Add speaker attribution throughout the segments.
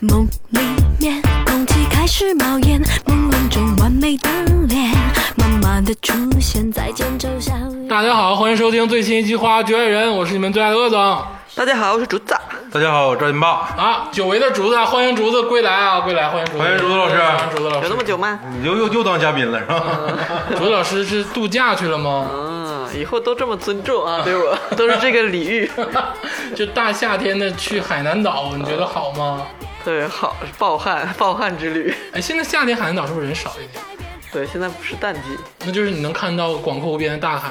Speaker 1: 里面，空气开始冒烟，朦胧中完美的脸，慢慢的出现在肩头上。
Speaker 2: 大家好，欢迎收听最新一期《花局爱人》，我是你们最爱的鄂总啊！
Speaker 3: 大家好，我是竹子。
Speaker 4: 大家好，我赵金霸。
Speaker 2: 久违的竹子，欢迎竹子归来啊！归来，欢迎竹子，
Speaker 4: 欢迎竹子老师
Speaker 2: 欢迎竹子老
Speaker 3: 有
Speaker 2: 师
Speaker 3: 那。么久吗？
Speaker 4: 你又又又当嘉宾了是吧？
Speaker 2: 竹子老师是度假去了吗？
Speaker 3: 嗯，以后都这么尊重 啊，对我都是这个礼 遇，
Speaker 2: 就大夏天的去海南岛，你觉得好吗？
Speaker 3: 特别好，暴 汗暴汗之旅。
Speaker 2: 哎，现在夏天海南岛是不是人少一点？
Speaker 3: 对，现在不是淡季，
Speaker 2: 那就是你能看到广阔无边的大海，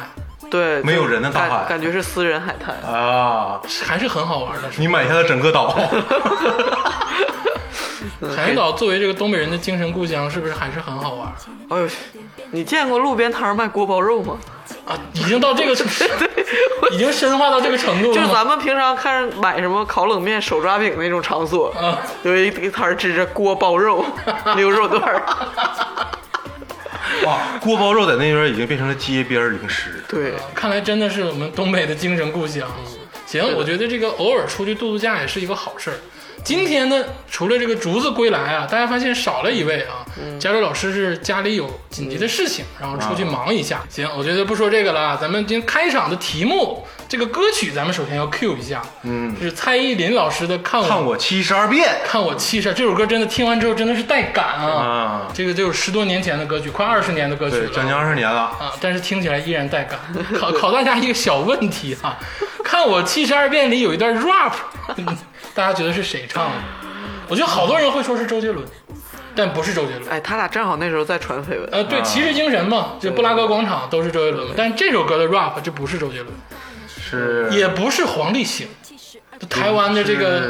Speaker 3: 对，
Speaker 4: 没有人的大海
Speaker 3: 感感觉是私人海滩。
Speaker 4: 啊，
Speaker 2: 还是很好玩的。是吧
Speaker 4: 你买下了整 个岛，
Speaker 2: 海南岛作为这个东北人的精神故乡，是不是还是很好玩
Speaker 3: 哎呦，你见过路边摊卖锅包肉吗？
Speaker 2: 啊？已经到这个， 已经深化到这个程度
Speaker 3: 就
Speaker 2: 了
Speaker 3: 是
Speaker 2: 吗？
Speaker 3: 咱们平常看买什么烤冷面、手抓饼那种场所，
Speaker 2: 嗯
Speaker 3: 有一个摊儿支着锅包 肉、牛肉段儿。
Speaker 4: 哇，锅包肉在那边已经变成了街边零食。
Speaker 3: 对，
Speaker 2: 看来真的是我们东北的精神故乡。行，我觉得这个偶尔出去度度假也是一个好事儿。今天呢，除了这个竹子归来啊，大家发现少了一位啊。
Speaker 4: 嗯
Speaker 2: 加州老师是家里有紧急的事情，然后出去忙一下。行，我觉得不说这个了啊，咱们今天开场的题目，这个歌曲咱们首先要 Q 一下，嗯，是蔡依林老师的《看我
Speaker 4: 看我七十二变
Speaker 2: 看我七十》这首歌，真的听完之后真的是带感啊。
Speaker 4: 啊，
Speaker 2: 这个就是十多年前的歌曲，快二十年的歌曲
Speaker 4: 对，
Speaker 2: 了，
Speaker 4: 将近二十年了。
Speaker 2: 啊，但是听起来依然带感。考考大家一个小问题哈、看我七十二变里有一段 rap，嗯大家觉得是谁唱的？我觉得好多人会说是周杰伦，但不是周杰伦。
Speaker 3: 哎，他俩正好那时候在传绯闻。
Speaker 2: 呃，对，骑士精神嘛，就布拉格广场都是周杰伦嘛，但这首歌的 rap 就不是周杰伦，
Speaker 4: 是
Speaker 2: 也不是黄立行，就台湾的这个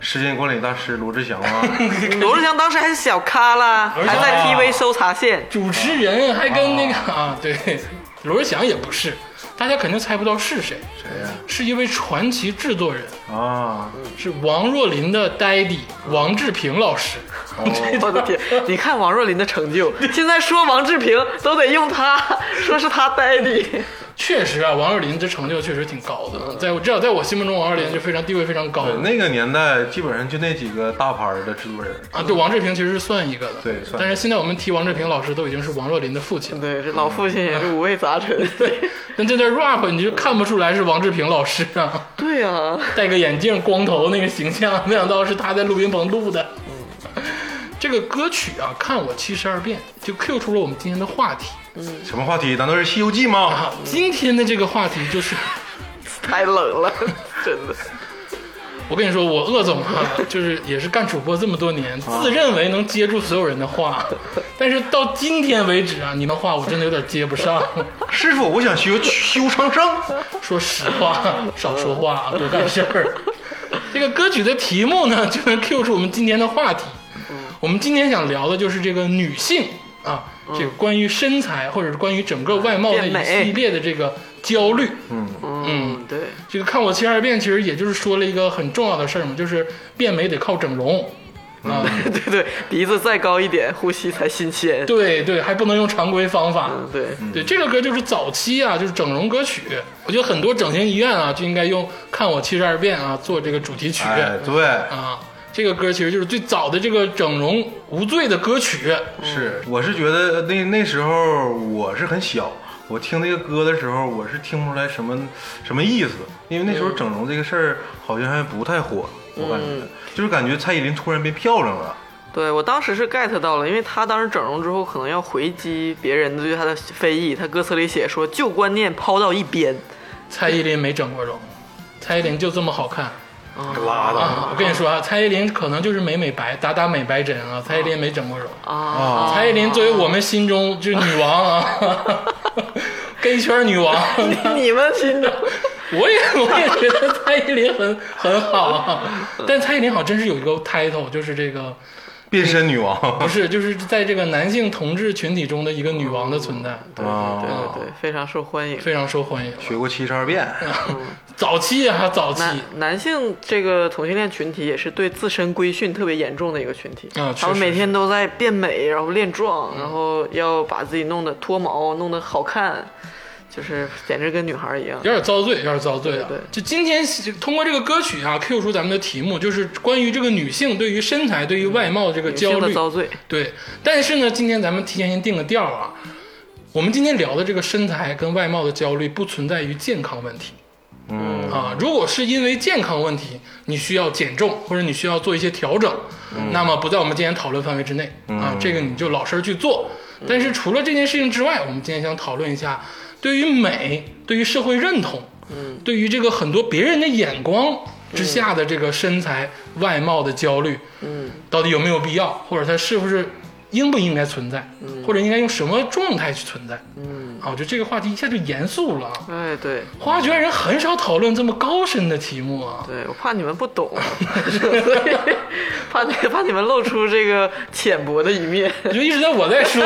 Speaker 4: 是时间管理大师罗志祥吗？
Speaker 3: 罗志祥当时还是小咖啦，
Speaker 2: 罗志祥
Speaker 3: 还在 TV 搜查线。
Speaker 2: 主持人还跟那个啊，对，罗志祥也不是，大家肯定猜不到是谁，
Speaker 4: 谁呀？
Speaker 2: 是一位传奇制作人。
Speaker 4: 啊，
Speaker 2: 是王若琳的 daddy 王志平老师，
Speaker 3: 我的天，你看王若琳的成就，现在说王志平都得用他， 说是他呆的。
Speaker 2: 确实啊，王若琳这成就确实挺高的，在我至少在我心目中，王若琳就非常地位非常高
Speaker 4: 嗯对，那个年代基本上就那几个大牌儿的制作人。
Speaker 2: 啊。对，王志平其实是算一个的，
Speaker 4: 对算
Speaker 2: 但是现在我们提王志平老师都已经是王若琳的父亲了，
Speaker 3: 对，这老父亲也是五味杂陈。
Speaker 2: 但这段 rap 你就看不出来是王志平老师啊，
Speaker 3: 对呀、啊，
Speaker 2: 戴个眼镜、光头那个形象，没想到是他在录音棚录的。
Speaker 4: 嗯
Speaker 2: 这个歌曲啊，看我七十二变，就 Q 出了我们今天的话题
Speaker 4: 什么话题？难道是《西游记》吗？
Speaker 2: 啊。今天的这个话题就是。
Speaker 3: 太冷了，真的。
Speaker 2: 我跟你说，我鄂总啊， 就是也是干主播这么多年，
Speaker 3: 啊
Speaker 2: 自认为能接住所有人的 话，但是到今天为止啊，你们话我真的有点接不 上。
Speaker 4: 师傅，我想学修 长生。
Speaker 2: 说实话，少说话啊，多干事 儿。这个歌曲的题目呢，就能 Q 出我们今天的话题。
Speaker 3: 嗯
Speaker 2: 我们今天想聊的就是这个女性啊，这个关于身材或者是关于整个外貌的
Speaker 3: 嗯变
Speaker 2: 一
Speaker 3: 美
Speaker 2: 系列的这个焦虑。
Speaker 3: 嗯，对，
Speaker 2: 这个看我七十二变，其实也就是说了一个很重要的事儿嘛，就是变美得靠整容。
Speaker 3: 嗯
Speaker 2: 啊，
Speaker 3: 对对，鼻子再高一点，呼吸才新 鲜。
Speaker 2: 对对，还不能用常规方法。
Speaker 3: 嗯，对，
Speaker 2: 对，这个歌就是早期啊，就是整容歌曲。我觉得很多整形医院啊，就应该用《看我七十二变》啊做这个主题曲、
Speaker 4: 哎，对，
Speaker 2: 啊。这个歌其实就是最早的这个整容无罪的歌曲。
Speaker 4: 是，我是觉得那那时候我是很小，我听那个歌的时候，我是听不出来什么什么意思，因为那时候整容这个事儿好像还不太火，我感觉、
Speaker 2: 嗯
Speaker 4: 就是感觉蔡依林突然变漂亮了，
Speaker 3: 对我当时是 get 到了，因为他当时整容之后，可能要回击别人对他的非议。他歌词里写说：“旧观念抛到一边。
Speaker 2: 蔡依林没整过容，蔡依林就这么好看
Speaker 4: 嗯拉倒
Speaker 2: 啊！我跟你说啊，蔡依林可能就是美美白打打美白针啊，蔡依林没整过容。”
Speaker 3: 啊，
Speaker 4: 啊！
Speaker 2: 蔡依林作为我们心中就是女王 啊，gay 圈女王。
Speaker 3: 你们心中
Speaker 2: 我也 我也觉得蔡依林很很好啊，但蔡依林好像真是有一个 title，就是这个
Speaker 4: 变身 女王
Speaker 2: 不是，就是在这个男性同志群体中的一个女王的存在，
Speaker 3: 哦对
Speaker 4: 啊，
Speaker 3: 对对，非常受欢迎。
Speaker 2: 哦非常受欢迎。
Speaker 4: 学过七十二变，
Speaker 2: 早期啊，早期
Speaker 3: 男男性这个同性恋群体也是对自身规训特别严重的一个群体，
Speaker 2: 啊确
Speaker 3: 他们
Speaker 2: 实
Speaker 3: 每
Speaker 2: 是嗯
Speaker 3: 天都在变美，然后练壮，然后要把自己弄得脱毛，弄得好看。就是简直跟女孩一样。
Speaker 2: 有点遭罪，有点遭罪啊！
Speaker 3: 对对
Speaker 2: 就今天通过这个歌曲啊，Q 出咱们的题目，就是关于这个女性对于身材、对于外貌这个
Speaker 3: 女
Speaker 2: 焦
Speaker 3: 性的
Speaker 2: 虑。
Speaker 3: 遭罪，
Speaker 2: 对，但是呢，今天咱们提前先定个调啊。我们今天聊的这个身材跟外貌的焦虑，不存在于健康问题
Speaker 4: 嗯
Speaker 2: 啊。如果是因为健康问题，你需要减重或者你需要做一些调整，那么不在我们今天讨论范围之内啊。这个你就老实去做。但是除了这件事情之外，我们今天想讨论一下，对于美，对于社会认同，嗯，对于这个很多别人的眼光之下的这个身材、外貌的焦虑，
Speaker 3: 嗯，
Speaker 2: 到底有没有必要，或者它是不是应不应该存在，或者应该用什么状态去存在？嗯，啊，我觉得这个话题一下就严肃了啊。
Speaker 3: 哎，对
Speaker 2: 花卷人很少讨论这么高深的题目啊。
Speaker 3: 对，我怕你们 不懂，所以怕你怕你们露出这个浅薄的一面。
Speaker 2: 我就一直在我在说。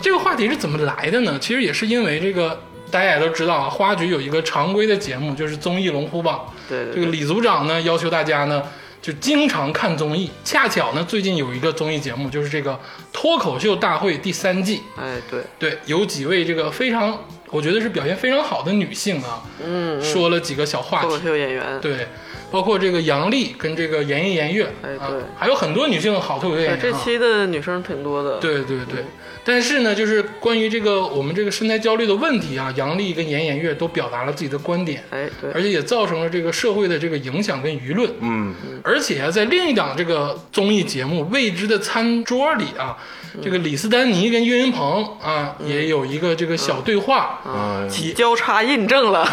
Speaker 2: 这个话题是怎么来的呢？其实也是因为这个，大家也都知道啊，花局有一个常规的节目，就是综艺龙虎榜。
Speaker 3: 对对
Speaker 2: 这个李组长呢，要求大家呢就经常看综艺。恰巧呢，最近有一个综艺节目，就是这个脱口秀大会第三季。
Speaker 3: 哎，对，
Speaker 2: 对，有几位这个非常，我觉得是表现非常好的女性啊，
Speaker 3: 嗯，
Speaker 2: 说了几个小话
Speaker 3: 脱口
Speaker 2: 题。
Speaker 3: 秀演员，
Speaker 2: 对，包括这个杨丽跟这个严艺严月，
Speaker 3: 哎
Speaker 2: 啊
Speaker 3: 对，
Speaker 2: 还有很多女性好脱口秀演
Speaker 3: 对，
Speaker 2: 员、啊。
Speaker 3: 这期的女生挺多的。，
Speaker 2: 对对对，但是呢，就是关于这个我们这个身材焦虑的问题啊，杨笠跟严颜悦都表达了自己的观点，
Speaker 3: 哎，
Speaker 2: 而
Speaker 3: 对，
Speaker 2: 且也造成了这个社会的这个影响跟舆论。
Speaker 4: 嗯，
Speaker 2: 而且啊在另一档这个综艺节目《未知的餐桌》里啊，
Speaker 3: 嗯
Speaker 2: 这个李斯丹妮跟岳云鹏啊、也有一个这个小对话，
Speaker 3: 嗯
Speaker 4: 啊，
Speaker 3: 起交叉印 证了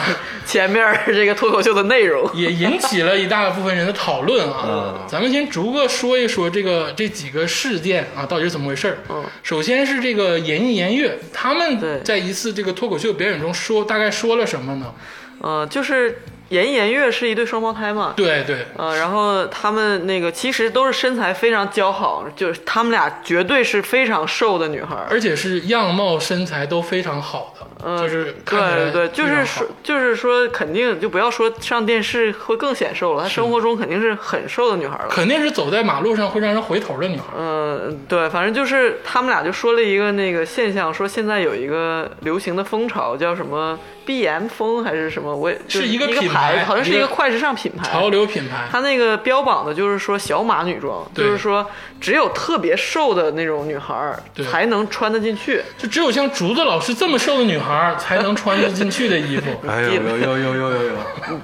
Speaker 3: 前面儿这个脱口秀的内容。
Speaker 2: 也引起了一大部分人的讨论啊。
Speaker 4: 嗯
Speaker 2: 咱们先逐个说一说这个这几个事件啊，到底是怎么回事儿。
Speaker 3: 嗯
Speaker 2: 首先是这个严艺严月，他
Speaker 3: 对
Speaker 2: 们在一次这个脱口秀表演中说，大概说了什么呢？
Speaker 3: 呃，就是严艺严月是一对双胞胎嘛。
Speaker 2: 对对
Speaker 3: 呃，然后他们那个其实都是身材非常姣好，就是他们俩绝对是非常瘦的女孩儿。
Speaker 2: 而且是样貌身材都非常好的，
Speaker 3: 嗯
Speaker 2: 就是看起来
Speaker 3: 对对，就
Speaker 2: 非
Speaker 3: 是
Speaker 2: 常好
Speaker 3: 说，就是说，肯定就不要说上电视会更显瘦了，她生活中肯定是很瘦的女孩了。
Speaker 2: 肯定是走在马路上会让人回头的女孩。
Speaker 3: 嗯，对，反正就是他们俩就说了一个那个现象，说现在有一个流行的风潮叫什么 BM 风还是什么，我也就是一
Speaker 2: 一个品
Speaker 3: 牌子，
Speaker 2: 牌
Speaker 3: 好像是
Speaker 2: 一
Speaker 3: 一
Speaker 2: 个
Speaker 3: 个快时尚品牌，
Speaker 2: 潮流品牌，
Speaker 3: 他那个标榜的就是说小码女装，就
Speaker 2: 对
Speaker 3: 是说只有特别瘦的那种女孩儿
Speaker 2: 对
Speaker 3: 才能穿得进去。
Speaker 2: 就只有像竹子老师这么瘦的女孩才能穿得进去的衣 服。
Speaker 3: 嗯
Speaker 4: 哎呦呦呦呦呦 呦呦，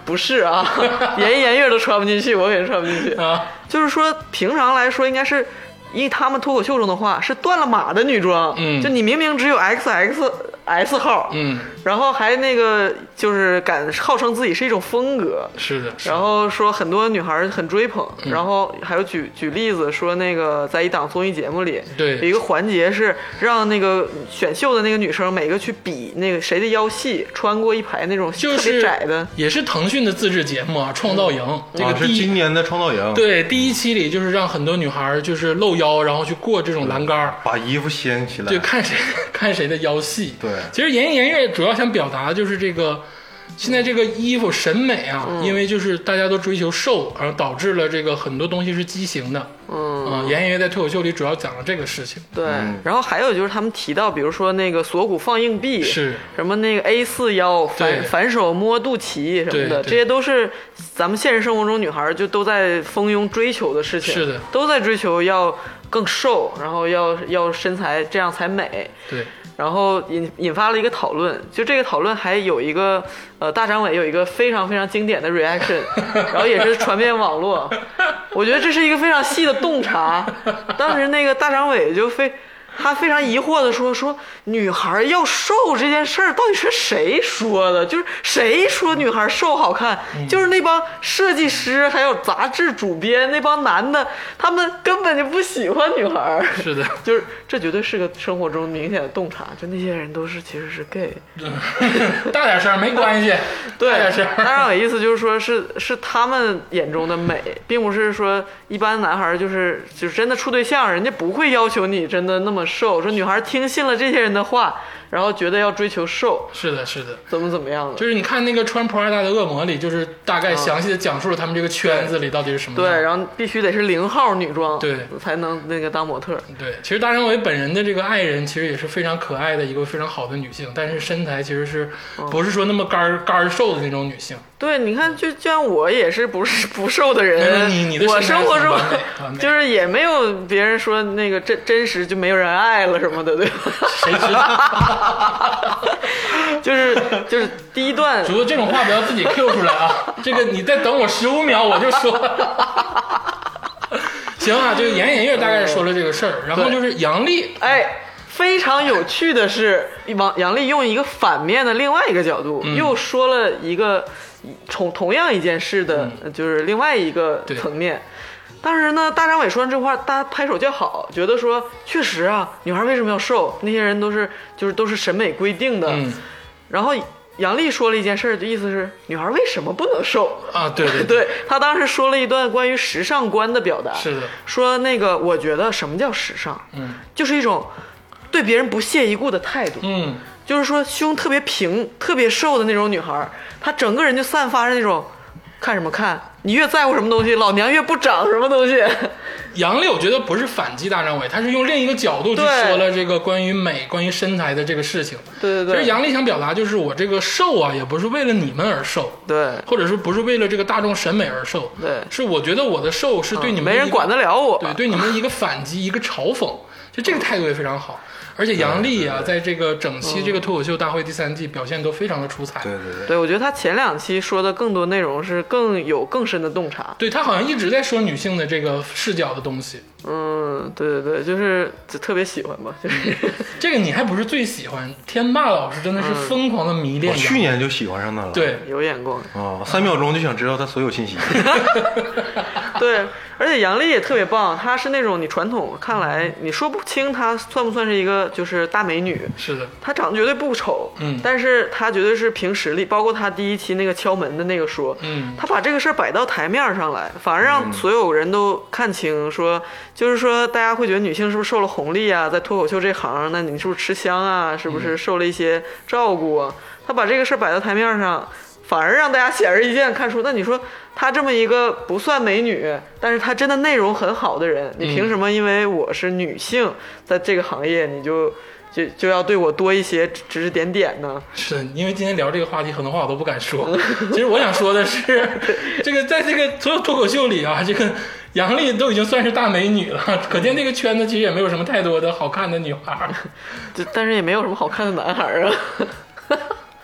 Speaker 3: 不是啊， 颜一颜月都穿不进去，我也穿不进去。
Speaker 2: 啊，
Speaker 3: 就是说平常来说，应该是以他们脱口秀中的话是断了码的女装，
Speaker 2: 嗯
Speaker 3: 就你明明只有 XX S 号，
Speaker 2: 嗯，
Speaker 3: 然后还那个就是敢号称自己是一种风格，
Speaker 2: 是的，是的
Speaker 3: 然后说很多女孩儿很追捧，
Speaker 2: 嗯
Speaker 3: 然后还有举举例子说那个在一档综艺节目里，
Speaker 2: 对
Speaker 3: 有一个环节是让那个选秀的那个女生每个去比那个谁的腰细，穿过一排那种
Speaker 2: 就
Speaker 3: 特别
Speaker 2: 是
Speaker 3: 窄的，嗯
Speaker 2: 也是腾讯的自制节目啊，《创造营》这个
Speaker 4: 啊，是
Speaker 2: 第一
Speaker 4: 今年的创造营，，
Speaker 2: 对第一期里就是让很多女孩儿就是露腰，然后去过这种栏杆儿，
Speaker 4: 把衣服掀起来
Speaker 2: 就，看谁看谁的腰细。
Speaker 4: 对
Speaker 2: 其实颜颜悦主要想表达的就是这个。现在这个衣服审美啊，
Speaker 3: 嗯
Speaker 2: 因为就是大家都追求瘦，而导致了这个很多东西是畸形的。
Speaker 3: 嗯。
Speaker 2: 啊，颜颜悦在脱口秀里主要讲了这个事情。
Speaker 3: 对，
Speaker 2: 嗯
Speaker 3: 然后还有就是他们提到，比如说那个锁骨放硬币，
Speaker 2: 是
Speaker 3: 什么那个 A 四腰反
Speaker 2: 对
Speaker 3: 反手摸肚脐什么
Speaker 2: 对
Speaker 3: 的，
Speaker 2: 对
Speaker 3: 这些都是咱们现实生活中女孩儿就都在蜂拥追求的事情，
Speaker 2: 是的
Speaker 3: 都在追求要更瘦，然后要要身材这样才美，
Speaker 2: 对，
Speaker 3: 然后引引发了一个讨论，就这个讨论还有一个呃，大张伟有一个非常非常经典的 reaction，然后也是传遍网络。我觉得这是一个非常细的洞察。当时那个大张伟就非他非常疑惑的说说女孩要瘦这件事儿到底是谁说的？就是谁说女孩瘦好看？就是那帮设计师还有杂志主编那帮男的，他们根本就不喜欢女孩儿。
Speaker 2: 是的，
Speaker 3: 就是这绝对是个生活中明显的洞察，就那些人都是其实是 gay。
Speaker 2: 大点声儿没关系，大点声
Speaker 3: 当
Speaker 2: 儿。
Speaker 3: 然我意思就是说是是他们眼中的美，并不是说一般男孩儿就是就是真的处对象，人家不会要求你真的那么瘦。说女孩儿听信了这些人的话，然后觉得要追求瘦，
Speaker 2: 是的，是的。
Speaker 3: 怎么怎么样的。
Speaker 2: 就是你看那个穿普拉达的恶魔里，就是大概详细的讲述了他们这个圈子里到底是什么
Speaker 3: 嗯对，
Speaker 2: 样。
Speaker 3: 然后必须得是零号女装，
Speaker 2: 对，
Speaker 3: 才能那个当模特儿。
Speaker 2: 对，其实大张伟本人的这个爱人其实也是非常可爱的一个非常好的女性，但是身材其实是
Speaker 3: 哦
Speaker 2: 不是说那么干儿干儿瘦的那种女性？
Speaker 3: 对，你看，就就像我也是不是不瘦的
Speaker 2: 没有
Speaker 3: 人，
Speaker 2: 你你的
Speaker 3: 我
Speaker 2: 身
Speaker 3: 生
Speaker 2: 材
Speaker 3: 活
Speaker 2: 很
Speaker 3: 中
Speaker 2: 完美完美
Speaker 3: 就是也没有别人说那个真真实就没有人爱了什么的，对吧？
Speaker 2: 谁知 道？
Speaker 3: 就是就是第一段
Speaker 2: 主播这种话不要自己 Q 出来啊！这个你再等我十五秒，我就说。 行啊，这个严演月大概说了这个事儿，然后就是杨笠，
Speaker 3: 哎，非常有趣的是，王杨笠用一个反面的另外一个角度，
Speaker 2: 嗯
Speaker 3: 又说了一个同同样一件事的，呃就是另外一个
Speaker 2: 嗯对
Speaker 3: 层面。当时呢，大张伟说完这话，大家拍手叫好，觉得说确实啊，女孩为什么要瘦？那些人都是就是都是审美规定的。
Speaker 2: 嗯
Speaker 3: 然后杨笠说了一件事儿，就意思是女孩为什么不能瘦？
Speaker 2: 啊，对对，
Speaker 3: 对他当时说了一段关于时尚观的表达，
Speaker 2: 是的
Speaker 3: 说那个我觉得什么叫时尚，
Speaker 2: 嗯
Speaker 3: 就是一种对别人不屑一顾的态度，
Speaker 2: 嗯，
Speaker 3: 就是说胸特别平、特别瘦的那种女孩儿，她整个人就散发着那种看什么看，你越在乎什么东西，老娘越不长什么东西。
Speaker 2: 杨笠我觉得不是反击大张伟，他是用另一个角度去
Speaker 3: 对
Speaker 2: 说了这个关于美、关于身材的这个事情。
Speaker 3: 对对
Speaker 2: 其实
Speaker 3: 对，
Speaker 2: 杨笠想表达就是我这个瘦啊，也不是为了你们而瘦，
Speaker 3: 对
Speaker 2: 或者说不是为了这个大众审美而瘦，
Speaker 3: 对啊
Speaker 2: 是我觉得我的瘦是对你们的
Speaker 3: 没
Speaker 2: 一个、
Speaker 3: 人管得了我。
Speaker 2: 对对你们一个反击，一个嘲 讽，就这个态度也非常好。而且杨笠啊，在这个整期
Speaker 3: 嗯
Speaker 2: 这个脱口秀大会第三季表现都非常的出彩。
Speaker 4: 对对对，
Speaker 3: 对我觉得他前两期说的更多内容是更有更深的洞察。
Speaker 2: 对他好像一直在说女性的这个视角的东西，
Speaker 3: 嗯，对对对，就是就特别喜欢吧，就是。
Speaker 2: 这个你还不是最喜欢。天霸老师真的是
Speaker 3: 嗯
Speaker 2: 疯狂的迷恋
Speaker 4: 我
Speaker 2: 杨笠、
Speaker 4: 去年就喜欢上他了。
Speaker 2: 对
Speaker 3: 有眼光，
Speaker 4: 啊，三秒钟就想知道他所有 信息。
Speaker 3: 对，而且杨笠也特别棒，她是那种你传统看来你说不清她算不算是一个就是大美女，
Speaker 2: 是的，
Speaker 3: 她长得绝对不丑，
Speaker 2: 嗯
Speaker 3: 但是她绝对是凭实力，包括她第一期那个敲门的那个说，
Speaker 2: 嗯
Speaker 3: 她把这个事儿摆到台面上来，反而让所有人都看清说，就是说大家会觉得女性是不是受了红利啊，在脱口秀这行，那你是不是吃香啊，是不是受了一些照顾啊？她把这个事儿摆到台面上。反而让大家显而易见看出，那你说她这么一个不算美女，但是她真的内容很好的人，你凭什么因为我是女性，在这个行业你就就就要对我多一些指指点点呢？
Speaker 2: 是因为今天聊这个话题，很多话我都不敢说。其实我想说的是， 这个在这个所有脱口秀里啊，这个杨笠都已经算是大美女了，可见这个圈子其实也没有什么太多的好看的女孩儿。
Speaker 3: 就但是也没有什么好看的男孩儿啊。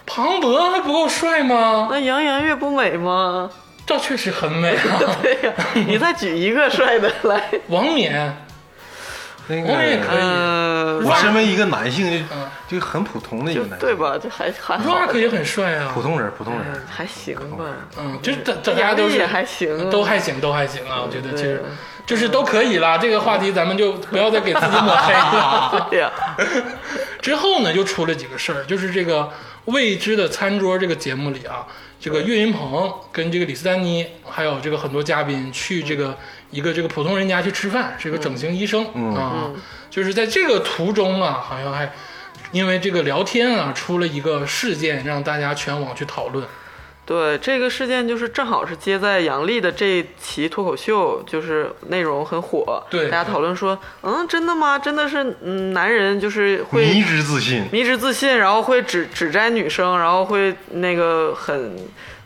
Speaker 2: 庞博还不够帅吗？
Speaker 3: 那杨洋越不美吗？
Speaker 2: 这确实很美啊。
Speaker 3: 对呀、你再举一个帅的来。
Speaker 2: 王冕，
Speaker 4: 那
Speaker 2: 王冕也可
Speaker 4: 个，
Speaker 2: 以
Speaker 3: 嗯、
Speaker 4: 我身为一个男性
Speaker 2: 嗯，
Speaker 4: 就就很普通的一个
Speaker 3: 就
Speaker 4: 男性，
Speaker 3: 对？嗯吧？这还还好，
Speaker 2: ，Rock 也很帅啊
Speaker 4: 普。通人，普通人。
Speaker 3: 还行吧。
Speaker 2: 嗯，就是 大大家都
Speaker 3: 杨笠也
Speaker 2: 是
Speaker 3: 还行啊
Speaker 2: 都还行，都还行啊。我觉得其实
Speaker 3: 对
Speaker 2: 就是都可以啦。这个话题咱们就不要再给自己抹黑 了。
Speaker 3: 对呀、
Speaker 2: 之后呢，就出了几个事儿，就是这个《未知的餐桌》这个节目里啊，这个岳云鹏跟这个李斯丹妮，还有这个很多嘉宾去这个一个这个普通人家去吃饭，是一个整形医生、啊，就是在这个途中啊，好像还因为这个聊天啊，出了一个事件，让大家全网去讨论。
Speaker 3: 对这个事件，就是正好是接在杨笠的这期脱口秀，就是内容很火，
Speaker 2: 对
Speaker 3: 大家讨论说，嗯，真的吗？真的是，嗯，男人就是会
Speaker 4: 迷之自信，
Speaker 3: 迷之自信，然后会指指摘女生，然后会那个很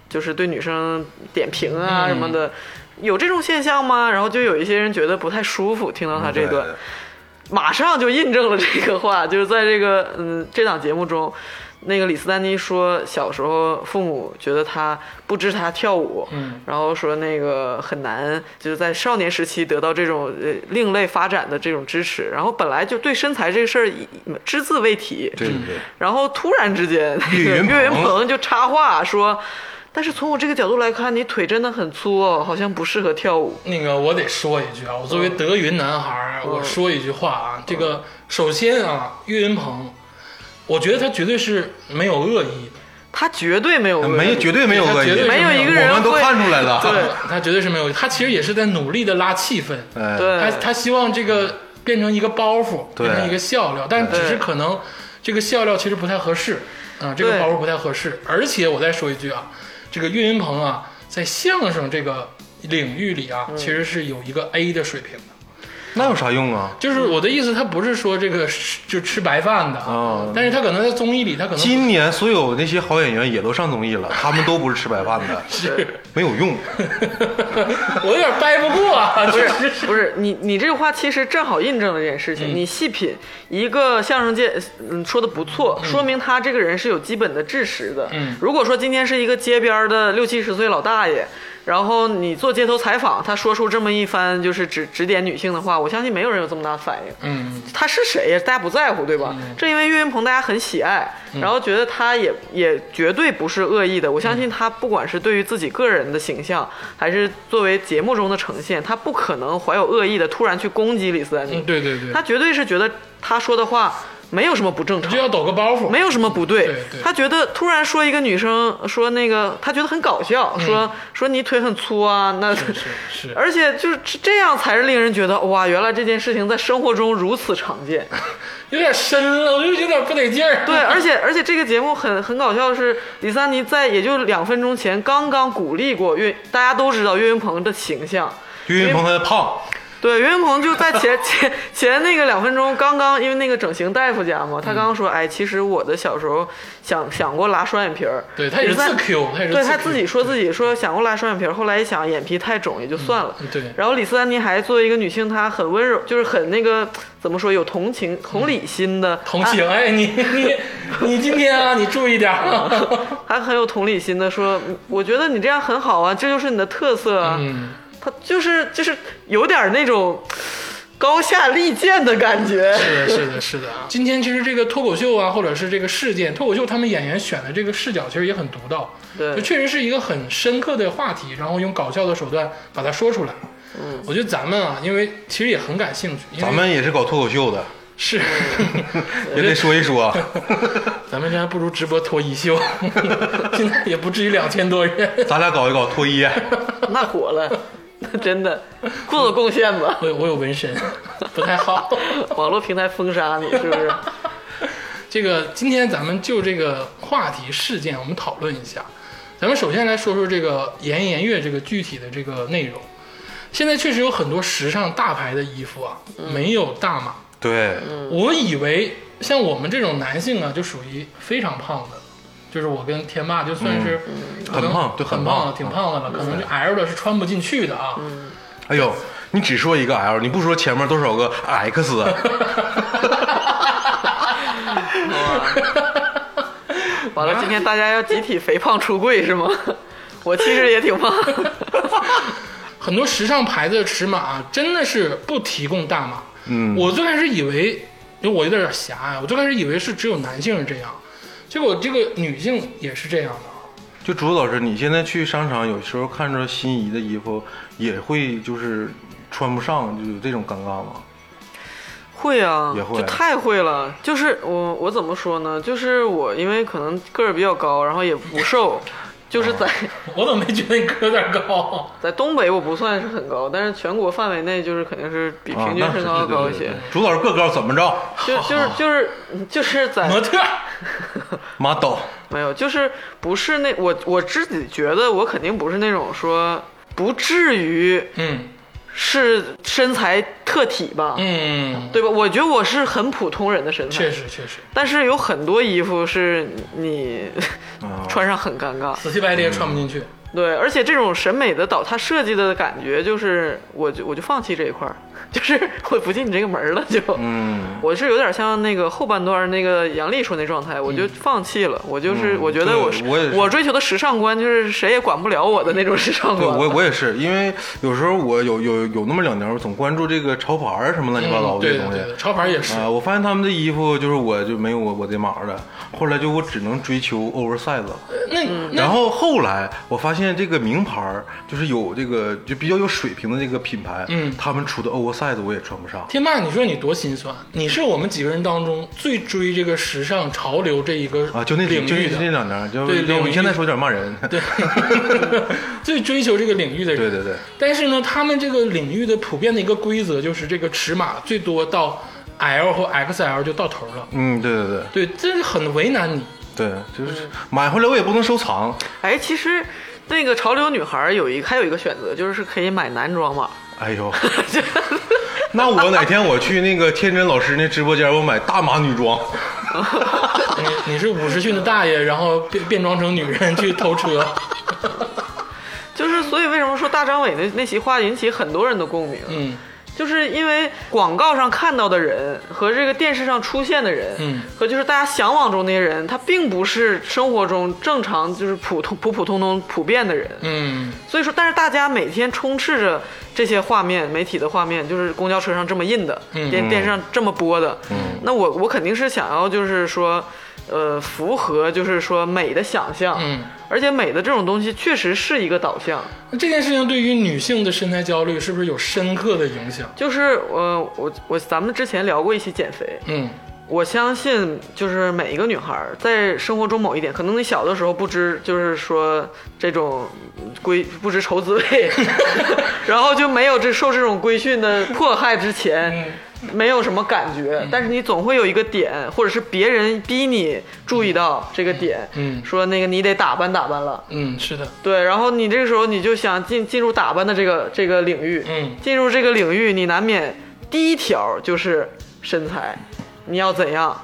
Speaker 3: 就是对女生点评
Speaker 4: 嗯
Speaker 3: 啊什么的，有这种现象吗？然后就有一些人觉得不太舒服，听到他啊这段，
Speaker 4: 对
Speaker 3: 马上就印证了这个话，就是在这个嗯这档节目中，那个李斯丹妮说小时候父母觉得她不支持她跳舞，
Speaker 2: 嗯，
Speaker 3: 然后说那个很难，就是在少年时期得到这种呃另类发展的这种支持，然后本来就对身材这个事儿一只字未提，
Speaker 4: 对对对，
Speaker 3: 然后突然之间，那
Speaker 4: 岳
Speaker 3: 个
Speaker 4: 云鹏
Speaker 3: 岳云鹏就插话说：“但是从我这个角度来看，你腿真的很粗哦，好像不适合跳舞。
Speaker 2: 那个我得说一句啊，我作为德云男孩儿，我说一句话啊，这个首先啊，岳云鹏，我觉得他绝对是没有恶意的。”
Speaker 3: 他绝嗯对没有问题
Speaker 4: 呃没绝对没有恶意，
Speaker 2: 绝对
Speaker 3: 没有一个人
Speaker 4: 我们都
Speaker 3: 会
Speaker 4: 看出来了。
Speaker 3: 对
Speaker 2: 他绝对是没有，他其实也是在努力的拉气氛，
Speaker 4: 哎，
Speaker 3: 对
Speaker 2: 他他希望这个变成一个包袱，
Speaker 4: 对
Speaker 2: 变成一个笑料，但只是
Speaker 3: 对
Speaker 2: 可能这个笑料其实不太合适啊，这个
Speaker 3: 对
Speaker 2: 包袱不太合适。而且我再说一句啊，这个岳云鹏啊，在相声这个领域里啊，其实是有一个 A 的水平的。
Speaker 4: 那有啥用
Speaker 3: 嗯
Speaker 4: 啊？
Speaker 2: 就是我的意思，他不是说这个吃就吃白饭的啊
Speaker 4: 哦
Speaker 2: 但是他可能在综艺里，他可能
Speaker 4: 今年所有那些好演员也都上综艺了，他们都不是吃白饭 的，
Speaker 2: 是，
Speaker 4: 没有用。
Speaker 2: 我有点掰不过啊，
Speaker 3: 不
Speaker 2: 就是是
Speaker 3: 不是，你你这个话其实正好印证了这件事情。你细品一个相声界，嗯，说的不错，说明他这个人是有基本的知识的。
Speaker 2: 嗯
Speaker 3: 如果说今天是一个街边儿的六七十岁老大爷，然后你做街头采访，他说出这么一番就是指指点女性的话，我相信没有人有这么大反应。
Speaker 2: 嗯，
Speaker 3: 他是谁呀？大家不在乎，对吧？正因为岳云鹏大家很喜爱，
Speaker 2: 嗯
Speaker 3: 然后觉得他也也绝对不是恶意的。我相
Speaker 2: 嗯
Speaker 3: 信他不管是对于自己个人的形象，还是作为节目中的呈现，他不可能怀有恶意的突然去攻击李斯丹妮
Speaker 2: 嗯，，对对对，
Speaker 3: 他绝对是觉得他说的话没有什么不正常
Speaker 2: 就。要抖个包袱，
Speaker 3: 没有什么不对，
Speaker 2: 对对
Speaker 3: 他觉得突然说一个女生说那个，他觉得很搞笑，说说你腿很粗啊，那
Speaker 2: 嗯 是是是，
Speaker 3: 而且就是这样才是令人觉得哇，原来这件事情在生活中如此常见。
Speaker 2: 有点深了，我就有点不得劲儿。
Speaker 3: 对，而且而且这个节目很很搞笑的是，李三妮在也就两分钟前刚刚鼓励过岳，大家都知道岳云鹏的形象。
Speaker 4: 岳云鹏他胖，
Speaker 3: 对，岳云鹏就在前 前前那个两分钟，刚刚因为那个整形大夫家嘛，
Speaker 2: 嗯
Speaker 3: 他刚刚说，哎，其实我的小时候想想过拉双眼皮儿，
Speaker 2: 对他也是
Speaker 3: 李三
Speaker 2: 自 Q，他也是
Speaker 3: 对
Speaker 2: 自
Speaker 3: 他
Speaker 2: Q
Speaker 3: 自己说自己说想过拉双眼皮儿，后来一想眼皮太肿也就算了，
Speaker 2: 嗯对
Speaker 3: 然后李斯丹妮还作为一个女性，她很温柔，就是很那个怎么说，有同情、同理心的，
Speaker 2: 同情，哎，你你你今天啊，你注意点儿。啊
Speaker 3: 还很有同理心的说，嗯我觉得你这样很好啊，这就是你的特色啊。
Speaker 2: 嗯，
Speaker 3: 她就是就是有点那种高下立见的感觉。
Speaker 2: 是的，是的，是的啊。今天其实这个脱口秀啊，或者是这个事件，脱口秀他们演员选的这个视角其实也很独到，
Speaker 3: 对
Speaker 2: 就确实是一个很深刻的话题，然后用搞笑的手段把它说出来。嗯，我觉得咱们啊，因为其实也很感兴趣，因为
Speaker 4: 咱们也是搞脱口秀的，
Speaker 2: 是，
Speaker 4: 也得说一说。啊
Speaker 2: 咱们这还不如直播脱衣秀， 现在也不至于两千多人。
Speaker 4: 咱俩搞一搞脱衣，
Speaker 3: 那火了，真的，做做贡献吧。
Speaker 2: 我有我有纹身，不太好。
Speaker 3: 网络平台封杀你是不是？
Speaker 2: 这个今天咱们就这个话题事件，我们讨论一下。咱们首先来说说这个颜颜悦这个具体的这个内容。现在确实有很多时尚大牌的衣服啊，没有大码。
Speaker 4: 对，
Speaker 3: 嗯
Speaker 2: 我以为像我们这种男性啊，就属于非常胖的，就是我跟天霸就算是可能
Speaker 4: 嗯很胖对嗯
Speaker 2: 很
Speaker 4: 很
Speaker 2: 胖了，
Speaker 4: 胖
Speaker 2: 挺胖的了，可能这 L 的是穿不进去的啊。
Speaker 4: 哎呦，你只说一个 L，你不说前面多少个 X 啊？
Speaker 3: 完了，今天大家要集体肥胖出柜是吗？我其实也挺胖，
Speaker 2: 很多时尚牌子的尺码、啊、真的是不提供大码。嗯，我最开始以为，因为我有点狭隘，我最开始以为是只有男性是这样，结果这个女性也是这样的啊。
Speaker 4: 就竹子老师，你现在去商场，有时候看着心仪的衣服，也会就是穿不上，就有这种尴尬吗？
Speaker 3: 会啊，
Speaker 4: 也会
Speaker 3: 就太会了。就是我，我怎么说呢？就是我，因为可能个儿比较高，然后也不瘦，就是在
Speaker 4: 哦
Speaker 2: 我怎么没觉得你个有点高？
Speaker 3: 在东北我不算是很高，但是全国范围内就是肯定是比
Speaker 4: 啊
Speaker 3: 平，均
Speaker 4: 那是
Speaker 3: 身高要
Speaker 4: 对
Speaker 3: 高
Speaker 4: 对
Speaker 3: 一
Speaker 4: 对对
Speaker 3: 些。
Speaker 4: 对竹子老师个高怎么着？
Speaker 3: 就就是就是就是在
Speaker 2: 模特儿，
Speaker 4: 妈倒，
Speaker 3: 没有，就是不是那我我自己觉得我肯定不是那种说不至于
Speaker 2: 嗯
Speaker 3: 是身材特体吧，
Speaker 2: 嗯，
Speaker 3: 对吧？我觉得我是很普通人的身
Speaker 2: 确
Speaker 3: 材，
Speaker 2: 实确实，
Speaker 3: 但是有很多衣服是你
Speaker 4: 啊
Speaker 3: 穿上很尴尬。
Speaker 2: 死乞白咧穿不进
Speaker 4: 嗯
Speaker 2: 去。
Speaker 3: 对，而且这种审美的导，它设计的感觉就是，我就我就放弃这一块儿，就是我不进你这个门儿了就。
Speaker 4: 嗯，
Speaker 3: 我是有点像那个后半段那个杨笠说那状态，我就放弃了。我就是、
Speaker 4: 嗯
Speaker 3: 我觉得
Speaker 4: 对
Speaker 3: 我是
Speaker 4: 我也是
Speaker 3: 追求的时尚观就是谁也管不了我的那种时尚
Speaker 4: 对
Speaker 3: 观。
Speaker 4: 我我也是，因为有时候我有有有那么两年，我总关注这个潮牌儿什么乱七八糟
Speaker 2: 嗯，
Speaker 4: 的
Speaker 2: 对
Speaker 4: 这
Speaker 2: 的
Speaker 4: 东
Speaker 2: 对
Speaker 4: 西
Speaker 2: 的，。潮牌也是。
Speaker 4: 啊、我发现他们的衣服就是我就没有我我这码儿的，后来就我只能追求 oversize，
Speaker 2: 那呃那
Speaker 4: 然后后来我发现这个名牌儿就是有这个就比较有水平的这个品牌，
Speaker 2: 嗯
Speaker 4: 他们出的 oversize 我也穿不上，
Speaker 2: 天霸，你说你多心酸？你是我们几个人当中最追这个时尚潮流这一个
Speaker 4: 啊，就那
Speaker 2: 领
Speaker 4: 就
Speaker 2: 域
Speaker 4: 是
Speaker 2: 的
Speaker 4: 那两年，就
Speaker 2: 对
Speaker 4: 就
Speaker 2: 领
Speaker 4: 我
Speaker 2: 域
Speaker 4: 现在说有点骂人，
Speaker 2: 对， 最追求这个领域的人。
Speaker 4: 对对对
Speaker 2: 但是呢，他们这个领域的普遍的一个规则就是，这个尺码最多到 L 或 XL 就到头了。
Speaker 4: 嗯，对对对
Speaker 2: 对，这是很为难你。
Speaker 4: 对，就是
Speaker 3: 嗯
Speaker 4: 买回来我也不能收 藏。
Speaker 3: 哎，其实那个潮流女孩有一还有一个选择，就是可以买男装 码。
Speaker 4: 哎呦，那我哪天我去那个天真老师那直播间，我买大码女 装，
Speaker 2: 你你是五十岁的大爷，然后变变装成女人去偷 车，
Speaker 3: 就是所以为什么说大张伟那那席话引起很多人的共鸣，
Speaker 2: 嗯，
Speaker 3: 就是因为广告上看到的人和这个电视上出现的人，
Speaker 2: 嗯，
Speaker 3: 和就是大家向往中那些人，他并不是生活中正常就是普通普普通通普遍的人，
Speaker 2: 嗯，
Speaker 3: 所以说，但是大家每天充斥着这些画面，媒体的画面，就是公交车上这么印的，
Speaker 2: 嗯
Speaker 3: 电电视上这么播的。那我我肯定是想要，就是说，呃，符合就是说美的想象。
Speaker 2: 嗯，
Speaker 3: 而且美的这种东西确实是一个导向，
Speaker 2: 那这件事情对于女性的身材焦虑是不是有深刻的影响？
Speaker 3: 就是呃，我我咱们之前聊过一起减肥，
Speaker 2: 嗯
Speaker 3: 我相信，就是每一个女孩儿在生活中某一点，可能你小的时候不知，就是说这种规不知愁滋味， 然后就没有这受这种规训的迫害之前，没有什么感觉。但是你总会有一个点，或者是别人逼你注意到这个点，
Speaker 2: 嗯
Speaker 3: 说那个你得打扮打扮了。
Speaker 2: 嗯，是的，
Speaker 3: 对，然后你这个时候你就想进进入打扮的这个这个领域，
Speaker 2: 嗯
Speaker 3: 进入这个领域，你难免第一条就是身材，你要怎样？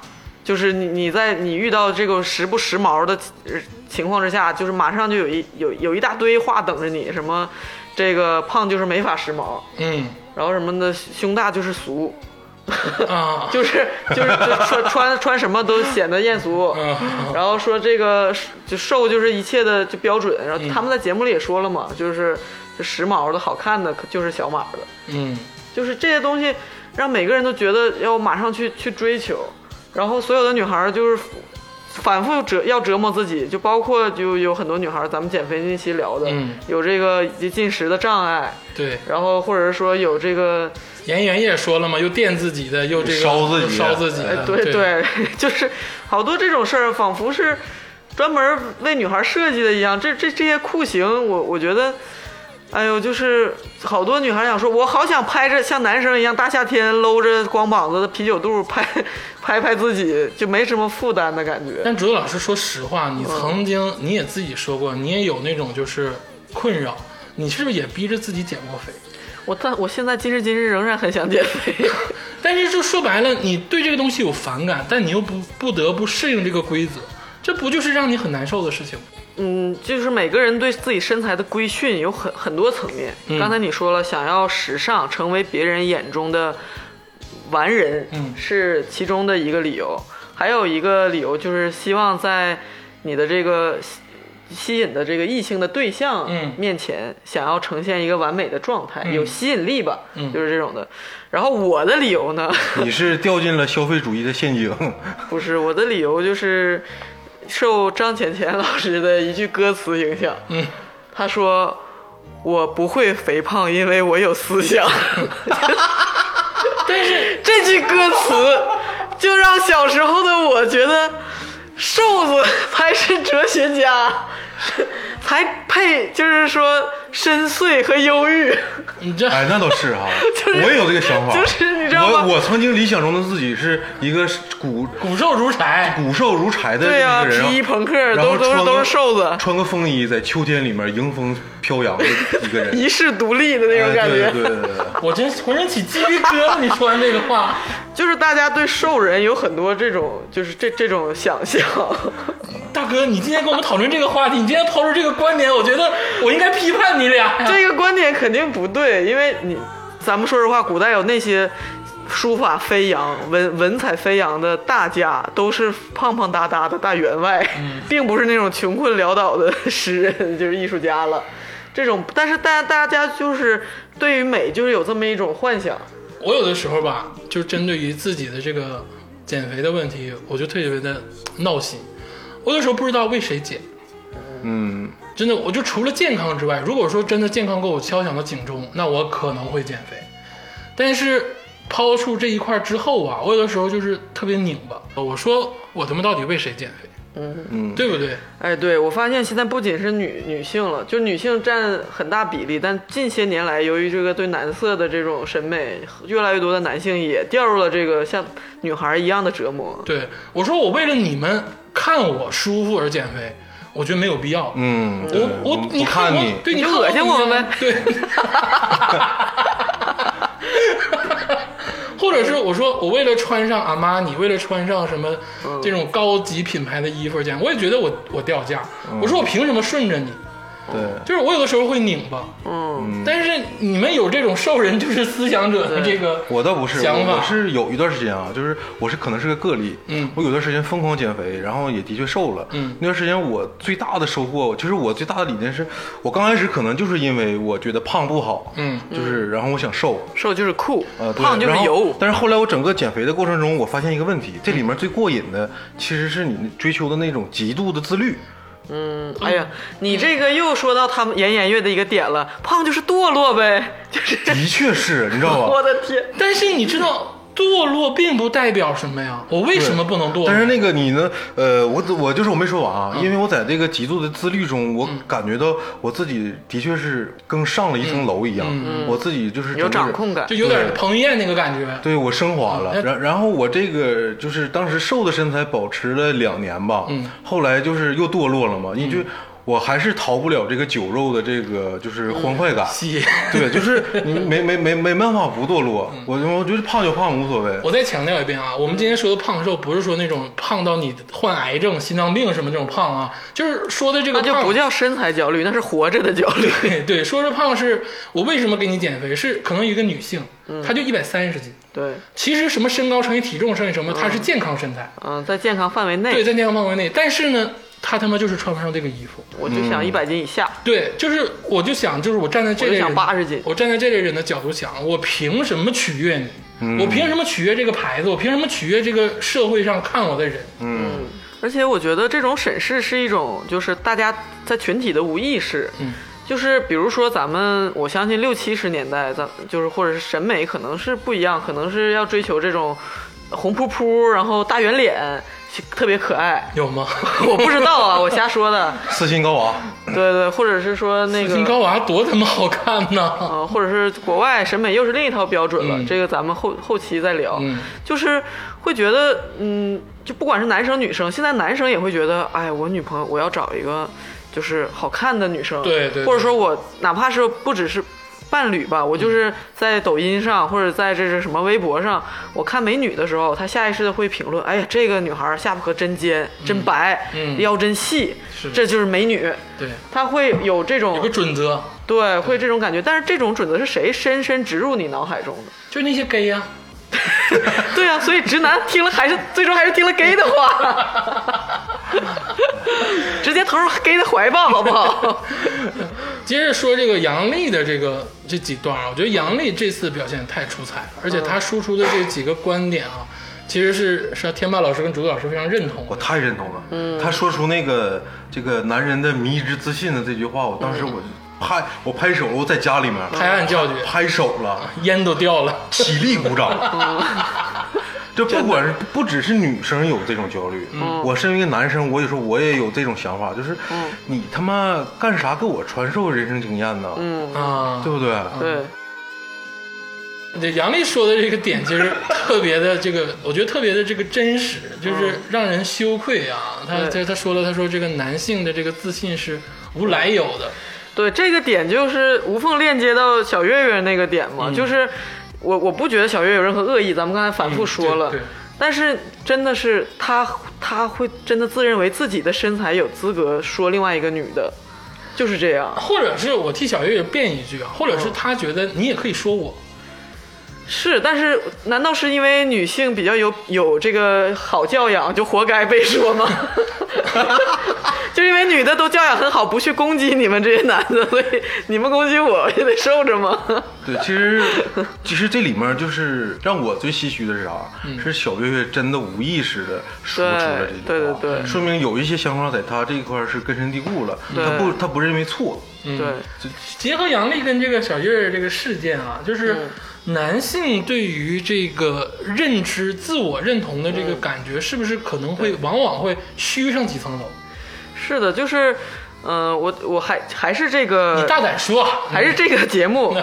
Speaker 3: 就是你你在你遇到这个时不时髦的呃情况之下，就是马上就有一有有一大堆话等着你，什么这个胖就是没法时髦，
Speaker 2: 嗯
Speaker 3: 然后什么的胸大就是俗，
Speaker 2: 啊，
Speaker 3: 就是就是就穿穿穿什么都显得艳俗，
Speaker 2: 嗯
Speaker 3: 然后说这个就瘦就是一切的就标准，然后他们在节目里也说了嘛，就是就时髦的好看的可就是小码的，
Speaker 2: 嗯
Speaker 3: 就是这些东西让每个人都觉得要马上去去追求，然后所有的女孩儿就是反复折要折磨自己，就包括就有很多女孩儿，咱们减肥那期聊的，
Speaker 2: 嗯
Speaker 3: 有这个进食的障碍，
Speaker 2: 对，
Speaker 3: 然后或者是说有这个
Speaker 2: 严媛也说了嘛，又电自己的，又这个
Speaker 4: 烧自己的
Speaker 2: 烧自己
Speaker 3: 哎，
Speaker 2: 的，
Speaker 3: 对，就是好多这种事儿，仿佛是专门为女孩设计的一样。这这这些酷刑，我我觉得，哎呦，就是好多女孩想说，我好想拍着像男生一样，大夏天搂着光膀子的啤酒肚拍拍拍自己，就没什么负担的感觉。
Speaker 2: 但竹子老师，说实话，你曾经你也自己说过，你也有那种就是困扰，你是不是也逼着自己减过肥？
Speaker 3: 我但我现在今时今日仍然很想减肥，
Speaker 2: 但是就说白了，你对这个东西有反感，但你又不不得不适应这个规则，这不就是让你很难受的事情吗？
Speaker 3: 嗯，就是每个人对自己身材的规训有很很多层面。
Speaker 2: 嗯
Speaker 3: 刚才你说了，想要时尚，成为别人眼中的完人，
Speaker 2: 嗯
Speaker 3: 是其中的一个理由。还有一个理由就是希望在你的这个吸吸引的这个异性的对象
Speaker 2: 嗯
Speaker 3: 面前，想要呈现一个完美的状态，有吸引力吧，
Speaker 2: 嗯
Speaker 3: 就是这种的。然后我的理由呢，
Speaker 4: 你是掉进了消费主义的 陷阱。
Speaker 3: 不是我的理由就是受张浅浅老师的一句歌词影响，
Speaker 2: 嗯，
Speaker 3: 他说：“我不会肥胖，因为我有思想。
Speaker 2: 但是”
Speaker 3: 这句歌词就让小时候的我觉得，瘦子才是哲学家， 才配就是说深邃和忧郁。
Speaker 2: 你这
Speaker 4: 哎，那倒是哈，我也有这个想法。
Speaker 3: 就是你知道吗
Speaker 4: 我我曾经理想中的自己是一个骨
Speaker 2: 骨瘦如柴，
Speaker 4: 骨瘦如柴的
Speaker 3: 对呀、
Speaker 4: 一个人，啊
Speaker 3: 皮衣朋克
Speaker 4: 然
Speaker 3: 都都
Speaker 4: 后穿
Speaker 3: 是
Speaker 4: 个
Speaker 3: 都是瘦子，
Speaker 4: 穿个风衣在秋天里面迎风飘扬的一个 人。
Speaker 3: 一世独立的那种感觉。
Speaker 4: 哎对对对对对。
Speaker 2: 我真浑身起鸡皮疙瘩。你说完这个话，
Speaker 3: 就是大家对瘦人有很多这种，就是这这种想象。
Speaker 2: 大哥，你今天跟我们讨论这个话题，你今天抛出这个观点，我觉得我应该批判你俩 呀。
Speaker 3: 这个观点肯定不对，因为你，咱们说实话，古代有那些书法飞扬、文文采飞扬的大家，都是胖胖哒哒的大员外， 并不是那种穷困潦倒的诗人，就是艺术家了。这种，但是大大家就是对于美，就是有这么一种幻想。
Speaker 2: 我有的时候吧，就针对于自己的这个减肥的问题，我就特别的闹心。我有时候不知道为谁减，
Speaker 4: 嗯，
Speaker 2: 真的，我就除了健康之外，如果说真的健康给我敲响了警钟，那我可能会减肥。但是抛出这一块之后啊，我有的时候就是特别拧巴。我说我他妈到底为谁减肥？
Speaker 4: 嗯，
Speaker 2: 对不对？
Speaker 3: 哎，对我发现现在不仅是女女性了，就女性占很大比例，但近些年来，由于这个对男色的这种审美，越来越多的男性也掉入了这个像女孩一样的折磨。
Speaker 2: 对，我说我为了你们看我舒服而减肥，我觉得没有必要。
Speaker 4: 嗯，对
Speaker 2: 我我
Speaker 4: 不
Speaker 2: 你
Speaker 4: 看
Speaker 2: 我
Speaker 4: 你，
Speaker 2: 对
Speaker 3: 你
Speaker 2: 你
Speaker 3: 就
Speaker 2: 看
Speaker 3: 恶心我们呗
Speaker 2: 对。或者是我说我为了穿上阿玛尼，为了穿上什么这种高级品牌的衣服这样，我也觉得我我掉价。我说我凭什么顺着你？
Speaker 4: 对，
Speaker 2: 就是我有的时候会拧巴，
Speaker 3: 嗯，
Speaker 2: 但是你们有这种受人就是思想者的这个，
Speaker 4: 我倒不是，
Speaker 2: 想
Speaker 4: 我
Speaker 2: 法
Speaker 4: 我是有一段时间啊，就是我是可能是个个例，
Speaker 2: 嗯
Speaker 4: 我有段时间疯狂减肥，然后也的确瘦了，
Speaker 2: 嗯
Speaker 4: 那段时间我最大的收获，就是我最大的理念是，我刚开始可能就是因为我觉得胖不好，
Speaker 2: 嗯，
Speaker 4: 就是然后我想瘦，
Speaker 3: 瘦就是酷，
Speaker 4: 呃，对
Speaker 3: 胖就是
Speaker 4: 然后
Speaker 3: 油。
Speaker 4: 但是后来我整个减肥的过程中，我发现一个问题，这里面最过瘾的其实是你追求的那种极度的自律，
Speaker 3: 嗯哎呀，你这个又说到他们颜颜悦的一个点了，胖就是堕落呗，就是
Speaker 4: 的确是，你知道吧？
Speaker 3: 我的天，
Speaker 2: 但是你知道堕落并不代表什么呀？我为什么不能堕嗯落？
Speaker 4: 但是那个你呢？呃，我我就是我没说完啊，因为我在这个极度的自律中，
Speaker 2: 嗯
Speaker 4: 我感觉到我自己的确是更上了一
Speaker 2: 嗯
Speaker 4: 层楼一样，我自己就是
Speaker 3: 有
Speaker 4: 整个人
Speaker 3: 掌控感
Speaker 2: 就。有点
Speaker 4: 对
Speaker 2: 彭于晏那个感觉。
Speaker 4: 对我升华
Speaker 2: 哎
Speaker 4: 了，然然后我这个就是当时瘦的身材保持了两年吧，
Speaker 2: 嗯
Speaker 4: 后来就是又堕落了嘛，你就我还是逃不了这个酒肉的这个就是欢快感，
Speaker 2: 西，
Speaker 4: 对，就是你没 没没没办法不堕落，
Speaker 2: 嗯
Speaker 4: 我我觉得胖就胖无所谓，
Speaker 2: 我再强调一遍啊，我们今天说的胖瘦，不是说那种胖到你患癌症、心脏病什么这种胖啊，就是说的这个
Speaker 3: 那就
Speaker 2: 胖
Speaker 3: 不叫身材焦虑，那是活着的焦虑。
Speaker 2: 对对，说是胖是我为什么给你减肥，是可能一个女性，
Speaker 3: 嗯
Speaker 2: 她就一百三十斤，
Speaker 3: 对，
Speaker 2: 其实什么身高乘以体重乘以什么，她是健康身材，
Speaker 3: 嗯，在健康范围
Speaker 2: 对，
Speaker 3: 内，
Speaker 2: 在健康范围内，但是呢，她他妈就是穿不上这个衣服。
Speaker 3: 我就
Speaker 4: 嗯
Speaker 3: 想一百斤以下。
Speaker 2: 对，就是我就想，就是我站在这类
Speaker 3: 我
Speaker 2: 人，
Speaker 3: 就想80斤
Speaker 2: 我站在这类人的角度想，我凭什么取悦你？我凭什么取悦这个牌子？我凭什么取悦这个社会上看我的人？
Speaker 4: 嗯
Speaker 3: 而且我觉得这种审视是一种，就是大家在群体的无意识，
Speaker 2: 嗯
Speaker 3: 就是比如说咱们，我相信六七十年代，咱就是或者是审美可能是不一样，可能是要追求这种红扑扑，然后大圆脸，特别可爱。
Speaker 2: 有吗？
Speaker 3: 我不知道啊，我瞎说的。
Speaker 4: 四心高昂，
Speaker 3: 对对，或者是说 那
Speaker 2: 金
Speaker 3: 个。
Speaker 2: 高娃多他妈好看呐！
Speaker 3: 呃，或者是国外审美又是另一套标准了，
Speaker 2: 嗯
Speaker 3: 这个咱们后后期再聊。
Speaker 2: 嗯
Speaker 3: 就是会觉得，嗯，就不管是男生女生，现在男生也会觉得，哎，我女朋友我要找一个就是好看的女生，
Speaker 2: 对对对
Speaker 3: 或者说我哪怕是不只是伴侣吧，我就是
Speaker 2: 嗯
Speaker 3: 在抖音上或者在这是什么微博上，我看美女的时候，他下意识的会评论，哎呀，这个女孩下巴颏真尖，真白，
Speaker 2: 嗯
Speaker 3: 腰真细
Speaker 2: 是，
Speaker 3: 这就是美女。
Speaker 2: 对，
Speaker 3: 他会有这种
Speaker 2: 有个准则，
Speaker 3: 对，会这种感觉，但是这种准则是谁深深植入你脑海中的？
Speaker 2: 就那些 gay 啊呀、
Speaker 3: 对啊，所以直男听了还是最终还是听了 gay 的话， 直接投入 gay 的怀抱，好不好？
Speaker 2: 接着说这个杨笠的这个这几段啊，我觉得杨笠这次表现太出彩了，而且他输出的这几个观点啊，其实是是天霸老师跟竹子老师非常认同
Speaker 4: 我
Speaker 2: 的。
Speaker 4: 太认同了。他说出那个这个男人的迷之自信的这句话，我当时我拍我拍手，我在家里面
Speaker 2: 拍案叫绝，
Speaker 4: 拍手了，
Speaker 2: 烟都掉了。
Speaker 4: 起立鼓 掌。这不管是不只是女生有这种焦虑，我身为一个男生，我有时候我也有这种想法，就是你他妈干啥给我传授人生经验呢？
Speaker 3: 嗯，
Speaker 2: 啊，
Speaker 4: 对不对？
Speaker 3: 对，
Speaker 2: 这杨笠说的这个点，其实特别的这个，我觉得特别的这个真实，就是让人羞愧啊。他
Speaker 3: 对
Speaker 2: 他他说了，他说这个男性的这个自信是无来由的，
Speaker 3: 对，这个点就是无缝链接到小月月那个点嘛，
Speaker 2: 嗯
Speaker 3: 就是我我不觉得小月有任何恶意，咱们刚才反复说了，
Speaker 2: 嗯对对
Speaker 3: 但是真的是她她会真的自认为自己的身材有资格说另外一个女的，就是这样，
Speaker 2: 或者是我替小月月辩一句啊，或者
Speaker 3: 哦
Speaker 2: 是他觉得你也可以说我，
Speaker 3: 是，但是难道是因为女性比较有有这个好教养，就活该被说吗？ 就因为女的都教养很好，不去攻击你们这些男的，所以你们攻击我我也得受着吗？
Speaker 4: 对，其实其实这里面就是让我最唏嘘的是啥？
Speaker 3: 嗯
Speaker 4: 是小月月真的无意识的说出了这句话，
Speaker 3: 对对对对
Speaker 4: 说明有一些想法在她这一块是根深蒂固了，
Speaker 3: 对
Speaker 4: 她不她不认为错，
Speaker 2: 嗯
Speaker 3: 对，嗯
Speaker 2: 结合杨笠跟这个小月儿这个事件啊，就是男性对于这个认知、自我认同的这
Speaker 3: 嗯
Speaker 2: 个感觉，是不是可能会往往会虚上几层楼？
Speaker 3: 是的，就是，嗯、我我还还是这个，
Speaker 2: 你大胆说啊，
Speaker 3: 还是这个 节目，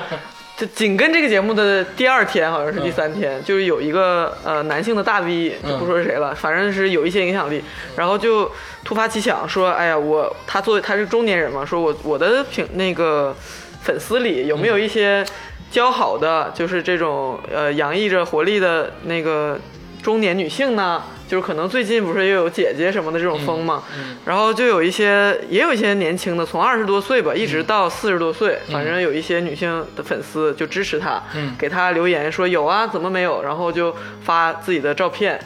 Speaker 3: 就紧跟这个节目的第二天，好像是第三天，就是有一个呃男性的大 V，
Speaker 2: 嗯
Speaker 3: 就不说是谁了，反正是有一些影响力，然后就突发奇想说，哎呀，我他作为他是中年人嘛，说我我的品那个粉丝里有没有一些姣好的，就是这种呃洋溢着活力的那个中年女性呢？就是可能最近不是又有姐姐什么的这种风嘛，
Speaker 2: 嗯
Speaker 3: 然后就有一些，也有一些年轻的，从二十多岁吧，
Speaker 2: 嗯
Speaker 3: 一直到四十多岁，反正有一些女性的粉丝就支持她，
Speaker 2: 嗯
Speaker 3: 给她留言说有啊，怎么没有？然后就发自己的照片，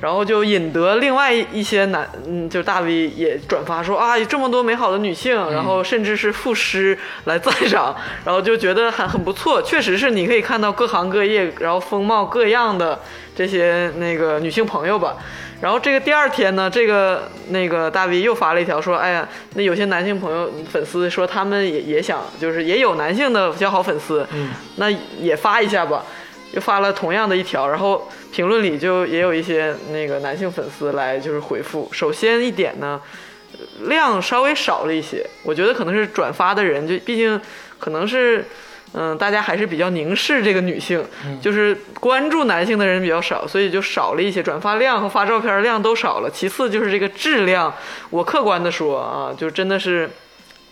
Speaker 3: 然后就引得另外一些男，嗯，就是大 V 也转发说啊，有这么多美好的女性，然后甚至是赋诗来赞赏，然后就觉得很很不错，确实是你可以看到各行各业，然后风貌各样的这些那个女性朋友吧。然后这个第二天呢，这个那个大 V 又发了一条说，哎呀，那有些男性朋友嗯粉丝说他们也也想，就是也有男性的比较好粉丝，
Speaker 2: 嗯，
Speaker 3: 那也发一下吧，又发了同样的一条，然后评论里就也有一些那个男性粉丝来就是回复，首先一点呢，量稍微少了一些，我觉得可能是转发的人，就毕竟可能是，嗯、大家还是比较凝视这个女性，
Speaker 2: 嗯
Speaker 3: 就是关注男性的人比较少，所以就少了一些转发量和发照片量都少了。其次就是这个质量，我客观的说啊，就真的是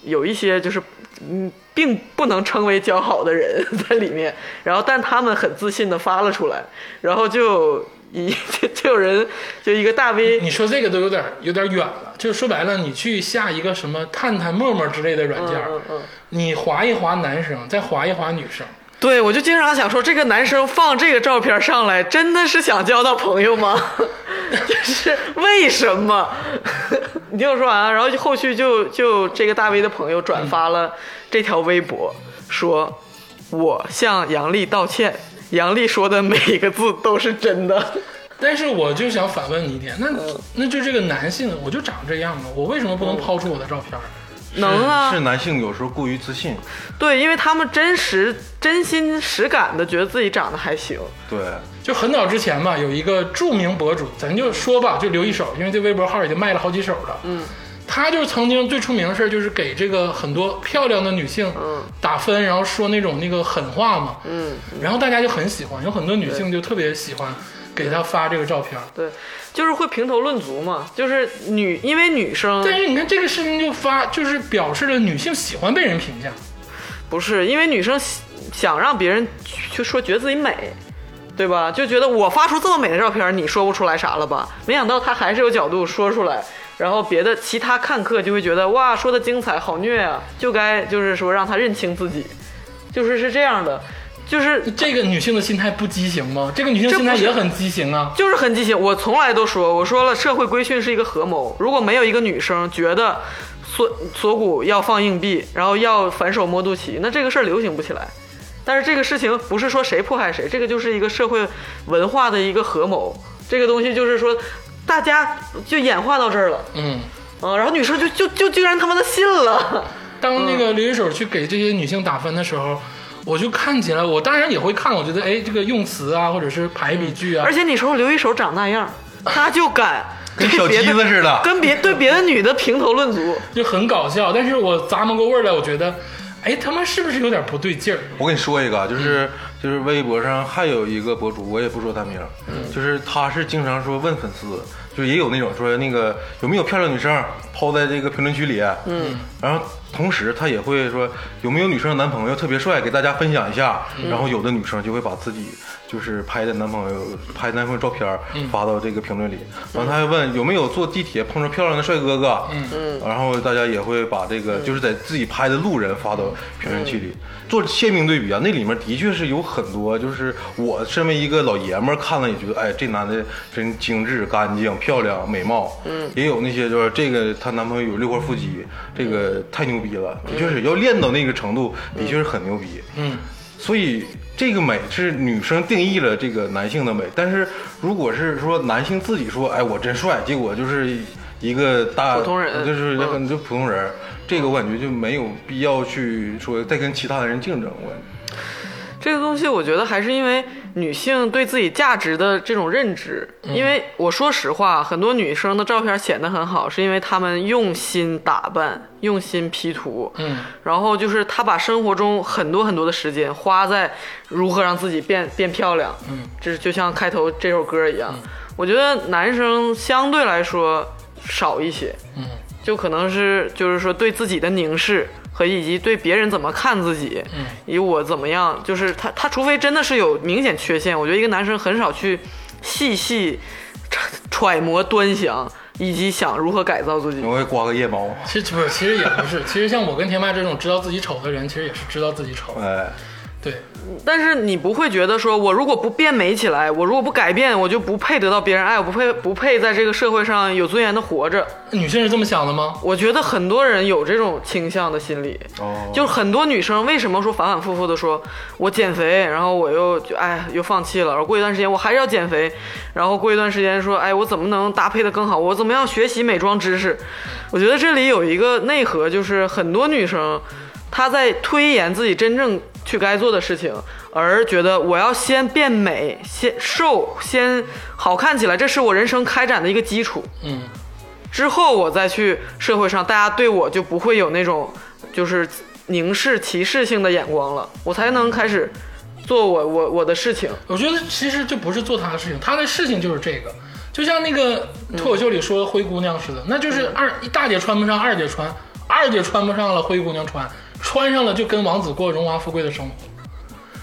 Speaker 3: 有一些就是嗯，并不能称为较好的人 在里面，然后但他们很自信的发了出来，然后就一就 就有人就一个大 V
Speaker 2: 你说这个都有点有点远了，就是说白了，你去下一个什么探探、陌陌之类的软件，
Speaker 3: 嗯嗯嗯
Speaker 2: 你划一划男生，再划一划女生，
Speaker 3: 对，我就经常想说，这个男生放这个照片上来，真的是想交到朋友 吗？就是为什么？你听我说完啊，然后就后续就就这个大 V 的朋友转发了这条微博，说我向杨丽道歉，杨丽说的每一个字都是真 的。
Speaker 2: 但是我就想反问你一点，那、那就这个男性，我就长这样了，我为什么不能抛出我的照片？
Speaker 3: 能啊
Speaker 4: 是，男性有时候过于自信，
Speaker 3: 对，因为他们真实、真心实感的觉得自己长得还行，
Speaker 4: 对，
Speaker 2: 就很早之前吧，有一个著名博主，咱就说吧，就留一手，因为这微博号已经卖了好几手了。嗯，他就是曾经最出名的事儿，就是给这个很多漂亮的女性打分，然后说那种那个狠话嘛。嗯，然后大家就很喜欢，有很多女性就特别喜欢给他发这个照片儿。
Speaker 3: 对，就是会评头论足嘛，就是女，因为女生。
Speaker 2: 但是你看这个事情就发，就是表示了女性喜欢被人评价。
Speaker 3: 不是，因为女生喜想让别人去说觉得自己美，对吧？就觉得我发出这么美的照片，你说不出来啥了吧？没想到她还是有角度说出来，然后别的其他看客就会觉得哇，说的精彩，好虐啊！就该就是说让她认清自己，就是是这样的，就是
Speaker 2: 这个女性的心态不畸形吗？这个女性心态也很畸形啊。
Speaker 3: 就是很畸形。我从来都说，我说了，社会规训是一个合谋。如果没有一个女生觉得锁锁骨要放硬币，然后要反手摸肚脐，那这个事儿流行不起来。但是这个事情不是说谁迫害谁，这个就是一个社会文化的一个合谋。这个东西就是说，大家就演化到这儿了，
Speaker 2: 嗯。
Speaker 3: 嗯，然后女生就就就居然他妈的信了，
Speaker 2: 当那个刘一手去给这些女性打分的时候，我就看起来，我当然也会看，我觉得哎，这个用词啊，或者是排比句啊，
Speaker 3: 而且你说刘一手长那样，他就敢
Speaker 4: 跟小
Speaker 3: 别
Speaker 4: 鸡
Speaker 3: 的
Speaker 4: 子似的。
Speaker 3: 跟别对别的女的评头论足。
Speaker 2: 就很搞笑。但是我咂摸过味儿来，我觉得，哎，他妈是不是有点不对劲儿？
Speaker 4: 我跟你说一个啊，就是、就是微博上还有一个博主，我也不说他名儿，就是他是经常说问粉丝，就也有那种说那个有没有漂亮女生抛在这个评论区里，嗯，然后同时他也会说有没有女生的男朋友特别帅，给大家分享一下，然后有的女生就会把自己就是拍的男朋友拍男朋友照片儿发到这个评论里，然后他还问有没有坐地铁碰着漂亮的帅哥哥，嗯，然后大家也会把这个就是在自己拍的路人发到评论区里。做鲜明对比啊，那里面的确是有很多，就是我身为一个老爷们儿看了也觉得，哎，这男的真精致、干净、漂亮、美貌。嗯，也有那些就是这个她男朋友有六块腹肌，这个太牛逼了，的确是要练到那个程度，的确是很牛逼。
Speaker 2: 嗯，
Speaker 4: 所以这个美是女生定义了这个男性的美，但是如果是说男性自己说，哎，我真帅，结果就是一个大
Speaker 3: 普通人
Speaker 4: 就是
Speaker 3: 嗯
Speaker 4: 很就普通人，这个我感觉就没有必要去说再跟其他的人竞争，我感觉。
Speaker 3: 这个东西我觉得还是因为女性对自己价值的这种认知。
Speaker 2: 嗯
Speaker 3: 因为我说实话，很多女生的照片显得很好，是因为她们用心打扮、用心 P 图，
Speaker 2: 嗯，
Speaker 3: 然后就是她把生活中很多很多的时间花在如何让自己变变漂亮，
Speaker 2: 嗯，
Speaker 3: 这就像开头这首歌一样。我觉得男生相对来说少一些，
Speaker 2: 嗯，
Speaker 3: 就可能是就是说对自己的凝视和以及对别人怎么看自己，
Speaker 2: 嗯，
Speaker 3: 以我怎么样，就是他他除非真的是有明显缺陷，我觉得一个男生很少去细细揣揣摩端详，以及想如何改造自己。
Speaker 4: 我会刮个 腋毛，
Speaker 2: 其实不是，其实也不是，其实像我跟田妈这种知道自己丑的人，其实也是知道自己丑。
Speaker 4: 哎，
Speaker 2: 对，
Speaker 3: 但是你不会觉得说，我如果不变美起来，我如果不改变，我就不配得到别人爱，我不配不配在这个社会上有尊严的活着。
Speaker 2: 女性是这么想的吗？
Speaker 3: 我觉得很多人有这种倾向的心理，
Speaker 4: 哦，
Speaker 3: 就是很多女生为什么说反反复复的说我减肥，然后我又就哎又放弃了，然后过一段时间我还是要减肥，然后过一段时间说哎我怎么能搭配的更好，我怎么样学习美妆知识？我觉得这里有一个内核，就是很多女生她在推延自己真正去该做的事情，而觉得我要先变美，先瘦，先好看起来，这是我人生开展的一个基础。
Speaker 2: 嗯，
Speaker 3: 之后我再去社会上，大家对我就不会有那种就是凝视、歧视性的眼光了，我才能开始做我我我的事情。
Speaker 2: 我觉得其实这不是做她的事情，她的事情就是这个。就像那个
Speaker 3: 嗯
Speaker 2: 脱口秀里说灰姑娘似的，那就是二大姐穿不上，二姐穿，二姐穿不上了，灰姑娘穿，穿上了就跟王子过荣华富贵的生活。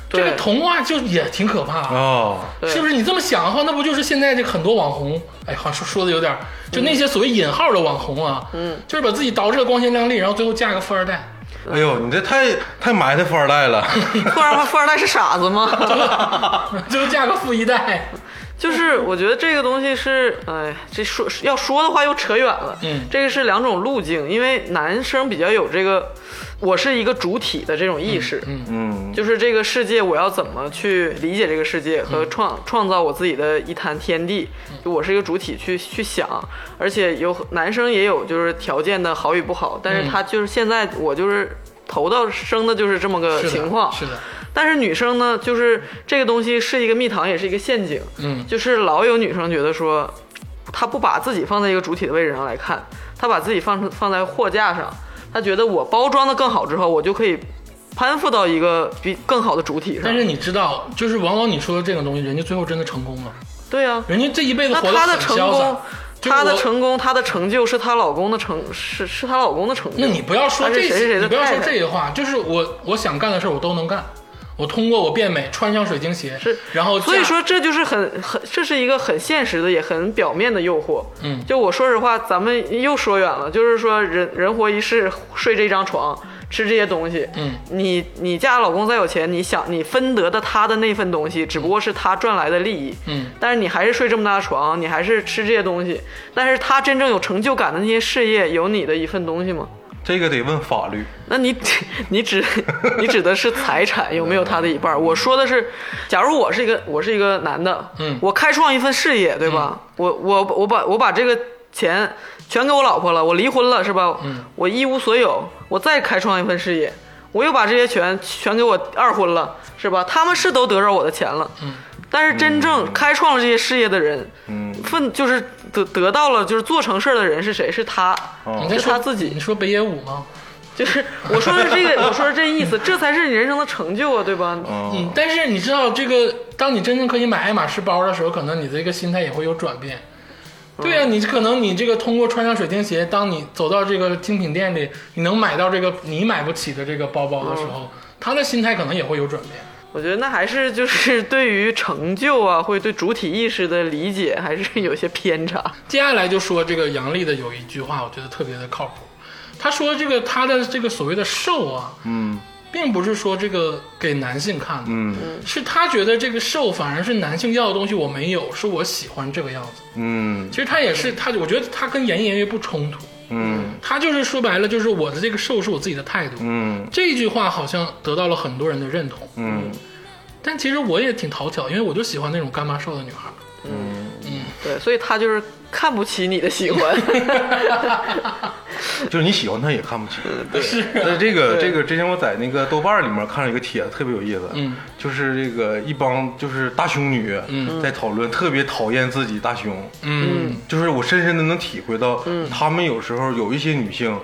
Speaker 2: 这个
Speaker 3: 对
Speaker 2: 童话就也挺可怕、啊，
Speaker 4: 哦，
Speaker 3: 对
Speaker 2: 是不是？你这么想的话，那不就是现在这很多网红？哎，好像说说的有点儿，
Speaker 3: 嗯
Speaker 2: 就那些所谓引号的网红啊，嗯，就是把自己捯饬的光鲜亮丽，然后最后嫁个富二代。
Speaker 4: 哎呦，你这太太埋汰富二代了，
Speaker 3: 富二代富二代是傻子吗？
Speaker 2: 就嫁个富一代，
Speaker 3: 就是我觉得这个东西是，哎，这说要说的话又扯远了。
Speaker 2: 嗯
Speaker 3: 这个是两种路径，因为男生比较有这个，我是一个主体的这种意识。
Speaker 2: 嗯
Speaker 4: 嗯，
Speaker 3: 就是这个世界，我要怎么去理解这个世界
Speaker 2: 嗯
Speaker 3: 和创、创造我自己的一滩天地？就我是一个主体去去想，而且有男生也有就是条件的好与不好，但
Speaker 2: 嗯
Speaker 3: 是他就是现在我就是投到生的就是这么个
Speaker 2: 是的
Speaker 3: 情况。
Speaker 2: 是的，
Speaker 3: 但是女生呢，就是这个东西是一个蜜糖，也是一个陷阱。
Speaker 2: 嗯
Speaker 3: 就是老有女生觉得说，她不把自己放在一个主体的位置上来看，她把自己放放在货架上，她觉得我包装的更好之后，我就可以攀附到一个比更好的主体上。
Speaker 2: 但是你知道，就是往往你说的这种东西，人家最后真的成功了，
Speaker 3: 对呀、啊，
Speaker 2: 人家这一辈子
Speaker 3: 那
Speaker 2: 活得
Speaker 3: 她的
Speaker 2: 很
Speaker 3: 成
Speaker 2: 潇洒
Speaker 3: 功。，
Speaker 2: 就是
Speaker 3: 她的
Speaker 2: 我
Speaker 3: 成功，她的成就是她老公的成，是是她老公的成就。
Speaker 2: 那你不要说
Speaker 3: 她
Speaker 2: 这
Speaker 3: 是谁谁
Speaker 2: 些，
Speaker 3: 的
Speaker 2: 你不要说
Speaker 3: 太太
Speaker 2: 这些话，就是我我想干的事儿我都能干，我通过我变美，穿上水晶鞋
Speaker 3: 是，
Speaker 2: 然后
Speaker 3: 所以
Speaker 2: 嫁
Speaker 3: 说这就是很很，这是一个很现实的，也很表面的诱惑。
Speaker 2: 嗯
Speaker 3: 就我说实话，咱们又说远了，就是说人人活一世，睡这张床，吃这些东西。
Speaker 2: 嗯，
Speaker 3: 你你嫁老公再有钱，你想你分得的他的那份东西，只不过是他赚来的利益。
Speaker 2: 嗯，
Speaker 3: 但是你还是睡这么大的床，你还是吃这些东西，但是他真正有成就感的那些事业，有你的一份东西吗？
Speaker 4: 这个得问法律，
Speaker 3: 那你 你指你指的是财产有没有他的一半儿？我说的是，假如我是一个我是一个男的，
Speaker 2: 嗯
Speaker 3: 我开创一份事业，对吧？我我我把我把这个钱全给我老婆了，我离婚了是吧？
Speaker 2: 嗯
Speaker 3: 我一无所有，我再开创一份事业，我又把这些全全给我二婚了，是吧？他们是都得着我的钱了，嗯，但是真正开创了这些事业的人，
Speaker 4: 嗯，
Speaker 3: 奋就是得得到了就是做成事儿的人是谁？是他，
Speaker 2: 你
Speaker 4: 哦
Speaker 2: 在
Speaker 3: 是
Speaker 2: 说
Speaker 3: 他自己
Speaker 2: 你。说北野武吗？嗯
Speaker 3: 就是我说的这个，我说的这意思，这才是你人生的成就啊，对吧？
Speaker 2: 嗯
Speaker 4: 哦，，
Speaker 2: 但是你知道这个，当你真正可以买爱马仕包的时候，可能你这个心态也会有转变。
Speaker 3: 嗯
Speaker 2: 对呀、你可能你这个通过穿上水晶鞋，当你走到这个精品店里，你能买到这个你买不起的这个包包的时
Speaker 3: 嗯
Speaker 2: 候，他的心态可能也会有转变。
Speaker 3: 我觉得那还是就是对于成就啊，会对主体意识的理解还是有些偏差。
Speaker 2: 接下来就说这个杨笠的有一句话，我觉得特别的靠谱。他说这个他的这个所谓的瘦啊，
Speaker 4: 嗯
Speaker 2: 并不是说这个给男性看的，
Speaker 4: 嗯
Speaker 2: 是他觉得这个瘦反而是男性要的东西，我没有，是我喜欢这个样子。
Speaker 4: 嗯
Speaker 2: 其实他也是他，我觉得他跟颜颜悦不冲突，
Speaker 4: 嗯
Speaker 2: 他就是说白了，就是我的这个瘦是我自己的态度。
Speaker 4: 嗯
Speaker 2: 这句话好像得到了很多人的认同，
Speaker 4: 嗯
Speaker 2: 但其实我也挺讨巧，因为我就喜欢那种干妈瘦的女孩。
Speaker 3: 对，所以他就是看不起你的喜欢。
Speaker 4: 就是你喜欢他也 看不起。对，那这个这个之前我在那个豆瓣里面看了一个帖子，特别有意思。
Speaker 2: 嗯，
Speaker 4: 就是这个一帮就是大胸女，嗯，在讨论特别讨厌自己大胸，
Speaker 2: 嗯，
Speaker 4: 就是我深深的能体会到，她们有时候有一些女性。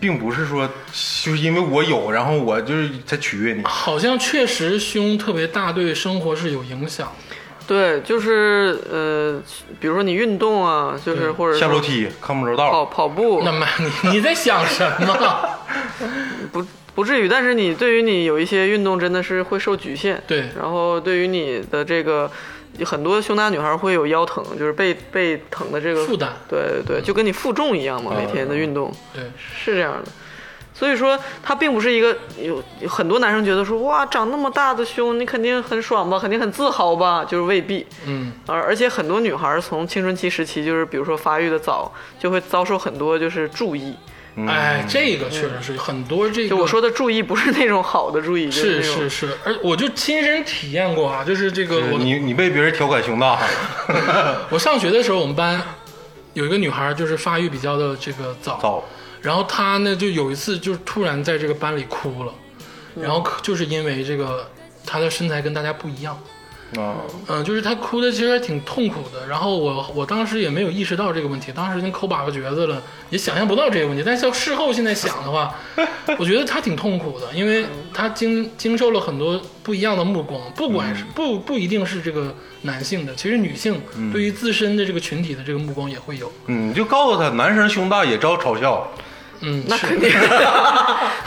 Speaker 4: 并不是说，就是因为我有，然后我就是才取悦你。
Speaker 2: 好像确实胸特别大对生活是有影响。
Speaker 3: 对，就是呃，比如说你运动啊，就是或者
Speaker 4: 下
Speaker 3: 说
Speaker 4: 楼梯看不着道
Speaker 3: 跑
Speaker 4: 儿，
Speaker 3: 跑步
Speaker 2: 那，么 你你在想什么？
Speaker 3: 不不至于，但是你对于你有一些运动真的是会受局限。
Speaker 2: 对
Speaker 3: 然后对于你的这个很多胸大女孩会有腰疼，就是背背疼的这个
Speaker 2: 负担
Speaker 3: 对对对，就跟你负重一样嘛，每天的运动
Speaker 2: 对，
Speaker 3: 是这样的。所以说，它并不是一个有有很多男生觉得说哇，长那么大的胸，你肯定很爽吧，肯定很自豪吧，就是未必。
Speaker 2: 嗯，
Speaker 3: 而而且很多女孩儿从青春期时期，就是比如说发育的早，就会遭受很多就是注意。
Speaker 2: 哎，这个确实是很多这个。
Speaker 3: 嗯就我说的注意，不是那种好的注意，就是那种
Speaker 2: 是是，而我就亲身体验过啊，就是这个
Speaker 4: 就是
Speaker 2: 我
Speaker 4: 你你被别人调侃胸 大，
Speaker 2: 我上学的时候，我们班有一个女孩，就是发育比较的这个早，
Speaker 4: 早
Speaker 2: 然后她呢就有一次就突然在这个班里哭了，
Speaker 3: 嗯
Speaker 2: 然后可就是因为这个她的身材跟大家不一样，
Speaker 4: 啊，
Speaker 2: 嗯、就是她哭的其实还挺痛苦的。然后我我当时也没有意识到这个问题，当时已经抠粑粑橛子了，也想象不到这个问题。但是要事后现在想的话，我觉得她挺痛苦的，因为她经经受了很多不一样的目光，不管是、不不一定是这个男性的，其实女性对于自身的这个群体的这个目光也会有。
Speaker 4: 嗯，你就告诉他，男生胸大也招嘲笑。
Speaker 2: 嗯，
Speaker 3: 那
Speaker 2: 是
Speaker 3: 肯定。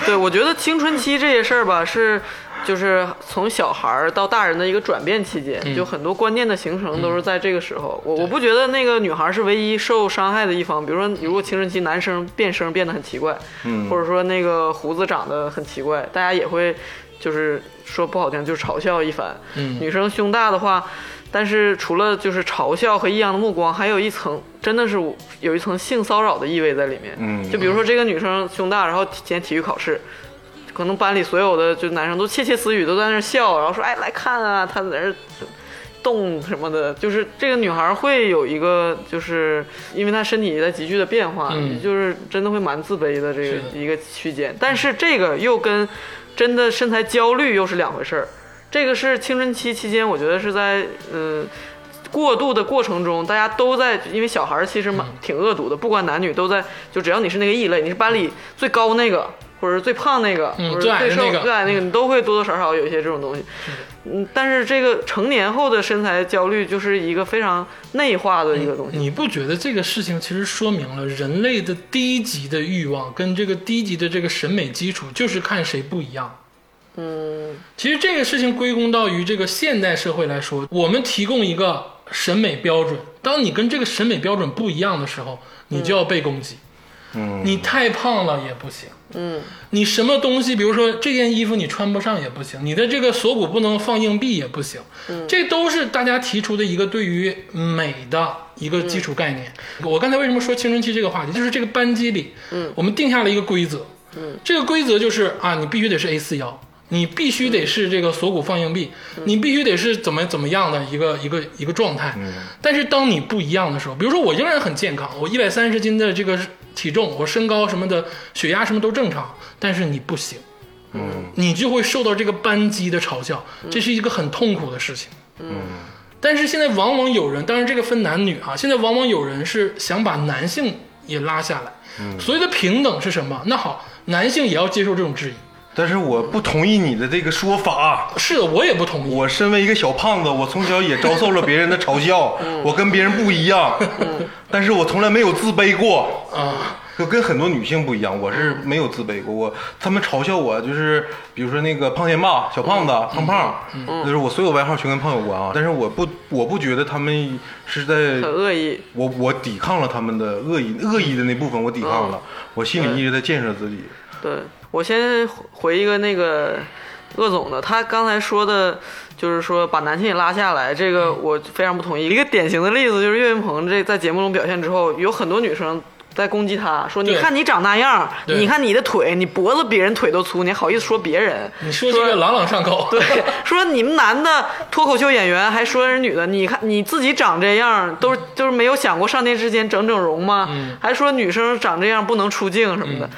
Speaker 3: 对，我觉得青春期这些事儿吧，是就是从小孩儿到大人的一个转变期间，就很多观念的形成都是在这个时候。我我不觉得那个女孩儿是唯一受伤害的一方。比如说，如果青春期男生变声变得很奇怪，
Speaker 4: 嗯
Speaker 3: 或者说那个胡子长得很奇怪，大家也会就是说不好听，就是嘲笑一番。
Speaker 2: 嗯
Speaker 3: 女生胸大的话。但是除了就是嘲笑和异样的目光，还有一层真的是有一层性骚扰的意味在里面。
Speaker 4: 嗯
Speaker 3: 就比如说这个女生胸大，然后体今天体育考试，可能班里所有的就男生都窃窃私语，都在那儿笑，然后说哎来看啊，她在那儿动什么的，就是这个女孩会有一个，就是因为她身体也在急剧的变化，
Speaker 2: 嗯
Speaker 3: 就是真的会蛮自卑的这个
Speaker 2: 是的
Speaker 3: 一个区间。但是这个又跟真的身材焦虑又是两回事儿，这个是青春期期间，我觉得是在嗯。过渡的过程中，大家都在，因为小孩儿其实蛮挺恶毒的，不管男女都在，就只要你是那个异类，你是班里最高那个，或者是最胖那个，
Speaker 2: 嗯
Speaker 3: 或者
Speaker 2: 最
Speaker 3: 是
Speaker 2: 矮
Speaker 3: 最
Speaker 2: 的
Speaker 3: 瘦、
Speaker 2: 那个
Speaker 3: 最矮那个，你都会多多少少有一些这种东西。嗯，但是这个成年后的身材焦虑就是一个非常内化的一个东西。
Speaker 2: 你不觉得这个事情其实说明了人类的低级的欲望跟这个低级的这个审美基础就是看谁不一样？嗯，其实这个事情归功到于这个现代社会来说，我们提供一个审美标准，当你跟这个审美标准不一样的时候，你就要被攻击。
Speaker 4: 嗯，
Speaker 2: 你太胖了也不行。嗯，你什么东西，比如说这件衣服你穿不上也不行，你的这个锁骨不能放硬币也不行。嗯，这都是大家提出的一个对于美的一个基础概念。我刚才为什么说青春期这个话题，就是这个班级里，嗯，我们定下了一个规则。嗯，这个规则就是啊，你必须得是 A 四腰。你必须得是这个锁骨放硬币，你必须得是怎么怎么样的一个一个一个状态。但是当你不一样的时候，比如说我仍然很健康，我一百三十斤的这个体重，我身高什么的，血压什么都正常，但是你不行，嗯，你就会受到这个班级的嘲笑，这是一个很痛苦的事情。但是现在往往有人，当然这个分男女啊，现在往往有人是想把男性也拉下来。
Speaker 3: 嗯
Speaker 2: 所谓的平等是什么？那好，男性也要接受这种质疑。
Speaker 4: 但是我不同意你的这个说法。啊
Speaker 2: 是的，我也不同意。
Speaker 4: 我身为一个小胖子，我从小也遭受了别人的嘲笑，
Speaker 3: 嗯
Speaker 4: 我跟别人不一样，但是我从来没有自卑过
Speaker 2: 啊。
Speaker 4: 就跟很多女性不一样，我是没有自卑过。我他们嘲笑我，就是比如说那个胖天霸、小胖子、
Speaker 3: 嗯
Speaker 4: 胖胖，就是我所有外号全跟胖有关啊。但是我不，我不觉得他们是在
Speaker 2: 嗯
Speaker 3: 很恶意，
Speaker 4: 我我抵抗了他们的恶意恶意的那部分，我抵抗了，
Speaker 3: 嗯
Speaker 4: 我心里一直在建设自己。
Speaker 3: 对我先回一个那个鄂总的，他刚才说的，就是说把男性也拉下来，这
Speaker 2: 嗯
Speaker 3: 个我非常不同意。一个典型的例子就是岳云鹏这在节目中表现之后，有很多女生在攻击他，说你
Speaker 2: 对
Speaker 3: 看你长那样，
Speaker 2: 对
Speaker 3: 你看你的腿，你脖子比人腿都粗，你好意思说别人？
Speaker 2: 你说这个朗朗上口， 对，
Speaker 3: 说你们男的脱口秀演员还说人女的，你看你自己长这样，都是就是没有想过上电视前整整容吗？
Speaker 2: 嗯
Speaker 3: 还说女生长这样不能出镜什么的。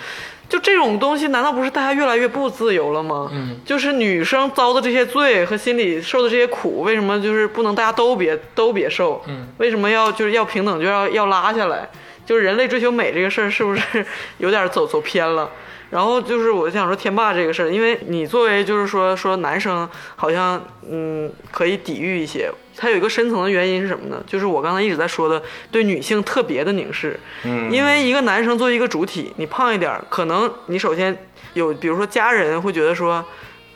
Speaker 3: 就这种东西，难道不是大家越来越不自由了吗？
Speaker 2: 嗯
Speaker 3: 就是女生遭的这些罪和心里受的这些苦，为什么就是不能大家都别都别受？
Speaker 2: 嗯
Speaker 3: 为什么要就是要平等就要要拉下来？就是人类追求美这个事儿，是不是 有点走走偏了？然后就是我想说天霸这个事儿，因为你作为就是说说男生，好像嗯可以抵御一些，它有一个深层的原因是什么呢？就是我刚才一直在说的对女性特别的凝视，
Speaker 4: 嗯
Speaker 3: 因为一个男生作为一个主体，你胖一点儿，可能你首先有比如说家人会觉得说。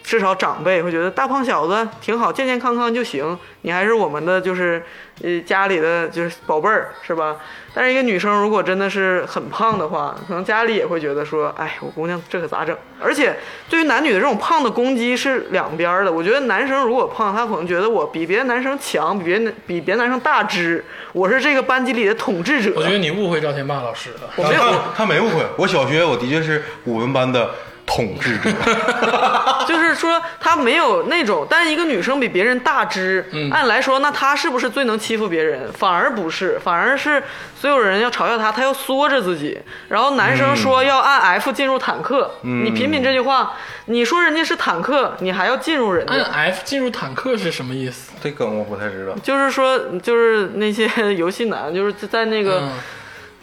Speaker 3: 至少长辈会觉得大胖小子挺好，健健康康就行，你还是我们的就是呃家里的就是宝贝儿是吧？但是一个女生如果真的是很胖的话，可能家里也会觉得说，哎，我姑娘这可咋整？而且对于男女的这种胖的攻击是两边儿的，我觉得男生如果胖，他可能觉得我比别的男生强，比别人比别的男生大只，我是这个班级里的统治者。
Speaker 2: 我觉得你误会赵天霸老师了。
Speaker 3: 我没有
Speaker 4: 他他没误会，我小学我的确是我们班的统治者。
Speaker 3: 就是说她没有那种，但是一个女生比别人大只，
Speaker 2: 嗯
Speaker 3: 按来说，那她是不是最能欺负别人？反而不是，反而是所有人要嘲笑她，她要缩着自己。然后男
Speaker 2: 嗯
Speaker 3: 生说要按 F 进入坦克，你品品这句话，你说人家是坦克，你还要进入人家。
Speaker 2: 按 F 进入坦克是什么意思？
Speaker 4: 这梗我不太知道。
Speaker 3: 就是说，就是那些游戏男，就是在那个，
Speaker 2: 嗯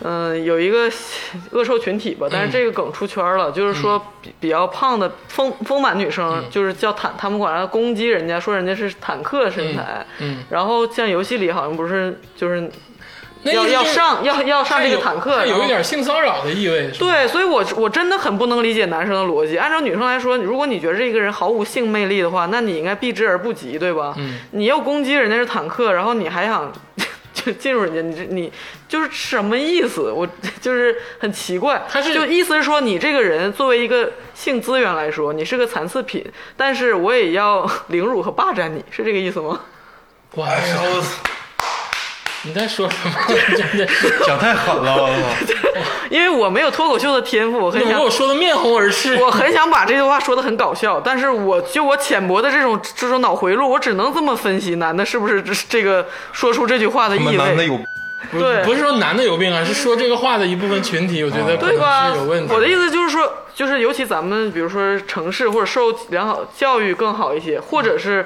Speaker 3: 嗯、有一个 恶臭群体吧，但是这个梗出圈
Speaker 2: 嗯
Speaker 3: 了，就是说比比较胖的丰丰满女生，就是叫坦，他们管她攻击人家，说人家是坦克身材，
Speaker 2: 嗯嗯
Speaker 3: 然后像游戏里好像不是就是
Speaker 2: 那
Speaker 3: 要
Speaker 2: 意思
Speaker 3: 要
Speaker 2: 就是
Speaker 3: 上要要上这个坦克，
Speaker 2: 它有它
Speaker 3: 然
Speaker 2: 有
Speaker 3: 后
Speaker 2: 一点性骚扰的意味。是吧，
Speaker 3: 对，所以我我真的很不能理解男生的逻辑。按照女生来说，如果你觉得这个人毫无性魅力的话，那你应该避之而不及，对吧？
Speaker 2: 嗯
Speaker 3: 你又攻击人家是坦克，然后你还想 就进入人家，你这你就是什么意思？我就是很奇怪。
Speaker 2: 他是
Speaker 3: 就意思是说，你这个人作为一个性资源来说，你是个残次品，但是我也要 凌辱和霸占你，是这个意思吗？
Speaker 2: 哇，你在说 什么？ 真的，
Speaker 4: 讲太狠了，我操！
Speaker 3: 因为我没有脱口秀的天赋，我很
Speaker 2: 那
Speaker 3: 想
Speaker 2: 我我说的面红耳赤。
Speaker 3: 我很想把这句话说的很搞笑，但是我就我浅薄的这种这种脑回路，我只能这么分析男的是不是这这个说出这句话的
Speaker 4: 他
Speaker 3: 意
Speaker 4: 们男的
Speaker 3: 味，
Speaker 4: 有
Speaker 2: 不
Speaker 3: 对
Speaker 2: 不是说男的有病啊，是说这个话的一部分群体，我觉得可
Speaker 3: 对吧
Speaker 2: 能是有问？题。
Speaker 3: 我的意思就是说，就是尤其咱们比如说城市或者受良好教育更好一些，或者是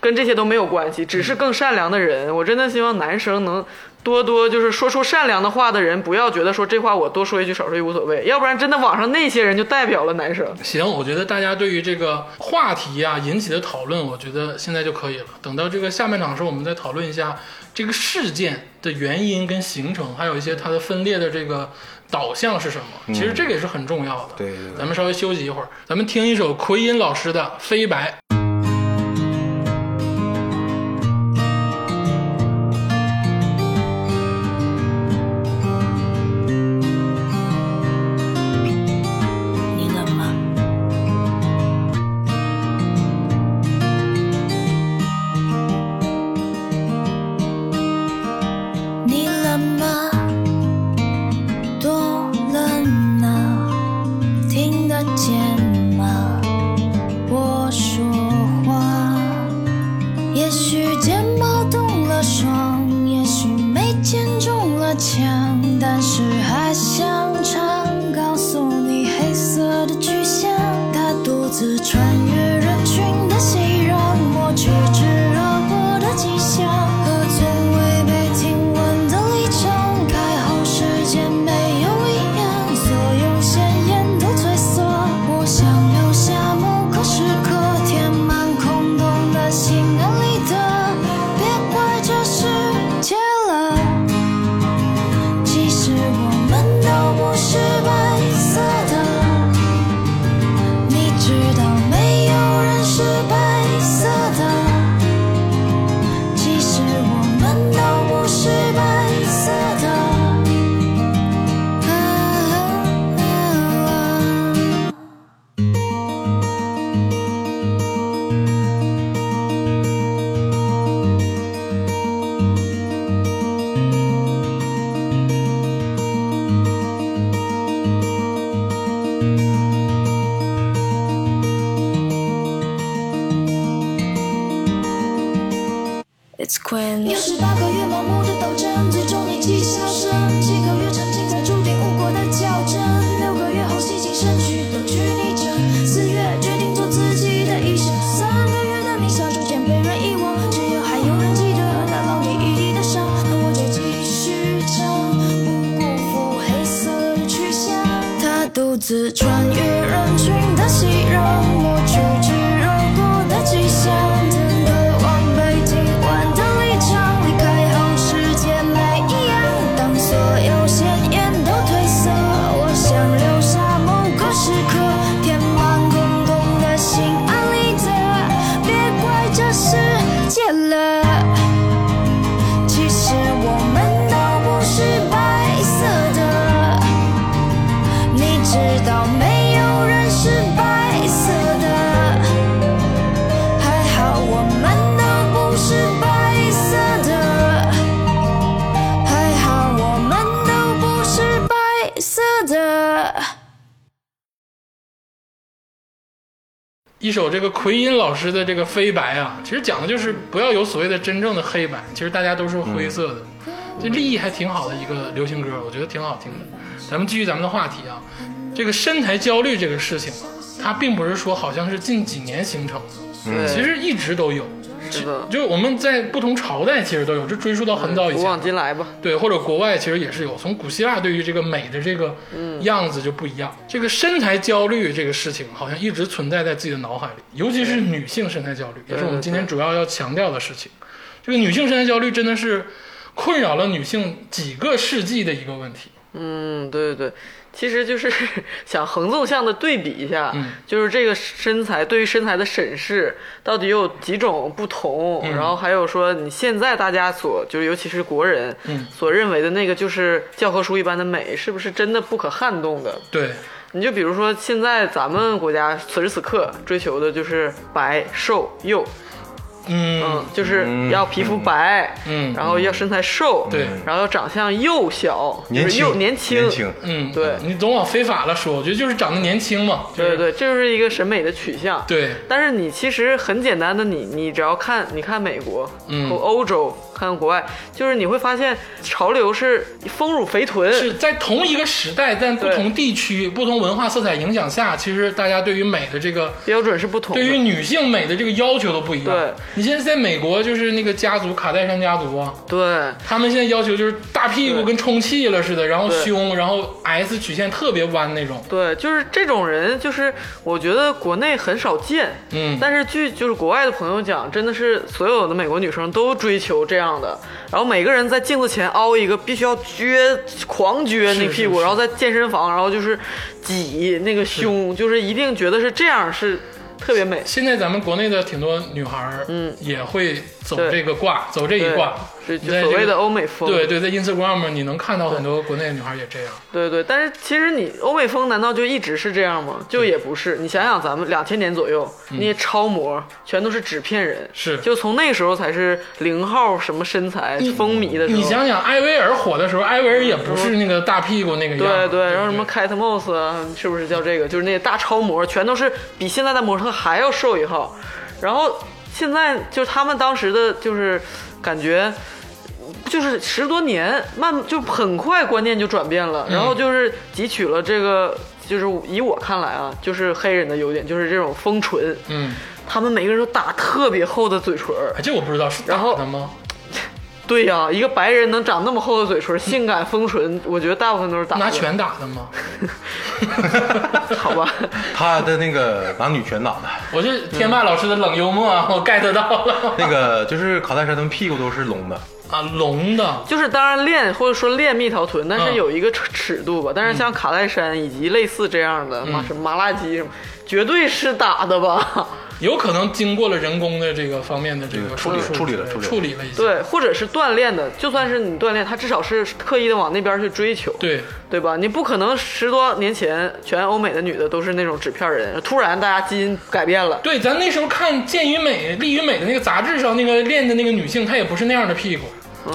Speaker 3: 跟这些都没有关系，只是更善良的人，我真的希望男生能。多多就是说出善良的话的人，不要觉得说这话我多说一句少说一句无所谓，要不然真的网上那些人就代表了男生。
Speaker 2: 行，我觉得大家对于这个话题啊引起的讨论，我觉得现在就可以了。等到这个下半场的时候，我们再讨论一下这个事件的原因跟形成，还有一些它的分裂的这个导向是什么。其实这个也是很重要的。
Speaker 4: 对对对
Speaker 2: 咱们稍微休息一会儿，咱们听一首奎因老师的《飞白》。
Speaker 1: 你冷吗？你冷吗？多冷啊！听得见吗？我说话。也许睫毛动了霜，也许眉间中了枪，但是还想唱，告诉你黑色的巨象，它独自穿越人群的熙攘，抹去炙热过的迹象和从未被听闻的立场，开后世界没有一样，所有鲜艳都褪色，我想留下某个时刻，填满空洞的心安理得，别怪这世界了。其实我们都不啊 squint.
Speaker 5: 有十八个月盲目的斗争，最终你气消声。几个月沉浸在注定无果的较真，六个月后洗净身躯，抖去逆针。四月决定做自己的医生，三个月的冥想逐渐被人遗忘，只有还有人记得那老你一地的伤。而我却继续唱，不辜负黑色的去向。
Speaker 1: 他独自穿越人群的熙攘，抹去炙热过的迹象，曾渴望被听完的立场，离开后世界没一样。当所有鲜艳都褪色，我想留下某个时刻，填满空洞的心安理得，别怪这世界了。其实我们都不是白色的。你知道没有人是白色的，还好我们都不是白色的，还好我们都不是白色的。
Speaker 2: 一首这个奎因老师的这个《飞白》啊，其实讲的就是不要有所谓的真正的黑白，其实大家都是灰色的，这立意还挺好的一个流行歌，我觉得挺好听的。咱们继续咱们的话题啊，这个身材焦虑这个事情啊，它并不是说好像是近几年形成的，
Speaker 3: 对，
Speaker 4: 嗯
Speaker 2: 其实一直都有，
Speaker 3: 是的，
Speaker 2: 就是我们在不同朝代其实都有，就追溯到很早以
Speaker 3: 古
Speaker 2: 前
Speaker 3: 往，今来吧，
Speaker 2: 对，或者国外其实也是有，从古希腊对于这个美的这个
Speaker 3: 嗯
Speaker 2: 样子就不一样。这个身材焦虑这个事情，好像一直存在在自己的脑海里，尤其是女性身材焦虑，也是我们今天主要要强调的事情。这个女性身材焦虑真的是困扰了女性几个世纪的一个问题。
Speaker 3: 嗯，对对对，其实就是 想横纵向的对比一下，
Speaker 2: 嗯
Speaker 3: 就是这个身材对于身材的审视到底有几种不同，
Speaker 2: 嗯
Speaker 3: 然后还有说你现在大家所就是尤其是国人、
Speaker 2: 嗯
Speaker 3: 所认为的那个就是教科书一般的美，是不是真的不可撼动的？
Speaker 2: 对，
Speaker 3: 你就比如说现在咱们国家此时此刻追求的就是白瘦幼，
Speaker 2: 嗯
Speaker 3: 嗯，就是要皮肤白，
Speaker 2: 嗯
Speaker 3: 然后要身材瘦，
Speaker 2: 对
Speaker 3: 然后要长相幼小，
Speaker 4: 年
Speaker 3: 就是
Speaker 4: 轻
Speaker 3: 幼年
Speaker 4: 年轻，
Speaker 2: 嗯，
Speaker 3: 对
Speaker 2: 你总往非法了说，我觉得就是长得年轻嘛。就
Speaker 3: 对
Speaker 2: 是、
Speaker 3: 对，这就是一个审美的取向。
Speaker 2: 对
Speaker 3: 但是你其实很简单的你，你只要看，你看美国、
Speaker 2: 嗯
Speaker 3: 和欧洲，看国外，就是你会发现潮流是丰乳肥臀，
Speaker 2: 是在同一个时代，但不
Speaker 3: 对
Speaker 2: 同地区、不同文化色彩影响下，其实大家对于美的这个
Speaker 3: 标准是不同的。
Speaker 2: 对于女性美的这个要求都不一样。
Speaker 3: 对，
Speaker 2: 你现在在美国就是那个家族卡戴珊家族啊，
Speaker 3: 对
Speaker 2: 他们现在要求就是大屁股
Speaker 3: 对
Speaker 2: 跟充气了似的，然后
Speaker 3: 对
Speaker 2: 胸，然后 S 曲线特别弯那种。
Speaker 3: 对，就是这种人，就是我觉得国内很少见。
Speaker 2: 嗯
Speaker 3: 但是据就是国外的朋友讲，真的是所有的美国女生都追求这样的，然后每个人在镜子前凹一个，必须要撅，狂撅那
Speaker 2: 是
Speaker 3: 屁股，
Speaker 2: 是
Speaker 3: 然后在健身房，然后就是挤那个胸，就是一定觉得是这样是特别美。
Speaker 2: 现在咱们国内的挺多女孩儿，嗯，也会走这个挂，走这一挂，
Speaker 3: 对，
Speaker 2: 你
Speaker 3: 就
Speaker 2: 在
Speaker 3: 所
Speaker 2: 这
Speaker 3: 谓
Speaker 2: 个
Speaker 3: 的欧美风。
Speaker 2: 对对，在 Instagram 上你能看到很多国内的女孩也这样。
Speaker 3: 对对，但是其实你欧美风难道就一直是这样吗？就也不是，你想想咱们两千年左右那些超模全都是纸片人，
Speaker 2: 是
Speaker 3: 就从那时候才是零号什么身材风靡的时候。
Speaker 2: 你想想，艾薇儿火的时候，艾薇儿也不是那个大屁股那个样
Speaker 3: 对
Speaker 2: 儿。
Speaker 3: 对，然后
Speaker 2: 不
Speaker 3: 什么 Cat Moss 啊，是不是叫这个？就是那大超模，全都是比现在的模特还要瘦一号。然后现在就是他们当时的就是感觉，就是十多年慢，就很快观念就转变了，然
Speaker 2: 嗯
Speaker 3: 后就是汲取了这个，就是以我看来啊，就是黑人的优点，就是这种丰唇，
Speaker 2: 嗯，
Speaker 3: 他们每个人都打特别厚的嘴唇儿。
Speaker 2: 哎，这我不知道是
Speaker 3: 然
Speaker 2: 打
Speaker 3: 后
Speaker 2: 的吗？
Speaker 3: 对呀、一个白人能长那么厚的嘴唇，性感丰唇，我觉得大部分都是打的
Speaker 2: 拿，拳打的吗？
Speaker 3: 好吧。
Speaker 4: 他的那个拿女拳打的，
Speaker 2: 我是天霸老师的冷幽默啊，我 get 到了
Speaker 4: 那个就是卡戴珊他们屁股都是隆的，
Speaker 2: 啊，龙的，
Speaker 3: 就是当然练或者说练蜜桃臀，但
Speaker 2: 嗯
Speaker 3: 是有一个尺尺度吧。但是像卡戴珊以及类似这样
Speaker 2: 嗯
Speaker 3: 的麻什么麻辣鸡什么，绝对是打的吧？
Speaker 2: 有可能经过了人工的这个方面的这个
Speaker 4: 对处理
Speaker 2: 手术
Speaker 4: 处理了
Speaker 2: 对
Speaker 4: 处理了
Speaker 2: 处理了一下，
Speaker 3: 对，或者是锻炼的。就算是你锻炼，他至少是刻意的往那边去追求，
Speaker 2: 对
Speaker 3: 对吧？你不可能十多年前全欧美的女的都是那种纸片人，突然大家基因改变了。
Speaker 2: 对，咱那时候看《健与美》《力与美》的那个杂志上那个练的那个女性，她也不是那样的屁股，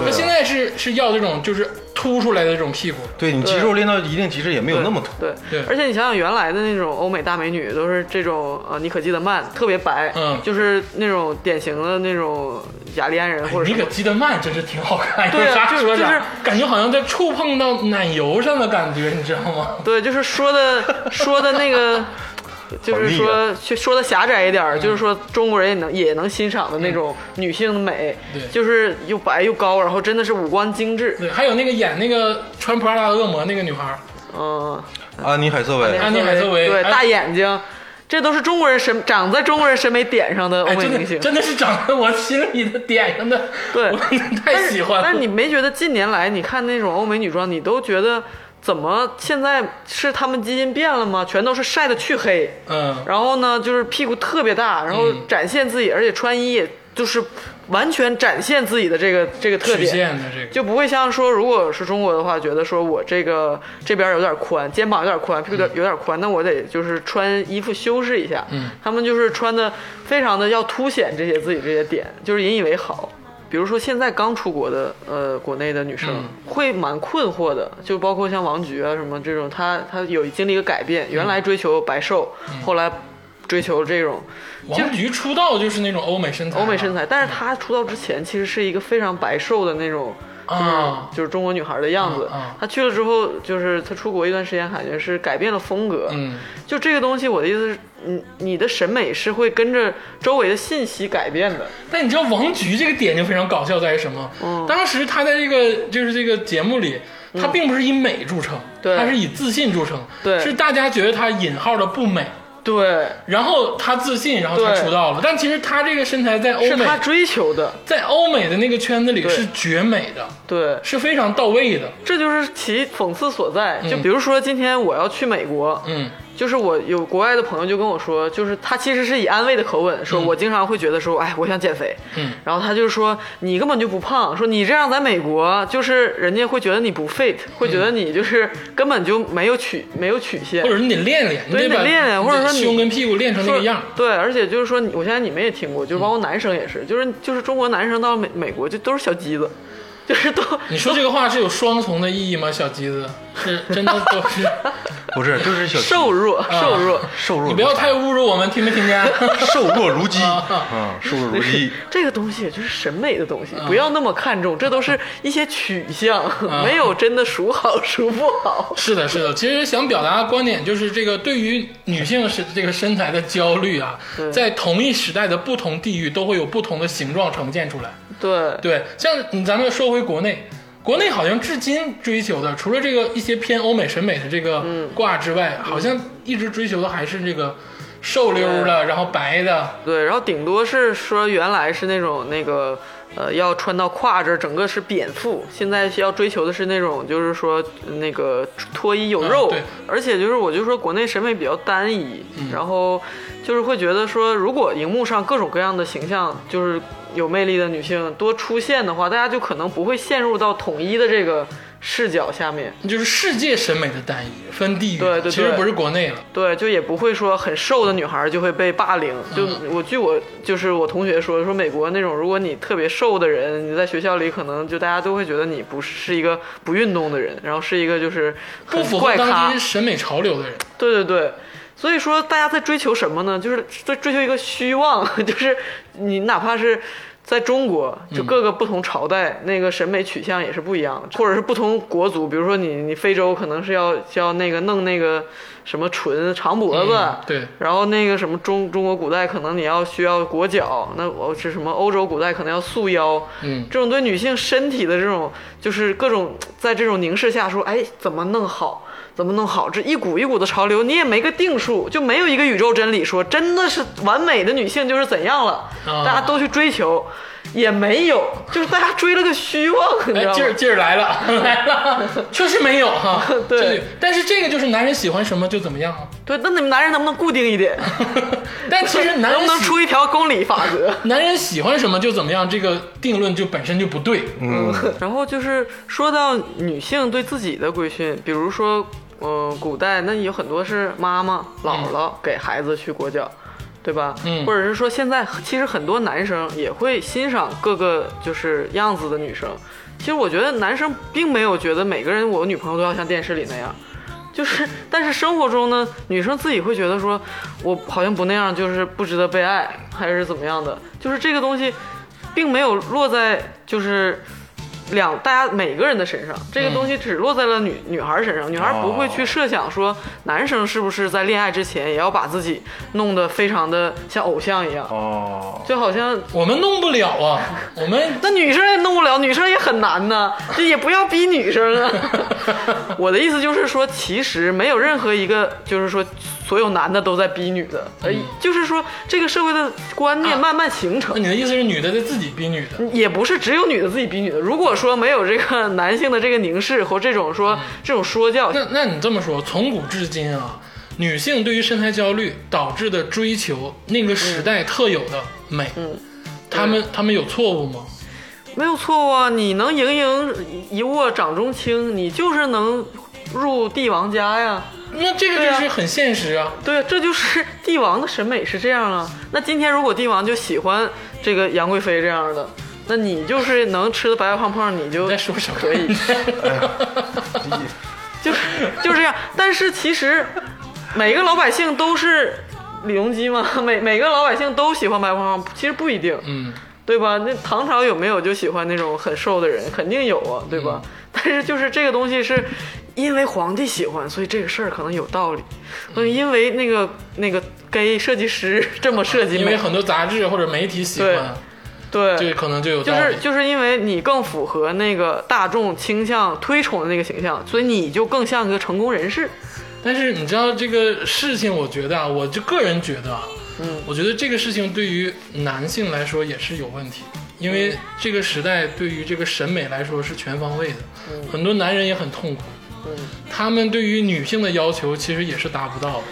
Speaker 2: 她现在是是要这种就是凸出来的这种屁股。
Speaker 4: 对你肌肉练到一定极致也没有那么凸。
Speaker 3: 对
Speaker 2: 对
Speaker 3: 而且你想想原来的那种欧美大美女都是这种呃妮可基德曼，特别白，
Speaker 2: 嗯
Speaker 3: 就是那种典型的那种雅利安人或者
Speaker 2: 哎你
Speaker 3: 什
Speaker 2: 可
Speaker 3: 么。
Speaker 2: 基德曼真是挺好看，
Speaker 3: 对啊
Speaker 2: 有啥
Speaker 3: 就
Speaker 2: 说啥，
Speaker 3: 就是
Speaker 2: 感觉好像在触碰到奶油上的感觉，你知道吗？
Speaker 3: 对，就是 说的说的那个，就是
Speaker 2: 啊
Speaker 4: 好腻
Speaker 3: 说去说的狭窄一点
Speaker 2: 嗯
Speaker 3: 儿，就是说中国人也能也能欣赏的那种女性美
Speaker 2: 对，
Speaker 3: 就是又白又高，然后真的是五官精致，
Speaker 2: 对，还有那个演那个穿普拉达的恶魔那个女孩儿，
Speaker 3: 嗯，
Speaker 4: 安啊妮海瑟薇，
Speaker 2: 安妮海瑟薇
Speaker 3: 对，
Speaker 2: 哎
Speaker 3: 大眼睛，这都是中国人审长在中国人审美点上的欧
Speaker 2: 哎，
Speaker 3: 美
Speaker 2: 真
Speaker 3: 明
Speaker 2: 的
Speaker 3: 星。
Speaker 2: 真的是长在我心里的点上的，
Speaker 3: 对
Speaker 2: 我
Speaker 3: 但
Speaker 2: 太
Speaker 3: 是
Speaker 2: 喜欢了。
Speaker 3: 但是你没觉得近年来你看那种欧美女装，你都觉得怎么现在是他们基因变了吗？全都是晒的去黑，
Speaker 2: 嗯，
Speaker 3: 然后呢就是屁股特别大，然后
Speaker 2: 嗯
Speaker 3: 展现自己，而且穿衣也就是完全展现自己的这个这个特
Speaker 2: 曲
Speaker 3: 点。
Speaker 2: 线的这个，
Speaker 3: 就不会像说，如果是中国的话，觉得说我这个这边有点宽，肩膀有点宽，屁股有点有点宽，那我得就是穿衣服修饰一下。
Speaker 2: 嗯，
Speaker 3: 他们就是穿的非常的要凸显这些自己这些点，就是引以为豪。比如说现在刚出国的呃国内的女生、会蛮困惑的，就包括像王菊啊什么这种，她她有经历一个改变，原来追求白瘦，后来追求这种
Speaker 2: 王菊出道就是那种欧美身材，
Speaker 3: 欧美身材，但是她出道之前其实是一个非常白瘦的那种。
Speaker 2: 啊，
Speaker 3: 就是中国女孩的样子
Speaker 2: 嗯嗯。
Speaker 3: 她去了之后，就是她出国一段时间，感觉是改变了风格。
Speaker 2: 嗯，
Speaker 3: 就这个东西，我的意思是，你你的审美是会跟着周围的信息改变的。
Speaker 2: 但你知道王菊这个点就非常搞笑在于什么？
Speaker 3: 嗯
Speaker 2: 当时她在这个就是这个节目里，她并不是以美著称，
Speaker 3: 对
Speaker 2: 她是以自信著称，
Speaker 3: 对
Speaker 2: 是大家觉得她引号的不美，
Speaker 3: 对，
Speaker 2: 然后她自信，然后她
Speaker 3: 对
Speaker 2: 出道了。但其实她这个身材在欧
Speaker 3: 是
Speaker 2: 美
Speaker 3: 她，追求的。
Speaker 2: 在欧美的那个圈子里
Speaker 3: 对
Speaker 2: 是绝美的，
Speaker 3: 对，
Speaker 2: 是非常到位的。
Speaker 3: 这就是其讽刺所在。就
Speaker 2: 嗯
Speaker 3: 比如说，今天我要去美国，
Speaker 2: 嗯
Speaker 3: 就是我有国外的朋友就跟我说，就是他其实是以安慰的口吻说，我经常会觉得说，哎，我想减肥，
Speaker 2: 嗯，
Speaker 3: 然后他就说你根本就不胖，说你这样在美国就是人家会觉得你不 fit，会
Speaker 2: 嗯
Speaker 3: 觉得你就是根本就没有曲没有曲线
Speaker 2: 或，者是你得练练，你把
Speaker 3: 对你得练练或者说你
Speaker 2: 胸跟屁股练成那个样儿。嗯
Speaker 3: 对，而且就是说你，我相信你们也听过，就是包括男生也是，就是就是中国男生到美美国就都是小鸡子，就是都
Speaker 2: 你说这个话是有双重的意义吗？小鸡子是真的都是，
Speaker 4: 不是就是小鸡
Speaker 3: 瘦弱
Speaker 2: 啊
Speaker 3: 瘦弱。
Speaker 4: 瘦弱，
Speaker 2: 你不要太侮辱我们，听没听见？啊
Speaker 4: 瘦弱如鸡啊，瘦弱 如鸡。
Speaker 3: 这个东西就是审美的东西，不要那么看重，这都是一些取向， 没有真的孰好孰不好。
Speaker 2: 是的，是的。其实想表达的观点就是，这个对于女性是这个身材的焦虑啊，在同一时代的不同地域都会有不同的形状呈现出来。
Speaker 3: 对，
Speaker 2: 对，像嗯咱们说回国内，国内好像至今追求的，除了这个一些偏欧美审美的这个
Speaker 3: 嗯
Speaker 2: 挂之外，好像一直追求的还是这个瘦溜儿的，然后白的，
Speaker 3: 对，然后顶多是说原来是那种那个呃要穿到胯这儿，整个是扁腹，现在需要追求的是那种就是说那个脱衣有肉，
Speaker 2: 嗯对嗯
Speaker 3: 而且就是我就说国内审美比较单一，然后就是会觉得说如果荧幕上各种各样的形象就是有魅力的女性多出现的话，大家就可能不会陷入到统一的这个视角下面。
Speaker 2: 就是世界审美的单一，分地域的，
Speaker 3: 对对对
Speaker 2: 其实不是国内了。
Speaker 3: 对，就也不会说很瘦的女孩就会被霸凌。就
Speaker 2: 嗯
Speaker 3: 我据我就是我同学说，说美国那种，如果你特别瘦的人，你在学校里可能就大家都会觉得你不是一个不运动的人，然后是一个就是很
Speaker 2: 不符合
Speaker 3: 怪
Speaker 2: 当
Speaker 3: 咖
Speaker 2: 今。审美潮流的人，
Speaker 3: 对对对，所以说大家在追求什么呢？就是在追求一个虚妄， 就是你哪怕是。在中国，就
Speaker 2: 嗯
Speaker 3: 各个不同朝代、那个审美取向也是不一样的，或者是不同国族，比如说你你非洲可能是要要那个弄那个什么唇长脖子，
Speaker 2: 嗯对
Speaker 3: 然后那个什么中中国古代可能你要需要裹脚，那我是什么欧洲古代可能要束腰，
Speaker 2: 嗯
Speaker 3: 这种对女性身体的这种就是各种在这种凝视下说，哎，怎么弄好，怎么弄好，这一股一股的潮流你也没个定数，就没有一个宇宙真理说真的是完美的女性就是怎样了，
Speaker 2: 啊
Speaker 3: 大家都去追求，也没有，就是大家追了个虚妄，你知
Speaker 2: 哎，
Speaker 3: 道
Speaker 2: 劲儿
Speaker 3: 吗？
Speaker 2: 劲儿来 了，来了，确实没有哈。
Speaker 3: 对
Speaker 2: 这个，但是这个就是男人喜欢什么就怎么样啊。
Speaker 3: 对，那你们男人能不能固定一 点？
Speaker 2: 但哎其实男
Speaker 3: 能
Speaker 2: 人
Speaker 3: 不能
Speaker 2: 喜
Speaker 3: 出一条公理法则？
Speaker 2: 男人喜欢什么就怎么样，这个定论就本身就不对。
Speaker 4: 嗯
Speaker 3: 然后就是说到女性对自己的规训，比如呃说，嗯、古代那有很多是妈妈、姥姥给孩子去裹脚，对吧？
Speaker 2: 嗯
Speaker 3: 或者是说现在其实很多男生也会欣赏各个就是样子的女生。其实我觉得男生并没有觉得每个人我女朋友都要像电视里那样，就是但是生活中呢，女生自己会觉得说我好像不那样，就是不值得被爱，还是怎么样的？就是这个东西，并没有落在就是。两大家每个人的身上，这个东西只落在了女、女孩身上。女孩不会去设想说，男生是不是在恋爱之前也要把自己弄得非常的像偶像一样，
Speaker 4: 哦，
Speaker 3: 就好像
Speaker 2: 我们弄不了啊，我们
Speaker 3: 那女生也弄不了，女生也很难呢，这也不要逼女生啊。我的意思就是说，其实没有任何一个，就是说所有男的都在逼女的，而就是说这个社会的观念
Speaker 2: 啊
Speaker 3: 慢慢形成
Speaker 2: 那。你的意思是女的得自己逼女的？
Speaker 3: 也不是只有女的自己逼女的。如果说没有这个 男性的这个凝视和这种说、这种说教，
Speaker 2: 那那你这么说，从古至今啊，女性对于身材焦虑导致的追求那个
Speaker 3: 嗯
Speaker 2: 时代特有的美，他们他们有错误吗？
Speaker 3: 没有错误啊！你能盈盈一握掌中轻，你就是能入帝王家呀。
Speaker 2: 那这个
Speaker 3: 对
Speaker 2: 就
Speaker 3: 啊
Speaker 2: 是很现实啊。
Speaker 3: 对，这就是 帝王的审美是这样啊。那今天如果帝王就喜欢这个杨贵妃这样的，那你就是能吃的白白胖胖，你就
Speaker 2: 你在说什么？
Speaker 3: 可以，就是就是这样。但是其实每个老百姓都是李隆基吗？每每个老百姓都喜欢白胖胖，其实不一定，
Speaker 2: 嗯，
Speaker 3: 对吧？那唐朝有没有就喜欢那种很瘦的人？肯定有啊，对
Speaker 2: 嗯
Speaker 3: 吧？ 但是就是这个东西是因为皇帝喜欢，所以这个事儿可能有道理。所以因为那个那个 gay 设计师 这么设计
Speaker 2: 因为
Speaker 3: 美，
Speaker 2: 很多杂志或者媒体喜欢，
Speaker 3: 对，
Speaker 2: 这可能就有
Speaker 3: 就
Speaker 2: 道理。
Speaker 3: 是就是因为你更符合那个大众倾向推崇的那个形象，所以你就更像一个成功人士。
Speaker 2: 但是你知道这个事情，我觉得啊，我就个人觉得啊，嗯，我觉得这个事情对于男性来说也是有问题，因
Speaker 3: 嗯
Speaker 2: 为这个时代对于这个审美来说是全方位的，
Speaker 3: 嗯
Speaker 2: 很多男人也很痛苦，他们对于女性的要求其实也是达不到的，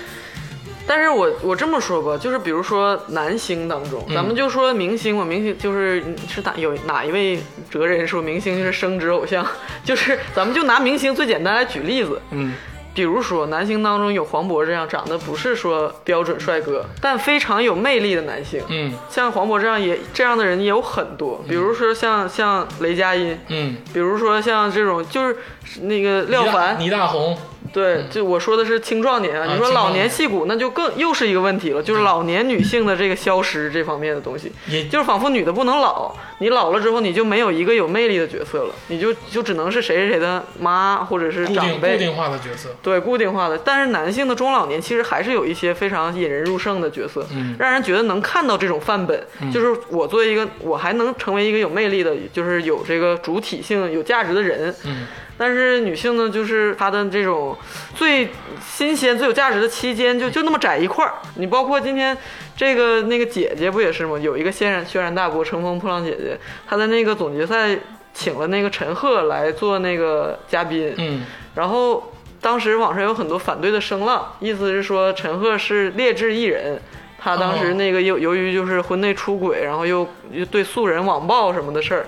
Speaker 3: 但是我我这么说吧，就是比如说男星当中，咱们就说明星吧，明星就是是哪有哪一位哲人说明星就是升职偶像， 就是咱们就拿明星最简单来举例子，
Speaker 2: 嗯，
Speaker 3: 比如说男星当中有黄渤这样长得不是说标准帅哥，但非常有魅力的男星，
Speaker 2: 嗯
Speaker 3: 像黄渤这样也这样的人也有很多，比如说像像雷佳音，
Speaker 2: 嗯，
Speaker 3: 比如说像这种就是那个廖凡，
Speaker 2: 倪大倪大红，
Speaker 3: 对，就我说的是青壮年啊，
Speaker 2: 嗯啊
Speaker 3: 你说
Speaker 2: 青壮
Speaker 3: 老
Speaker 2: 年
Speaker 3: 年戏骨，那就更又是一个问题了，就是老年女性的这个消失这方面的东西，
Speaker 2: 也
Speaker 3: 就是仿佛女的不能老，你老了之后你就没有一个有魅力的角色了，你就就只能是谁谁谁的妈或者是
Speaker 2: 固定
Speaker 3: 长
Speaker 2: 固
Speaker 3: 辈，
Speaker 2: 定化的角色，
Speaker 3: 对固定化的。但是男性的中老年其实还是有一些非常引人入胜的角色，
Speaker 2: 嗯
Speaker 3: 让人觉得能看到这种范本，就是我作为一个我还能成为一个有魅力的，就是有这个主体性、有价值的人，
Speaker 2: 嗯
Speaker 3: 但是女性呢，就是她的这种最新鲜、最有价值的期间就，就那么窄一块儿。你包括今天这个那个姐姐不也是吗？有一个轩然轩然大波、乘风破浪姐姐，她在那个总决赛请了那个陈赫来做那个嘉宾，
Speaker 2: 嗯
Speaker 3: 然后当时网上有很多反对的声浪，意思是说陈赫是劣质艺人。他当时那个由由于就是婚内出轨，然后又又对素人网暴什么的事儿，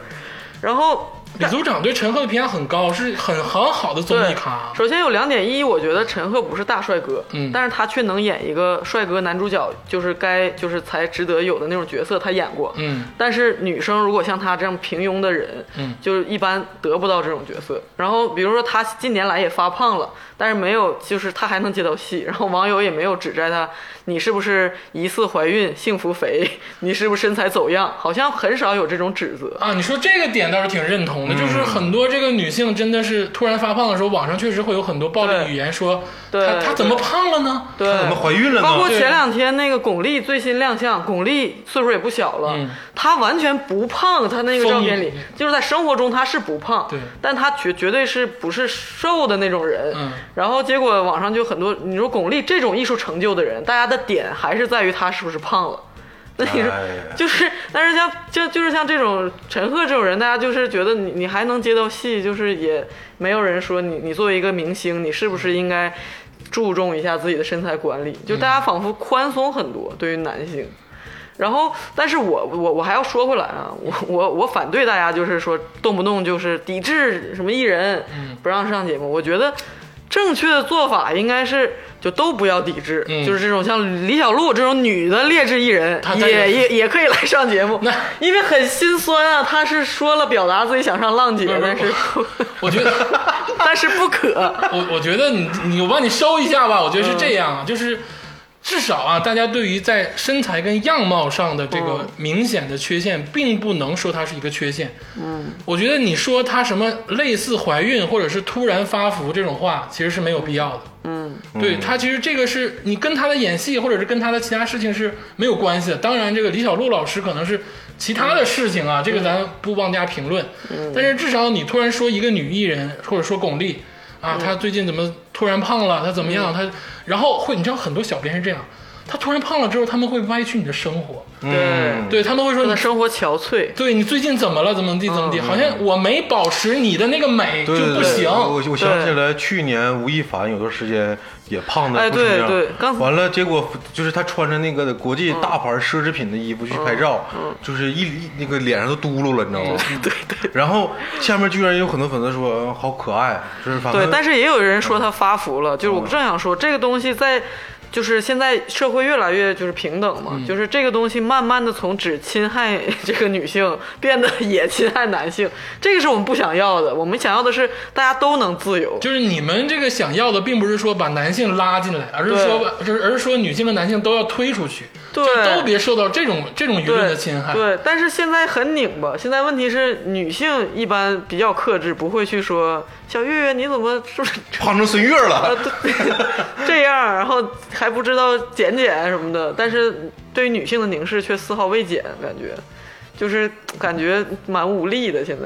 Speaker 3: 然后
Speaker 2: 李组长对陈赫的评价很高，是很很好的综
Speaker 3: 对，
Speaker 2: 艺咖，
Speaker 3: 首先有两点，一我觉得陈赫不是大帅哥，
Speaker 2: 嗯
Speaker 3: 但是他却能演一个帅哥男主角，就是该就是才值得有的那种角色，他演过。
Speaker 2: 嗯
Speaker 3: 但是女生如果像他这样平庸的人，
Speaker 2: 嗯
Speaker 3: 就是一般得不到这种角色。然后比如说他近年来也发胖了，但是没有，就是他还能接到戏， 然后网友也没有指摘他，你是不是疑似怀孕、幸福肥，你是不是身材走样，好像很少有这种指责。
Speaker 2: 啊，你说这个点倒是挺认同的，
Speaker 3: 嗯
Speaker 2: 就是很多这个女性真的是突然发胖的时候，网上确实会有很多暴力
Speaker 3: 对
Speaker 2: 语言说
Speaker 3: 对
Speaker 2: 她她怎么胖了呢？
Speaker 3: 对，
Speaker 4: 怎么怀孕了
Speaker 3: 包括
Speaker 4: 呢？
Speaker 3: 前两天那个巩俐最新亮相，巩俐岁数也不小了，
Speaker 2: 嗯
Speaker 3: 她完全不胖，她那个照片里
Speaker 2: 丰腴
Speaker 3: 就是在生活中她是不胖，
Speaker 2: 对
Speaker 3: 但她绝绝对是不是瘦的那种人。
Speaker 2: 嗯
Speaker 3: 然后结果网上就很多，你说巩俐这种艺术成就的人，大家的点还是在于她是不是胖了。那你说
Speaker 4: 哎呀，
Speaker 3: 就是，但是像就就是像这种陈赫这种人，大家就是觉得你你还能接到戏，就是也没有人说你你作为一个明星，你是不是应该注重一下自己的身材管理？就大
Speaker 4: 嗯
Speaker 3: 家仿佛宽松很多对于男性。然后，但是我我我还要说回来啊，我我我反对
Speaker 2: 嗯
Speaker 3: 大家就是说动不动就是抵制什么艺人，不让上节目。我觉得正确的做法应该是就都不要抵制，
Speaker 2: 嗯
Speaker 3: 就是这种像李小璐这种女的劣质艺人
Speaker 2: 她，她
Speaker 3: 也
Speaker 2: 也
Speaker 3: 也也可以来上节目
Speaker 2: 那，
Speaker 3: 因为很心酸啊。她是说了表达自己想上浪
Speaker 2: 嗯
Speaker 3: 姐，但是
Speaker 2: 我 觉得，
Speaker 3: 但是不可。
Speaker 2: 我我觉得你你我帮你收一下吧，我觉
Speaker 3: 嗯
Speaker 2: 得是这样，啊，就是至少啊，大家对于在身材跟样貌上的这
Speaker 3: 嗯
Speaker 2: 个明显的缺陷，并不能说它是一个缺陷。嗯，我觉得你说她什么类似怀孕或者是突然发福这种话，其实是没有必要的。
Speaker 3: 嗯，
Speaker 2: 对她其实这个是你跟她的演戏或者是跟她的其他事情是没有关系的。当然，这个李小璐老师可能是其他的事
Speaker 4: 嗯
Speaker 2: 情啊，这个咱不妄加评论。但是至少你突然说一个女艺人，或者说巩俐
Speaker 4: 嗯
Speaker 2: 啊，她最近怎么突然胖了？她怎么样？她然后会，你知道很多小编是这样，她突然胖了之后，他们会歪曲你的生活，
Speaker 4: 嗯
Speaker 3: 对，
Speaker 2: 对他们会说你
Speaker 3: 她的。生活憔悴。
Speaker 2: 对你最近怎么了？怎么地怎么地？好像我没保持你的那个美就
Speaker 4: 嗯对对
Speaker 2: 不
Speaker 4: 对
Speaker 2: 行。
Speaker 4: 我我想起来，去年吴亦凡有段时间也胖的不成
Speaker 3: 哎对
Speaker 4: 样，
Speaker 3: 对刚嗯
Speaker 4: 完了，结果就是他穿着那个国际大牌奢侈品的衣服去拍照，就是一一那个脸上都嘟噜了，你知道吗？
Speaker 3: 嗯
Speaker 4: 对对。然后下面居然有很多粉丝说嗯好可爱，就是反正
Speaker 3: 对，但是也有人说他发福
Speaker 2: 嗯
Speaker 3: 了，就是我正想说这个东西在，就是现在社会越来越就是平等嘛，
Speaker 2: 嗯
Speaker 3: 就是这个东西慢慢的从只侵害这个女性变得也侵害男性， 这个是我们不想要的，我们想要的是大家都能自由。
Speaker 2: 就是你们这个想要的，并不是说把男性拉进来，而是
Speaker 3: 对
Speaker 2: 说把，就是而是说女性和男性都要推出去，
Speaker 3: 对
Speaker 2: 就都别受到这种这种舆论的侵害。
Speaker 3: 对，但是现在很拧巴。现在问题是，女性一般比较克制，不会去说小月月你怎么是不是
Speaker 4: 胖成孙悦
Speaker 3: 呃，
Speaker 4: 了。
Speaker 3: 对，这样，然后还不知道减减什么的，但是对于女性的凝视却丝毫未减，感觉就是感觉蛮无力的。现在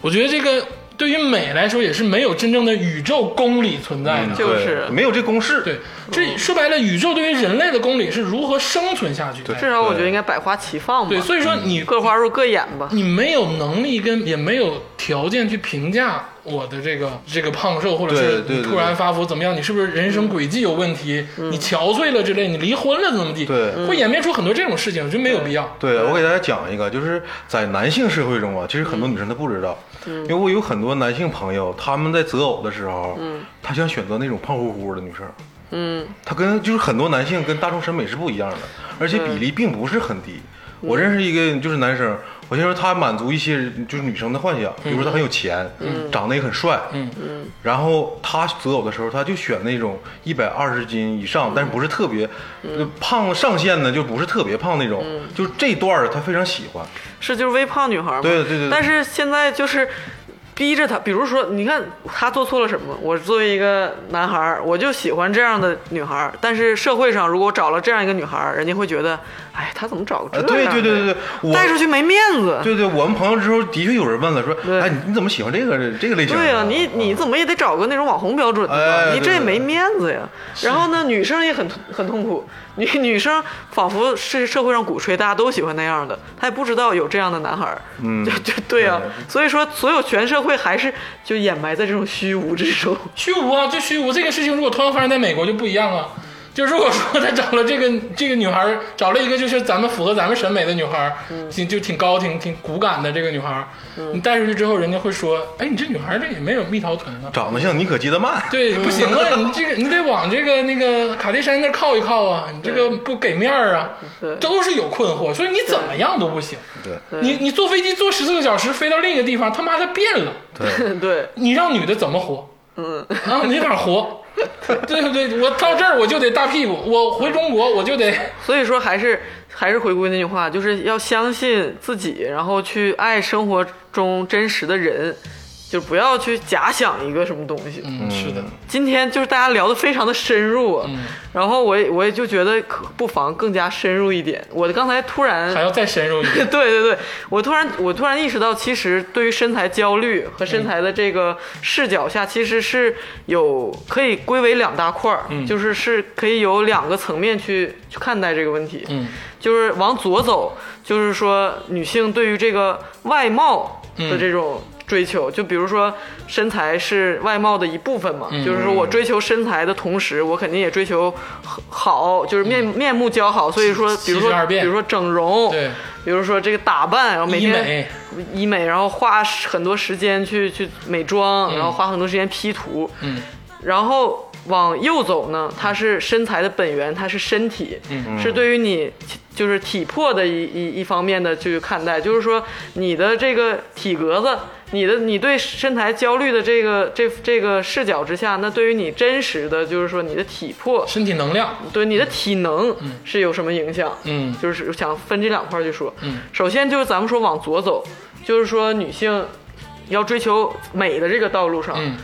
Speaker 2: 我觉得这个对于美来说也是没有真正的宇宙公理存在的。
Speaker 3: 就
Speaker 4: 嗯对
Speaker 3: 是
Speaker 4: 没有这公式，
Speaker 2: 对，这说白了，宇宙对于人类的公理是如何生存下去的？
Speaker 3: 至少我觉得应该百花齐放吧，
Speaker 2: 对，所以说你
Speaker 3: 嗯各花入各眼吧。
Speaker 4: 嗯
Speaker 2: 你没有能力跟也没有条件去评价我的这个这个胖瘦，或者
Speaker 4: 对
Speaker 2: 是
Speaker 4: 对
Speaker 2: 你
Speaker 4: 对嗯
Speaker 2: 突然发福怎么样？你是不是人生轨迹有问题？你憔悴了之类，你离婚了怎么地？
Speaker 4: 对
Speaker 2: 会演变出很多这种事情，我觉得没有必要。
Speaker 4: 对，我给大家讲一个，就是在男性社会中啊，其实很多女生她不知道，因为我有很多男性朋友，他们在择偶的时候，他想选择那种胖乎乎的女生，
Speaker 3: 嗯，
Speaker 4: 他跟就是很多男性跟大众审美是不一样的，而且比例并不是很低。我认识一个就是男生，我先说他满足一些就是女生的幻想，比如说他很有钱，长得也很帅，
Speaker 2: 嗯
Speaker 4: 然后他择偶的时候，他就选那种一百二十斤以
Speaker 3: 嗯
Speaker 4: 上，但是不是特别、呃胖上限呢，就不是特别胖那种，
Speaker 3: 嗯
Speaker 4: 就这段儿他非常喜欢。
Speaker 3: 是就是微胖女孩嘛。
Speaker 4: 对对对对
Speaker 3: 但是现在就是逼着她，比如说，你看她做错了什么？我作为一个男孩儿，我就喜欢这样的女孩儿。但是社会上如果我找了这样一个女孩儿，人家会觉得，哎，她怎么找个
Speaker 4: 呃
Speaker 3: 这
Speaker 4: 对
Speaker 3: 样的、
Speaker 4: 对对对对我
Speaker 3: 带出去没面子。
Speaker 4: 对对，我们朋友之后的确有人问了，说
Speaker 3: 对，
Speaker 4: 哎，你你怎么喜欢这个这个类型的？
Speaker 3: 对呀、你你怎么也得找个那种网红标准的吧？
Speaker 4: 啊嗯哎对
Speaker 3: 你这也
Speaker 4: 对
Speaker 3: 没面子呀。然后呢，女生也很很痛苦，女女生仿佛是社会上鼓吹大家都喜欢那样的，她也不知道有这样的男孩儿。
Speaker 4: 嗯
Speaker 3: 就就对啊。所以说，所有全社会还是就掩埋在这种虚无之中。
Speaker 2: 虚无啊，这虚无这个事情，如果同样发生在美国就不一样啊。就如果说他找了这个这个女孩儿，找了一个就是咱们符合咱们审美的女孩儿，
Speaker 4: 嗯
Speaker 2: 挺就挺高挺挺骨感的这个女孩儿，你带出去之后，人家会说，哎，你这女孩儿这也没有蜜桃臀啊。
Speaker 4: 长得像妮可基德曼？
Speaker 2: 对，不行啊，你这个你得往这个那个卡戴珊那儿靠一靠啊，你这个不给面儿啊
Speaker 3: 对，
Speaker 2: 都是有困惑，所以你怎么样都不行。
Speaker 4: 对
Speaker 2: 你你坐飞机坐十四个小时飞到另一个地方，他妈的变了，
Speaker 4: 对，
Speaker 3: 对，
Speaker 2: 你让女的怎么活？嗯，啊，没法活。对不对？我到这儿我就得大屁股，我回中国我就得
Speaker 3: 所以说还是还是回归那句话，就是要相信自己，然后去爱生活中真实的人，就不要去假想一个什么东西。
Speaker 2: 嗯，是的，
Speaker 3: 今天就是大家聊得非常的深入啊，然后我也我也就觉得可不妨更加深入一点。我刚才突然
Speaker 2: 还要再深入一点。
Speaker 3: 对对对，我突然我突然意识到，其实对于身材焦虑和身材的这个视角下，其实是有可以归为两大块儿，
Speaker 2: 嗯
Speaker 3: 就是是可以有两个层面去去看待这个问题。
Speaker 2: 嗯，
Speaker 3: 就是往左走，就是说女性对于这个外貌的这种。追
Speaker 2: 嗯
Speaker 3: 求，就比如说身材是外貌的一部分嘛，
Speaker 2: 嗯
Speaker 3: 就是说我追求身材的同时，我肯定也追求好，就是面、面目姣好。所以说，比
Speaker 2: 嗯
Speaker 3: 如
Speaker 2: 七十
Speaker 3: 说，
Speaker 2: 二
Speaker 3: 比
Speaker 2: 变
Speaker 3: 如说整容，
Speaker 2: 对，
Speaker 3: 比如说这个打扮，然 后每
Speaker 2: 医
Speaker 3: 天
Speaker 2: 美
Speaker 3: 医美然后花很多时间去去美妆，然后花很多时间 P 图，
Speaker 2: 嗯，
Speaker 3: 然后往右走呢，它是身材的本源，它是身体，
Speaker 2: 嗯
Speaker 3: 是对于你就是体魄的一一一方面的去看待，就是说你的这个体格子，你的你对身材焦虑的这个这这个视角之下，那对于你真实的就是说你的体魄，
Speaker 2: 身体能量，
Speaker 3: 对你的体能是有什么影响？
Speaker 2: 嗯
Speaker 3: 就是想分这两块儿去说。
Speaker 2: 嗯，
Speaker 3: 首先就是咱们说往左走，就是说女性要追求美的这个道路上，
Speaker 2: 嗯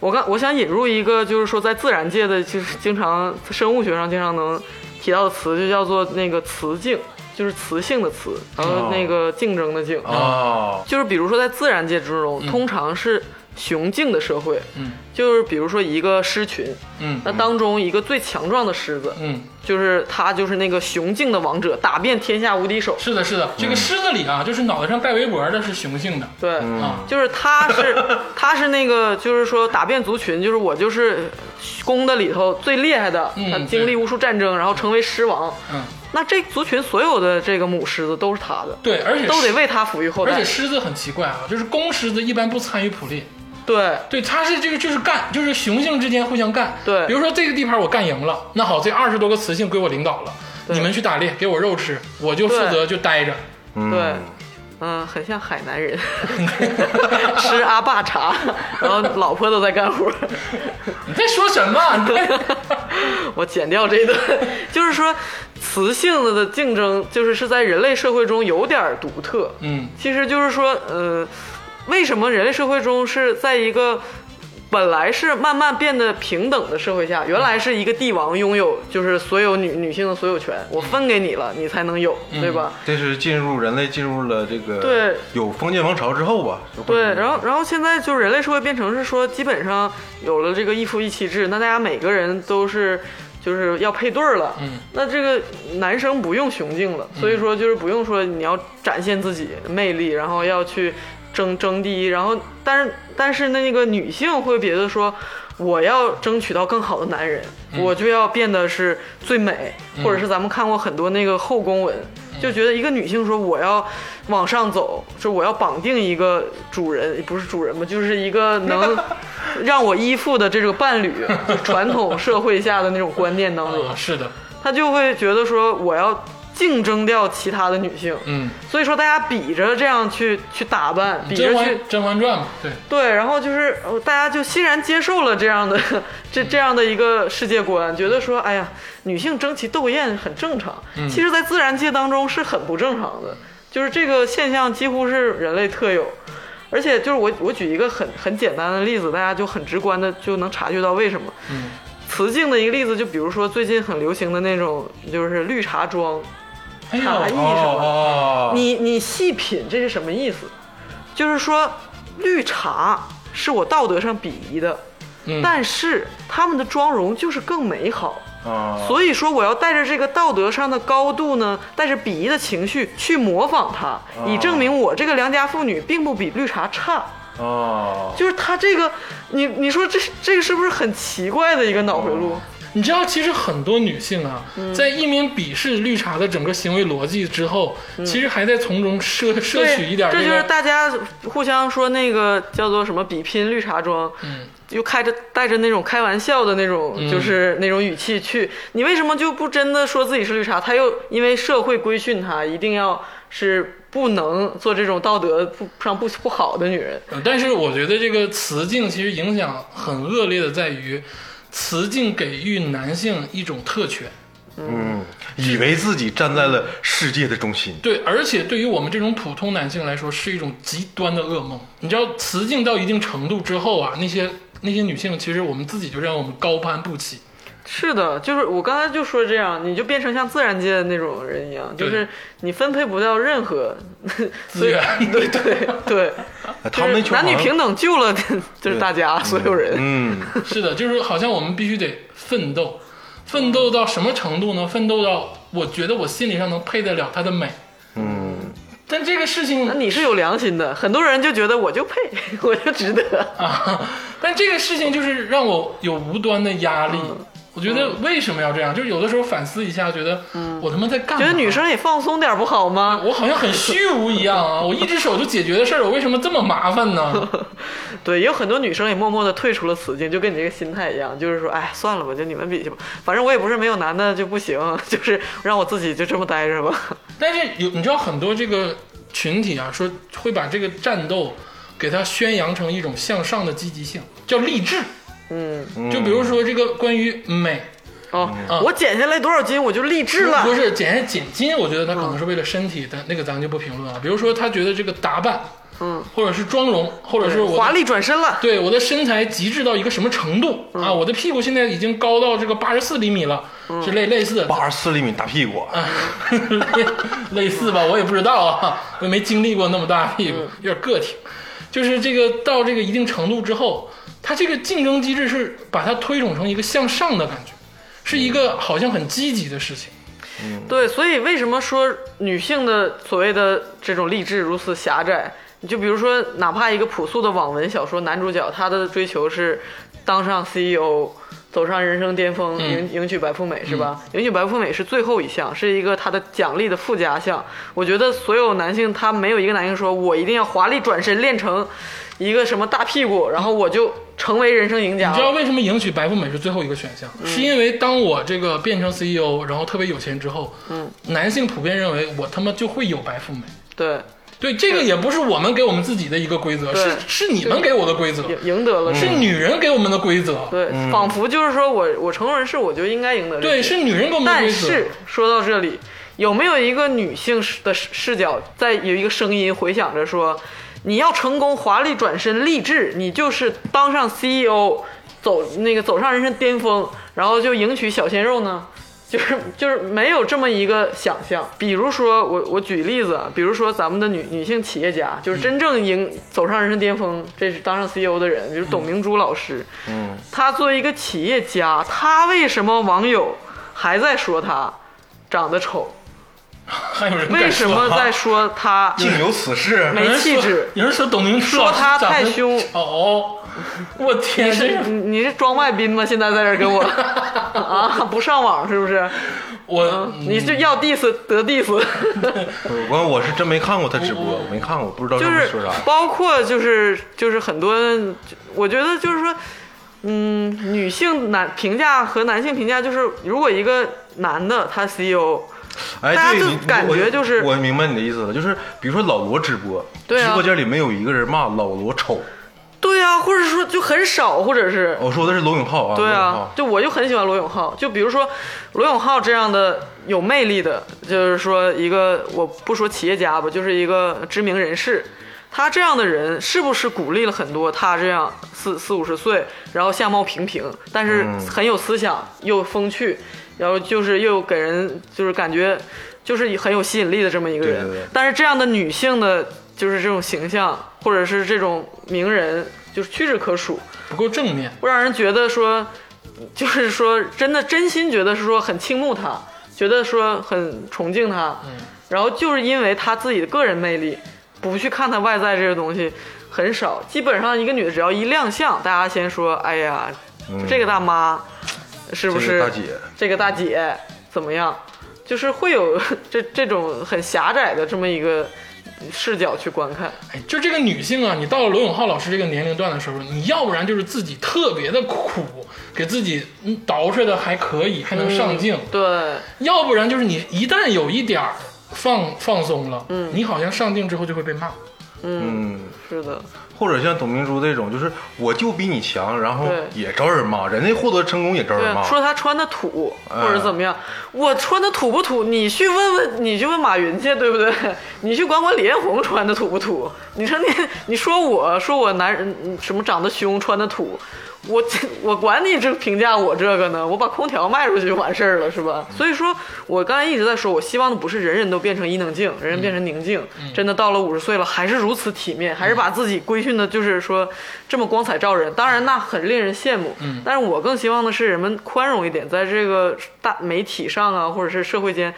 Speaker 3: 我刚我想引入一个，就是说在自然界的，就是经常生物学上经常能提到的词，就叫做那个雌竞，就是雌性的雌，然后那个竞争的竞。
Speaker 4: 哦，
Speaker 3: 就是比如说在自然界之中，通常是雄竞的社会，
Speaker 2: 嗯
Speaker 3: 就是比如说一个狮群，
Speaker 2: 嗯
Speaker 3: 那当中一个最强壮的狮子，
Speaker 2: 嗯，
Speaker 3: 就是它就是那个雄竞的王者，打遍天下无敌手。
Speaker 2: 是的，是的，这个狮子里啊，就是脑袋上戴围脖的是雄性的，
Speaker 3: 对，
Speaker 2: 啊
Speaker 3: 就是他是 他是那个，就是说打遍族群，就是我就是公的里头最厉害的，
Speaker 2: 嗯
Speaker 3: 他经历无数战争，然后成为狮王。
Speaker 2: 嗯，
Speaker 3: 那这族群所有的这个母狮子都是他的，
Speaker 2: 对，而且
Speaker 3: 都得
Speaker 2: 狮
Speaker 3: 为他抚育后
Speaker 2: 而
Speaker 3: 代
Speaker 2: 且。狮子很奇怪啊，就是公狮子一般不参与捕猎，
Speaker 3: 对，
Speaker 2: 对，它是这个就是干，就是雄性之间互相干。
Speaker 3: 对
Speaker 2: 比如说这个地盘我干赢了，那好，这二十多个雌性归我领导了，
Speaker 3: 对
Speaker 2: 你们去打猎，给我肉吃，我就负责就待着。
Speaker 4: 嗯
Speaker 3: 对，嗯，很像海 南人，吃阿爸茶，然后老婆都在干活。
Speaker 2: 你在说什么？啊你 在
Speaker 3: 我剪掉这一段，就是说，雌性的竞争就是是在人类社会中有点儿独特。
Speaker 2: 嗯
Speaker 3: 其实就是说，呃，为什么人类社会中是在一个本来是慢慢变得平等的社会下，原来是一个帝王拥有就是所有女女性的所有权，我分给你了，你才能有，对吧？
Speaker 4: 这是进入人类进入了这个
Speaker 3: 对
Speaker 4: 有封建王朝之后吧？就会
Speaker 3: 对，然后然后现在就是人类社会变成是说，基本上有了这个一夫一妻制，那大家每个人都是就是要配对儿了。
Speaker 2: 嗯，
Speaker 3: 那这个男生不用雄竞了，所以说就是不用说你要展现自己的魅力，然后要去争争第一，然后但是但是那个女性会觉得说。我要争取到更好的男人，我就要变得是最美，或者是咱们看过很多那个后宫文，就觉得一个女性说我要往上走，就我要绑定一个主人，不是主人吧，就是一个能让我依附的这个伴侣，就传统社会下的那种观念当中
Speaker 2: 啊，，是的，
Speaker 3: 她就会觉得说我要竞争掉其他的女性，
Speaker 2: 嗯，
Speaker 3: 所以说大家比着这样去去打扮，比
Speaker 2: 《甄
Speaker 3: 着去
Speaker 2: 嬛甄嬛传》嘛，对，
Speaker 3: 对，然后就是呃大家就欣然接受了这样的 这这样的一个世界观，觉得说，哎呀，女性争奇斗艳很正常。其实，在自然界当中是很不正常的，就是这个现象几乎是人类特有。而且就是我我举一个很很简单的例子，大家就很直观的就能察觉到为什么。
Speaker 2: 嗯
Speaker 3: 雌竞的一个例子，就比如说最近很流行的那种，就是绿茶妆，
Speaker 2: 哎呦，
Speaker 3: 茶艺什
Speaker 4: 哦
Speaker 3: 么的。
Speaker 4: 哦，
Speaker 3: 你你细品这是什么意思？就是说，绿茶是我道德上鄙夷的，
Speaker 2: 嗯
Speaker 3: 但是他们的妆容就是更美好。
Speaker 4: 啊，
Speaker 3: 所以说，我要带着这个道德上的高度呢，带着鄙夷的情绪去模仿她，以证明我这个良家妇女并不比绿茶差。
Speaker 4: 哦，
Speaker 3: 就是她这个，你你说这这个是不是很奇怪的一个脑回路？
Speaker 2: 你知道，其实很多女性啊，
Speaker 3: 嗯
Speaker 2: 在一面鄙视绿茶的整个行为逻辑之后，其实还在从中摄摄
Speaker 3: 嗯对，
Speaker 2: 取一点
Speaker 3: 这就
Speaker 2: 个。
Speaker 3: 是大家互相说那个叫做什么比拼绿茶庄，
Speaker 2: 嗯
Speaker 3: 又开着带着那种开玩笑的那种，就是那种语气去，你为什么就不真的说自己是绿茶？他又因为社会规训他一定要是不能做这种道德不上不不好的女人，
Speaker 2: 呃但是我觉得这个雌竞其实影响很恶劣的，在于雌竞给予男性一种特权，
Speaker 4: 嗯，以为自己站在了世界的中心，
Speaker 2: 对，而且对于我们这种普通男性来说，是一种极端的噩梦。你知道，雌竞到一定程度之后啊，那些那些女性，其实我们自己就让我们高攀不起。
Speaker 3: 是的，就是我刚才就说这样，你就变成像自然界的那种人一样，
Speaker 2: 对
Speaker 3: 就是你分配不到 任何
Speaker 2: 资源
Speaker 3: 所以对对 对，
Speaker 4: 啊他们
Speaker 3: 就
Speaker 4: 那群
Speaker 3: 是男女
Speaker 4: 好像
Speaker 3: 平等救了 就是大家所有人。
Speaker 4: 嗯，
Speaker 2: 是的，就是好像我们必须得奋斗，奋斗到什么程度呢？奋斗到我觉得我心理上能配得了她的美。嗯，但这个事情
Speaker 3: 那你是有良心的，很多人就觉得我就配， 我就值得。 嗯
Speaker 2: 啊，但这个事情就是让我有无端的压力。我觉得为什么要这样？就是有的时候反思一下，觉得我他妈在干嘛？
Speaker 3: 嗯觉得女生也放松点儿不好吗？
Speaker 2: 我好像很虚无一样 啊！我一只手就解决的事儿，我为什么这么麻烦呢？
Speaker 3: 对，也有很多女生也默默的退出了此境，就跟你这个心态一样，就是说，哎，算了吧，就你们比去吧，反正我也不是没有男的就不行， 就是让我自己就这么待着吧。
Speaker 2: 但是有你知道很多这个群体啊，说会把这个战斗给它宣扬成一种向上的积极性，叫励志。嗯，就比如说这个关于美，
Speaker 3: 哦，我减下来多少斤我就励志了
Speaker 2: 嗯
Speaker 3: 嗯
Speaker 2: 不。是减下减斤，我觉得他可能是为了身体，但那个咱们就不评论了。比如说他觉得这个打扮，嗯，或者是妆容，或者是我的
Speaker 3: 华丽转身了，
Speaker 2: 对我的身材极致到一个什么程度、
Speaker 3: 嗯
Speaker 2: 啊？我的屁股现在已经高到这个八十四厘米了，之类类似的，
Speaker 4: 八十四厘米大屁股，啊
Speaker 2: 类 类似吧，我也不知道啊，我也没经历过那么大屁
Speaker 3: 嗯
Speaker 2: 股，有点个体。就是这个到这个一定程度之后，它这个竞争机制是把它推崇成一个向上的感觉，是一个好像很积极的事情。
Speaker 3: 对，所以为什么说女性的所谓的这种励志如此狭窄？你就比如说，哪怕一个朴素的网文小说，男主角他的追求是当上 CEO，走上人生巅
Speaker 2: 嗯
Speaker 3: 峰，迎迎娶白富美是吧？迎娶白富美是最后一项，是一个他的奖励的附加项。我觉得所有男性，他没有一个男性说我一定要华丽转身练成一个什么大屁股，然后我就成为人生赢家
Speaker 2: 你知道
Speaker 3: 了。
Speaker 2: 为什么迎娶白富美是最后一个选项？
Speaker 3: 嗯
Speaker 2: 是因为当我这个变成 CEO，然后特别有钱之后，嗯，男性普遍认为我他妈就会有白富美。
Speaker 3: 对，
Speaker 2: 对，这个也不是我们给我们自己的一个规则，
Speaker 3: 对
Speaker 2: 是是你们给我的规则，
Speaker 3: 赢赢得了
Speaker 2: 是女人给我们的规则。
Speaker 3: 对，仿佛就是说我我成人式我就应该赢得这
Speaker 2: 嗯对，
Speaker 3: 个
Speaker 2: 是女人给我们的
Speaker 3: 但
Speaker 2: 规则。
Speaker 3: 是说到这里，有没有一个女性视的视视角，在有一个声音回响着说：“你要成功，华丽转身，励志，你就是当上 CEO，走那个走上人生巅峰，然后就迎娶小鲜肉呢？”就是就是没有这么一个想象，比如说我我举例子啊，比如说咱们的女女性企业家，就是真正迎走上人生巅峰，这是当上 CEO 的人，比如董明珠老师，
Speaker 4: 嗯，
Speaker 3: 他作为一个企业家，他为什么网友还在说他长得丑？
Speaker 2: 还有人敢
Speaker 3: 为什么在说他
Speaker 4: 竟有此事，
Speaker 2: 有
Speaker 3: 没
Speaker 2: 人
Speaker 3: 气
Speaker 2: 说
Speaker 3: 质？
Speaker 2: 有人说董明珠
Speaker 3: 说
Speaker 2: 老师
Speaker 3: 她
Speaker 2: 长
Speaker 3: 太
Speaker 2: 得
Speaker 3: 凶
Speaker 2: 丑，我天，这
Speaker 3: 你你是装外宾吗？现在在这儿 跟我啊，不上网是不是？
Speaker 2: 我
Speaker 4: 嗯
Speaker 3: 你是要 diss 得 diss，
Speaker 4: 我光我是真没看过他直播，我没看过，不知道
Speaker 3: 就
Speaker 4: 上面
Speaker 3: 是
Speaker 4: 说啥。
Speaker 3: 包括就是就是很多，我觉得就是说，嗯，女性男评价和男性评价就是，如果一个男的他 E CEO，
Speaker 4: 哎，
Speaker 3: 大家
Speaker 4: 对
Speaker 3: 就
Speaker 4: 你
Speaker 3: 感觉
Speaker 4: 我
Speaker 3: 就是
Speaker 4: 我明白你的意思了，就是比如说老罗直播，
Speaker 3: 对啊
Speaker 4: 直播间里没有一个人骂老罗丑，哦
Speaker 3: 对啊，或者说就很少，或者是
Speaker 4: 我说的是罗永浩啊，
Speaker 3: 对
Speaker 4: 罗永
Speaker 3: 啊
Speaker 4: 浩，，
Speaker 3: 就我就很喜欢罗永浩，就比如说罗永浩这样的有魅力的，就是说一个我不说企业家吧，就是一个知名人士，他这样的人是不是鼓励了很多他这样四四五十岁，然后相貌平平，但是很有思想又风趣，然后就是又给人就是感觉就是很有吸引力的这么一个人，
Speaker 4: 对对对
Speaker 3: 但是这样的女性的，就是这种形象或者是这种名人，就是屈指可数。
Speaker 2: 不够正面。
Speaker 3: 会让人觉得说，就是说真的真心觉得是说很倾慕他，觉得说很崇敬他，
Speaker 4: 嗯
Speaker 3: 然后就是因为他自己的个人魅力，不去看他外在这些东西很少，基本上一个女的只要一亮相，大家先说，哎呀，这个大妈是不
Speaker 4: 嗯这
Speaker 3: 是
Speaker 4: 个大姐
Speaker 3: 这个大姐怎么样？就是会有 这这种很狭窄的这么一个视角去观看，
Speaker 2: 哎，就这个女性啊，你到了罗永浩老师这个年龄段的时候，你要不然就是自己特别的苦，给自己嗯捯饬的还可以，还能上镜；
Speaker 3: 对。
Speaker 2: 要不然就是你一旦有一点儿放放松了，嗯，你好像上镜之后就会被骂。
Speaker 4: 嗯。
Speaker 3: 是的，
Speaker 4: 或者像董明珠这种，就是我就比你强，然后
Speaker 3: 对
Speaker 4: 也招人骂，人家获得成功也招人骂
Speaker 3: 对，。说他穿的土或者怎么样，我穿的土不土？你去问问，你去问马云去，对不对？ 你去管管李彦宏穿的土不土？你说你，你说我说我男人嗯什么长得凶，穿的土，我 我管你这评价我这个呢？我把空调卖出去就完事儿了，是吧？所以说我刚才一直在说，我希望的不是人人都变成伊能静，人人变成宁静，
Speaker 4: 嗯
Speaker 3: 真的到了五十岁了还是如此体面，还是把自己规训的，就是说这么光彩照人。当然，那很令人羡慕。嗯，但是我更希望的是人们宽容一点，在这个大媒体上啊，或者是社会间。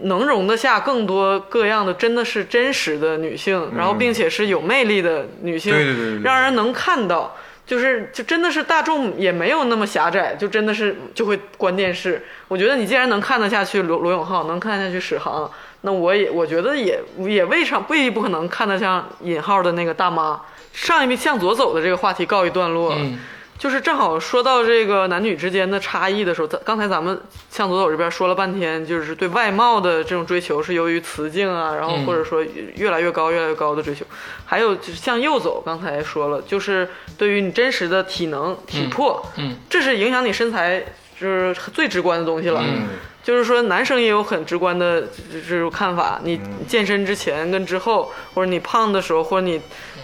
Speaker 3: 能容得下更多各样的，真的是真实的女性，然后并且是有魅力的女性，
Speaker 4: 嗯对对对对对
Speaker 3: 让人能看到。就是就真的是大众也没有那么狭窄，就真的是就会关电视。我觉得你既然能看得下去罗罗永浩，能看得下去史航，那我也我觉得也也未尝未必不可能看得像引号的那个大妈。上一笔向左走的这个话题告一段落了。
Speaker 2: 嗯
Speaker 3: 就是正好说到这个男女之间的差异的时候，咱刚才咱们向左走这边说了半天，就是对外貌的这种追求是由于雌竞啊，然后
Speaker 2: 嗯
Speaker 3: 或者说越来越高、越来越高的追求，还有就是向右走，刚才说了，就是对于你真实的体能、体魄，
Speaker 2: 嗯
Speaker 3: 这是影响你身材就是最直观的东西了。
Speaker 2: 嗯
Speaker 3: 就是说，男生也有很直观的这这种看法。你
Speaker 2: 嗯
Speaker 3: 健身之前跟之后，或者你胖的时候，或者你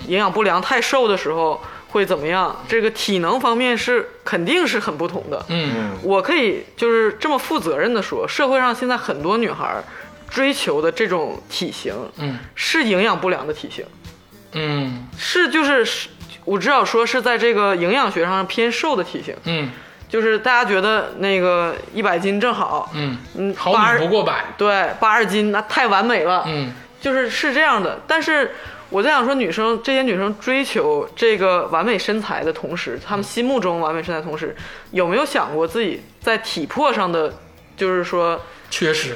Speaker 3: 营养不良太瘦的时候会怎么样？这个体能方面是肯定是很不同的。
Speaker 2: 嗯
Speaker 3: 我可以就是这么负责任的说，社会上现在很多女孩儿追求的这种体型
Speaker 2: 嗯
Speaker 3: 是营养不良的体型，
Speaker 2: 嗯
Speaker 3: 是就是是我只好说是在这个营养学上偏瘦的体型，
Speaker 2: 嗯
Speaker 3: 就是大家觉得那个一百斤正好，
Speaker 2: 嗯
Speaker 3: 嗯，
Speaker 2: 好
Speaker 3: 八
Speaker 2: 女
Speaker 3: 十
Speaker 2: 不过百，
Speaker 3: 对，八十斤那太完美了，
Speaker 2: 嗯
Speaker 3: 就是是这样的。但是我在想说，女生这些女生追求这个完美身材的同时，她们心目中完美身材的同时，有没有想过自己在体魄上的，就是说
Speaker 2: 缺失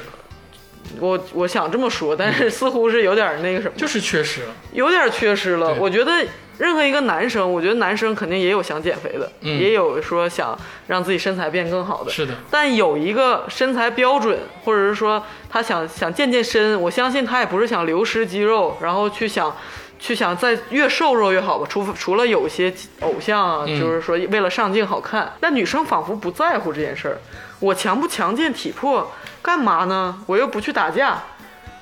Speaker 3: 我我想这么说，但
Speaker 2: 嗯
Speaker 3: 是似乎是有点那个什么，
Speaker 2: 就是缺失了，
Speaker 3: 有点缺失了。
Speaker 2: 对
Speaker 3: 我觉得任何一个男生，我觉得男生肯定也有想减肥的，
Speaker 2: 嗯
Speaker 3: 也有说想让自己身材变更好的，
Speaker 2: 是的，
Speaker 3: 但有一个身材标准，或者是说他想想健健身，我相信他也不是想流失肌肉，然后去想去想再越瘦弱越好吧。除除了有些偶像啊，
Speaker 2: 嗯
Speaker 3: 就是说为了上镜好看，但女生仿佛不在乎这件事儿。我强不强健体魄干嘛呢？我又不去打架。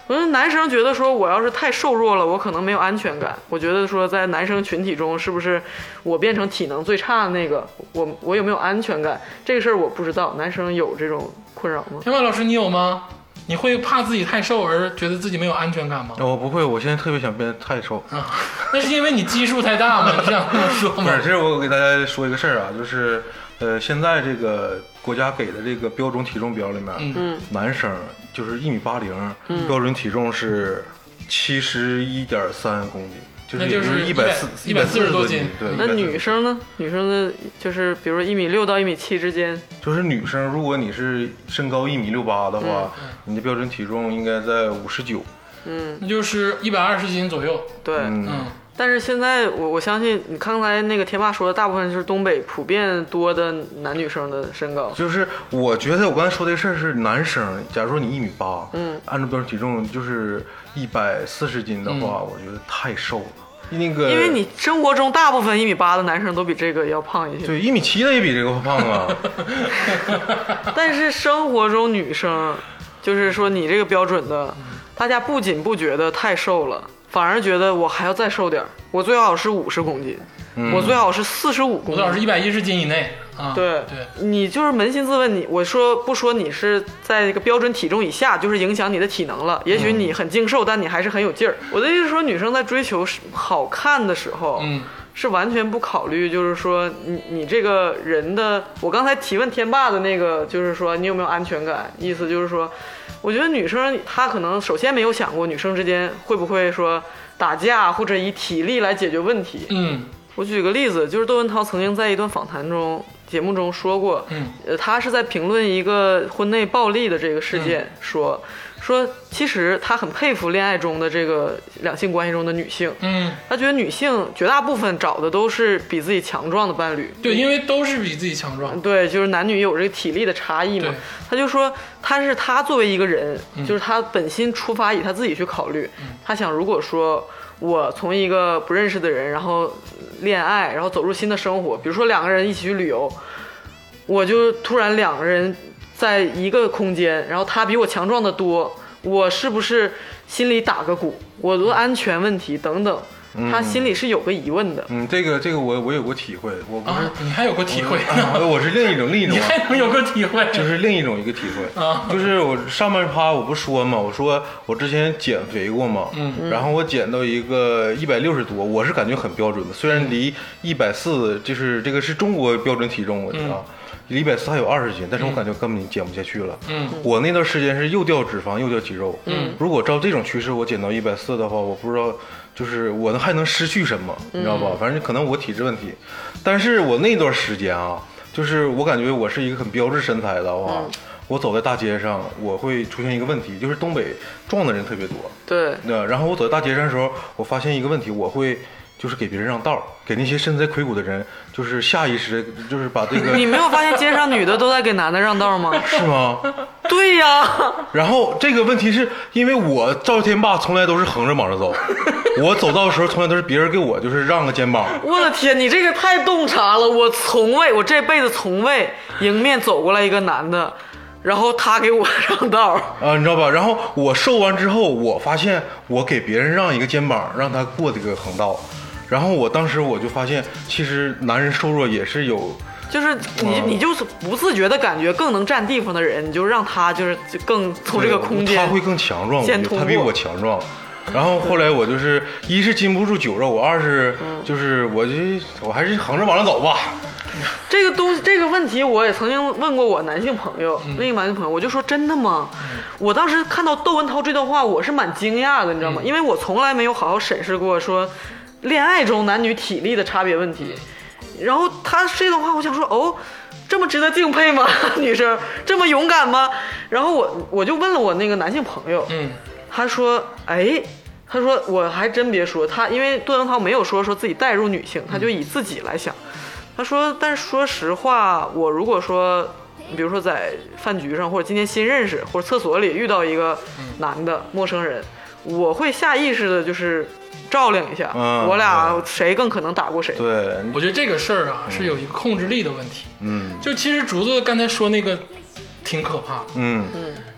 Speaker 3: 我觉得男生觉得说，我要是太瘦弱了，我可能没有安全感。我觉得说，在男生群体中，是不是我变成体能最差的那个？我我有没有安全感？这个事儿我不知道。男生有这种困扰吗？
Speaker 2: 天霸老师，你有吗？你会怕自己太瘦而觉得自己没有安全感吗？
Speaker 4: 哦我不会，我现在特别想变太瘦。
Speaker 2: 啊，那是因为你基数太大吗？你想这么说
Speaker 4: 不
Speaker 2: 吗
Speaker 4: 是，？这是我给大家说一个事儿啊，就是呃，现在这个国家给的这个标准体重表里面，
Speaker 2: 嗯
Speaker 4: 男生就是一米八零、
Speaker 3: 嗯
Speaker 4: 标准体重是七十一点三公斤，就是
Speaker 2: 那
Speaker 4: 也
Speaker 2: 就是是
Speaker 4: 一百四
Speaker 2: 140
Speaker 4: 十
Speaker 2: 多
Speaker 4: 斤
Speaker 2: 斤。
Speaker 4: 对，
Speaker 3: 那
Speaker 4: 140
Speaker 3: 女生呢？女生的就是比如说一米六到一米七之间，
Speaker 4: 就是女生，如果你是身高一米六八的话，
Speaker 3: 嗯
Speaker 4: 你的标准体重应该在五十九。
Speaker 2: 那就是一百二十斤左右。
Speaker 3: 对。
Speaker 4: 嗯
Speaker 2: 嗯
Speaker 3: 但是现在我我相信你刚才那个天霸说的，大部分是东北普遍多的男女生的身高。
Speaker 4: 就是我觉得我刚才说这事儿是男生，假如说你一米八，
Speaker 3: 嗯，
Speaker 4: 按照标准体重就是一百四十斤的话，我觉得太瘦了。那个，
Speaker 3: 嗯因为你生活中大部分一米八的男生都比这个要胖一些，
Speaker 4: 对一米七的也比这个胖啊，
Speaker 3: 但是生活中女生，就是说你这个标准的，大家不仅不觉得太瘦了，反而觉得我还要再瘦点儿，我最好是五十公斤，我最好是四十五公
Speaker 2: 我最好是
Speaker 3: 斤。
Speaker 2: 一百一十斤以内啊。
Speaker 3: 对
Speaker 2: 对，
Speaker 3: 你就是扪心自问你，我说不说你是在这个标准体重以下，就是影响你的体能
Speaker 2: 嗯
Speaker 3: 了。也许你很精瘦，但你还是很有劲儿。我的意思是说，女生在追求是好看的时候，
Speaker 2: 嗯
Speaker 3: 是完全不考虑，就是说你你这个人的，我刚才提问天霸的那个，就是说你有没有安全感，意思就是说，我觉得女生她可能首先没有想过女生之间会不会说打架或者以体力来解决问题。
Speaker 2: 嗯
Speaker 3: 我举个例子，就是窦文涛曾经在一段访谈中节目中说过，
Speaker 2: 嗯
Speaker 3: 呃，他是在评论一个婚内暴力的这个事件，说说其实他很佩服恋爱中的这个两性关系中的女性，
Speaker 2: 嗯，
Speaker 3: 他觉得女性绝大部分找的都是比自己强壮的伴侣，
Speaker 2: 对，因为都是比自己强壮。
Speaker 3: 对，就是男女有这个体力的差异嘛
Speaker 2: 对。
Speaker 3: 他就说，他是他作为一个人，就是他本心出发，以他自己去考虑。他想，如果说我从一个不认识的人，然后恋爱，然后走入新的生活，比如说两个人一起去旅游，我就突然两个人在一个空间，然后他比我强壮的多，我是不是心里打个鼓？我的安全问题等等，他心里是有个疑问的。
Speaker 4: 嗯，这个这个我我有过体会，我不
Speaker 2: 啊
Speaker 4: 是，
Speaker 2: 你还有过体会
Speaker 3: 啊
Speaker 2: 呢？
Speaker 4: 我我是另一种另一种
Speaker 2: 你
Speaker 4: 啊
Speaker 2: 还能有过体 会？
Speaker 4: 嗯就是另一种一个体会，就是我上半趴我不说嘛，我说我之前减肥过嘛，嗯，然后我减到一个一百六十多，我是嗯感觉很标准的，虽然离一百四就是这个是中国标准体重，我知道，啊离百四还有二十斤，但是我感觉根本减不下去了。
Speaker 2: 嗯，
Speaker 4: 我那段时间是又掉脂肪又掉肌肉。嗯，如果照这种趋势，我减到一百四的话，我不知道就是我能还能失去什么，你知道吧？反正可能我体质问题，但是我那段时间啊，就是我感觉我是一个很标致身材的话。我走在大街上，我会出现一个问题，就是东北壮的人特别多。
Speaker 3: 对，
Speaker 4: 那然后我走在大街上的时候，我发现一个问题，我会就是给别人让道儿，给那些身材魁梧的人，就是下意识的，就是把这
Speaker 3: 你
Speaker 4: 个
Speaker 3: 没有发现街上女的都在给男的让道吗？
Speaker 4: 是吗？
Speaker 3: 对呀、
Speaker 4: 然后这个问题是因为我赵天霸从来都是横着往上走，我走道的时候从来都是别人给我就是让个肩膀，
Speaker 3: 我的天，你这个太洞察了！我从未，我这辈子从未迎面走过来一个男的，然后他给我让道。
Speaker 4: 啊，你知道吧？然后我瘦完之后，我发现我给别人让一个肩膀，让他过这个横道。然后我当时我就发现，其实男人瘦弱也是有，
Speaker 3: 就是你，你就是不自觉的感觉更能占地方的人，你就让他就是就更从这个空间，
Speaker 4: 他会更强壮，我觉
Speaker 3: 先
Speaker 4: 得
Speaker 3: 通
Speaker 4: 他比
Speaker 3: 过
Speaker 4: 我强壮。然后后来 我就是一是禁不住酒肉，我二是就是我就我还是横着往上走吧。
Speaker 3: 这个东西，这个问题，我也曾经问过我男性朋友，
Speaker 4: 嗯
Speaker 3: 另一个男性朋友，我就说真的吗？我当时看到窦文涛这段话，我是蛮惊讶的，你知道
Speaker 4: 嗯
Speaker 3: 吗？因为我从来没有好好审视过说恋爱中男女体力的差别问
Speaker 4: 嗯
Speaker 3: 题。然后他这段话，我想说，哦，这么值得敬佩吗？ 女生这么勇敢吗？然后我我就问了我那个男性朋友，
Speaker 2: 嗯
Speaker 3: 他说：“哎，他说我还真别说，他因为窦文涛没有说说自己代入女性，他就以自己来想。他说，但是说实话，我如果说，比如说在饭局上，或者今天新认识，或者厕所里遇到一个男的陌生人，我会下意识的就是照亮一下，
Speaker 4: 嗯
Speaker 3: 我俩谁更可能打过谁。
Speaker 4: 对，
Speaker 2: 我觉得这个事儿啊是有一个控制力的问题。
Speaker 4: 嗯
Speaker 2: 就其实竹子刚才说那个挺可怕的，
Speaker 4: 嗯，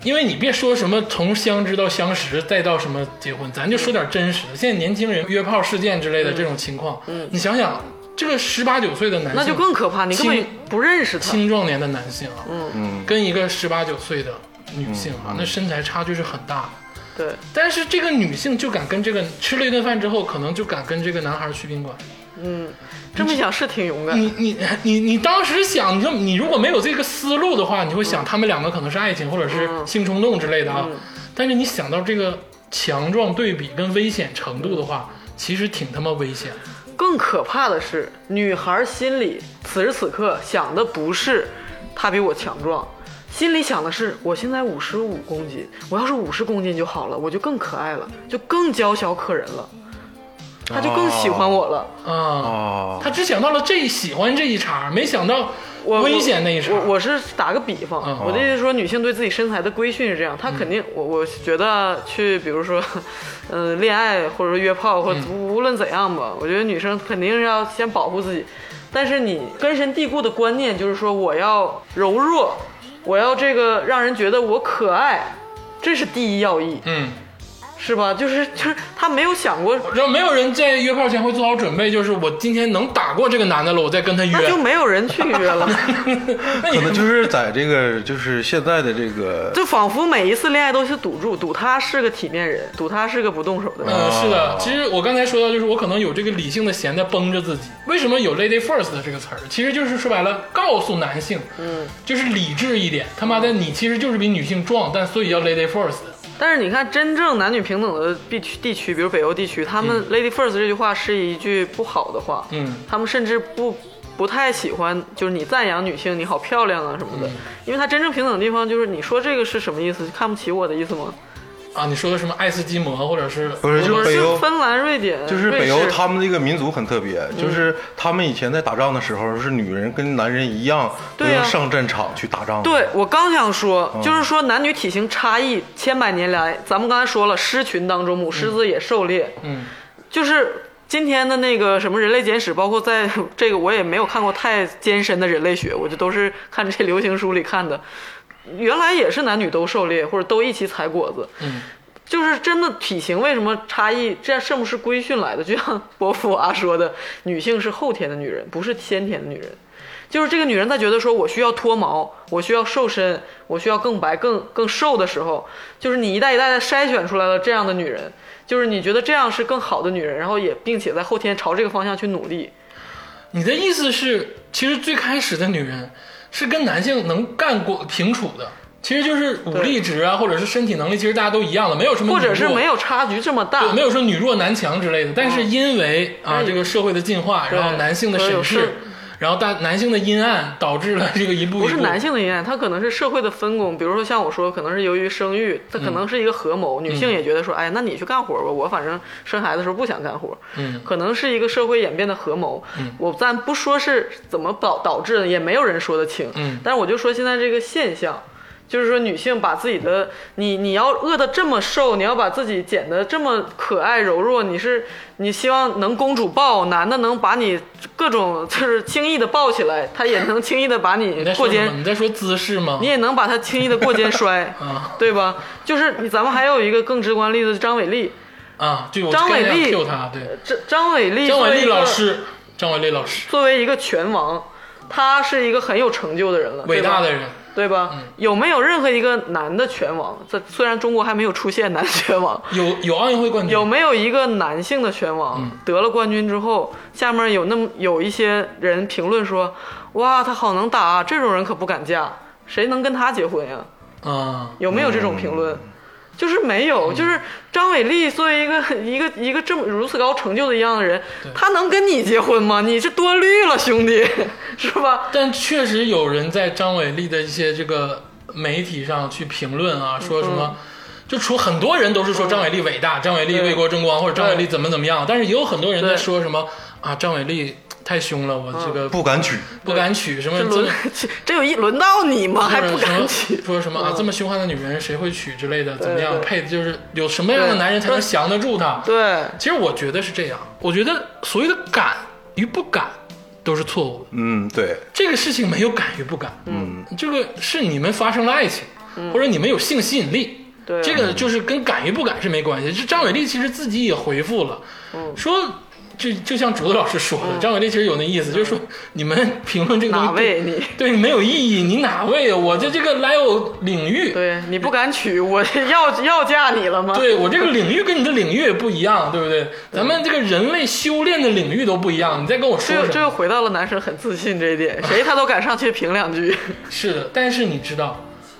Speaker 2: 因为你别说什么从相知到相识，再到什么结婚，咱就说点真实的。现在年轻人约炮事件之类的这种情况，嗯，你想想，这个十八九岁的男性，
Speaker 3: 那就更可怕，你根本
Speaker 2: 亲
Speaker 3: 不认识他。
Speaker 2: 青壮年的男性啊，嗯
Speaker 4: 嗯
Speaker 2: 跟一个十八九岁的女性啊，那身材差距是很大的。
Speaker 3: 对，
Speaker 2: 但是这个女性就敢跟这个吃了一顿饭之后，可能就敢跟这个男孩去宾馆。
Speaker 3: 这么一想是挺勇敢。
Speaker 2: 你你你你当时想，你就你如果没有这个思路的话，你会想他们两个可能是爱情或者是性冲动之类的啊。
Speaker 3: 嗯
Speaker 2: 但是你想到这个强壮对比跟危险程度的话，
Speaker 3: 嗯
Speaker 2: 其实挺他妈危险的。
Speaker 3: 更可怕的是，女孩心里此时此刻想的不是她比我强壮，心里想的是我现在五十五公斤，我要是五十公斤就好了，我就更可爱了，就更娇小可人了，她就更喜
Speaker 2: 哦
Speaker 3: 欢我了。
Speaker 2: 啊、
Speaker 4: 啊，
Speaker 2: 他只想到了这一喜欢这一茬，没想到
Speaker 3: 我
Speaker 2: 危险那一茬。
Speaker 3: 我我是打个比方，
Speaker 2: 嗯
Speaker 3: 我的意思是说，女性对自己身材的规训是这样，她肯定，我我觉得去，比如说，嗯、恋爱或者说约炮，或者
Speaker 2: 嗯
Speaker 3: 无论怎样吧，我觉得女生肯定是要先保护自己，但是你根深蒂固的观念就是说，我要柔弱，我要这个让人觉得我可爱，这是第一要义，
Speaker 2: 嗯，
Speaker 3: 是吧？就是就是她没有想过，
Speaker 2: 然后没有人在约炮前会做好准备，就是我今天能打过这个男的了，我再跟他约。
Speaker 3: 那就没有人去约 了。
Speaker 2: 那你
Speaker 4: 可能就是在这个就是现在的这个
Speaker 3: 就仿佛每一次恋爱都是赌注，赌他是个体面人，赌他是个不动手的人。
Speaker 2: 嗯，是
Speaker 4: 哦
Speaker 2: 的。其实我刚才说到，就是我可能有这个理性的弦在绷着自己。为什么有 “lady first” 的这个词儿？其实就是说白了，告诉男性，嗯，就是理智一点。他妈的，你其实就是比女性壮，但所以叫 “lady first”。
Speaker 3: 但是你看，真正男女平等的地区地区，比如北欧地区，他们
Speaker 4: 嗯
Speaker 3: “lady first” 这句话是一句不好的话，
Speaker 2: 嗯，
Speaker 3: 他们甚至不不太喜欢，就是你赞扬女性，你好漂亮啊什么
Speaker 4: 嗯
Speaker 3: 的，因为他真正平等的地方就是你说这个是什么意思？看不起我的意思吗？
Speaker 2: 啊，你说的什么爱斯基摩，或者是
Speaker 4: 不是就
Speaker 3: 我
Speaker 4: 是北
Speaker 3: 是
Speaker 4: 欧，
Speaker 3: 芬兰、瑞典，
Speaker 4: 就是
Speaker 3: 瑞
Speaker 4: 北
Speaker 3: 士
Speaker 4: 欧他们这个民族很特别，就是他们以前在打仗的时候是女人跟男人一样都
Speaker 3: 对啊
Speaker 4: 要上战场去打仗的。
Speaker 3: 对我刚想说，
Speaker 2: 嗯
Speaker 3: 就是说男女体型差异，千百年来，咱们刚才说了，狮群当中母狮子也狩猎，
Speaker 2: 嗯，
Speaker 3: 就是今天的那个什么《人类简史》，包括在 这个我也没有看过太艰深的人类学，我就都是看这流行书里看的。原来也是男女都狩猎，或者都一起采果子。
Speaker 2: 嗯，
Speaker 3: 就是真的体型为什么差异？这样是不是规训来的？就像伯父啊说的，女性是后天的女人，不是先天的女人。就是这个女人在觉得说我需要脱毛，我需要瘦身，我需要更白、更更瘦的时候，就是你一代一代的筛选出来了这样的女人，就是你觉得这样是更好的女人，然后也并且在后天朝这个方向去努力。
Speaker 2: 你的意思是，其实最开始的女人是跟男性能干过平处的。其实就是武力值啊，或者是身体能力，其实大家都一样的，没有什么
Speaker 3: 或者
Speaker 2: 女
Speaker 3: 是
Speaker 2: 弱
Speaker 3: 没有差距这么大，
Speaker 2: 对，没有说女弱男强之类的，但是因为啊
Speaker 3: 嗯
Speaker 2: 这个社会的进化，
Speaker 3: 对
Speaker 2: 然后男性的
Speaker 3: 所以有
Speaker 2: 审
Speaker 3: 事
Speaker 2: 视，然后大男性的阴暗，导致了这个一步一步。
Speaker 3: 不是男性的阴暗，它可能是社会的分工。比如说像我说，可能是由于生育，它
Speaker 2: 嗯
Speaker 3: 可能是一个合谋，女性也觉得说，哎，那你去干活吧，我反正生孩子的时候不想干活。
Speaker 2: 嗯
Speaker 3: 可能是一个社会演变的合谋。我咱不说是怎么导导致的，也没有人说得清。
Speaker 2: 嗯
Speaker 3: 但是我就说现在这个现象。就是说，女性把自己的你，你要饿得这么瘦，你要把自己减得这么可爱柔弱，你是你希望能公主抱，男的能把你各种 就是轻易的抱起来，他也能轻易的把你
Speaker 2: 你在
Speaker 3: 过
Speaker 2: 说什
Speaker 3: 肩
Speaker 2: 么？你在说姿势吗？
Speaker 3: 你也能把他轻易的过 肩摔
Speaker 2: 啊，
Speaker 3: 对吧？就是你，咱们还有一个更直观例子，是张伟丽，
Speaker 2: 啊，对，我
Speaker 3: 张伟丽
Speaker 2: ，Q 他，对，
Speaker 3: 这张伟丽，
Speaker 2: 张伟丽老，师，张伟丽老师，
Speaker 3: 作为一个拳王，他是一个很有成就的人了，
Speaker 2: 伟大的
Speaker 3: 人，
Speaker 2: 人，嗯
Speaker 3: 对吧？有没有任何一个男的拳王？在虽然中国还没有出现男拳王，
Speaker 2: 有有奥运会冠军，
Speaker 3: 有没有一个男性的拳王、
Speaker 2: 嗯
Speaker 3: 得了冠军之后，下面有那么有一些人评论说，哇，他好能打啊，这种人可不敢嫁，谁能跟他结婚呀？
Speaker 2: 啊，
Speaker 3: 有没有这种评论？
Speaker 2: 嗯
Speaker 3: 就是没有，就是张伟丽作为一个 一个一个这么如此高成就的一样的人，他能跟你结婚吗？你是多虑了，兄弟， 是吧？
Speaker 2: 但确实有人在张伟丽的一些这个媒体上去评论啊，
Speaker 3: 嗯
Speaker 2: 说什么，就除很多人都是说张伟丽伟大，张伟丽为国争光，或者张伟丽怎么怎么样，但是也有很多人在
Speaker 3: 对嗯
Speaker 2: 说什么啊，张伟丽太凶了，我这个
Speaker 4: 不敢举，
Speaker 2: 不敢娶什么
Speaker 3: 这
Speaker 2: 这
Speaker 3: 轮
Speaker 2: 么。
Speaker 3: 这这有一轮到你吗？还不
Speaker 2: 或者什
Speaker 3: 敢
Speaker 2: 么
Speaker 3: 娶？ 嗯
Speaker 2: 说什么啊？这么凶悍的女人谁会娶之类的？怎么样
Speaker 3: 对
Speaker 2: 配？就是有什么样的
Speaker 3: 对
Speaker 2: 男人才能降得住她？
Speaker 3: 对，
Speaker 2: 其实我觉得是这样，我觉得所谓的敢与不敢都是错误的。
Speaker 4: 嗯，对，
Speaker 2: 这个事情没有敢与不敢，嗯，这个是你们发生了爱情，或者你们有性吸引力，
Speaker 3: 嗯对
Speaker 2: 这个就是跟敢与不敢是没关系。这张伟丽其实自己也回复了，
Speaker 3: 嗯
Speaker 2: 说就就像竹子老师说的，张伟丽其实有那意思，就是说你们评论这个东西
Speaker 3: 嗯哪位你？
Speaker 2: 对没有意义，你哪位啊？我的这个来有领域，
Speaker 3: 对你不敢娶，我 要要嫁你了吗？
Speaker 2: 对我这个领域跟你的领域也不一样，对不对？咱们这个人类修炼的领域都不一样，你再跟我
Speaker 3: 这
Speaker 2: 说
Speaker 3: 又
Speaker 2: 什
Speaker 3: 这
Speaker 2: 么？
Speaker 3: 又回到了男生很自信这一点，谁他都敢上去评两句。
Speaker 2: 是的，但是你知道，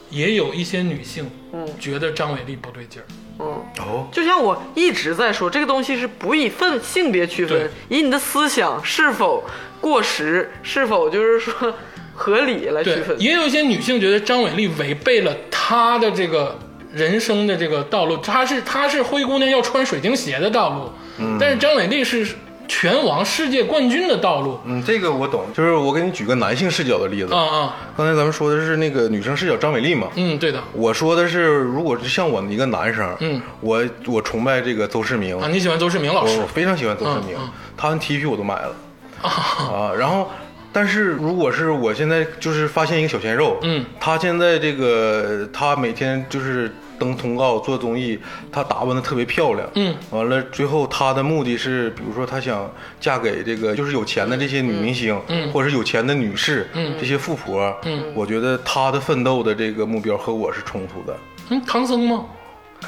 Speaker 2: 也有一些女性，嗯，觉得张伟丽不对劲儿。
Speaker 3: 嗯，
Speaker 4: 哦，
Speaker 3: 就像我一直在说，这个东西是不以分性别区分
Speaker 2: 对，
Speaker 3: 以你的思想是否过时，是否就是说合理来区
Speaker 2: 对，
Speaker 3: 分。
Speaker 2: 也有一些女性觉得张伟丽违背了她的这个人生的这个道路，她是她是灰姑娘要穿水晶鞋的道路，但是张伟丽是拳王世界冠军的道路。
Speaker 4: 嗯，这个我懂，就是我给你举个男性视角的例子。
Speaker 2: 啊啊，
Speaker 4: 刚才咱们说的是那个女生视角张美丽嘛，
Speaker 2: 嗯，对的
Speaker 4: 我说的是，如果是像我一个男生，
Speaker 2: 嗯，
Speaker 4: 我我崇拜这个邹市明，
Speaker 2: 啊，你喜欢邹市明老师
Speaker 4: 我非常喜欢邹市明，
Speaker 2: 嗯
Speaker 4: 他的 T 恤我都买了啊然后，但是如果是我现在就是发现一个小鲜肉，
Speaker 2: 嗯，
Speaker 4: 他现在这个他每天就是登通告做综艺，他打扮的特别漂亮，
Speaker 2: 嗯，
Speaker 4: 完了最后他的目的是，比如说他想嫁给这个就是有钱的这些女明星，嗯，或者是有钱的女士，嗯，这些富婆，嗯，我觉得他的奋斗的这个目标和我是冲突的，
Speaker 2: 嗯，唐僧吗？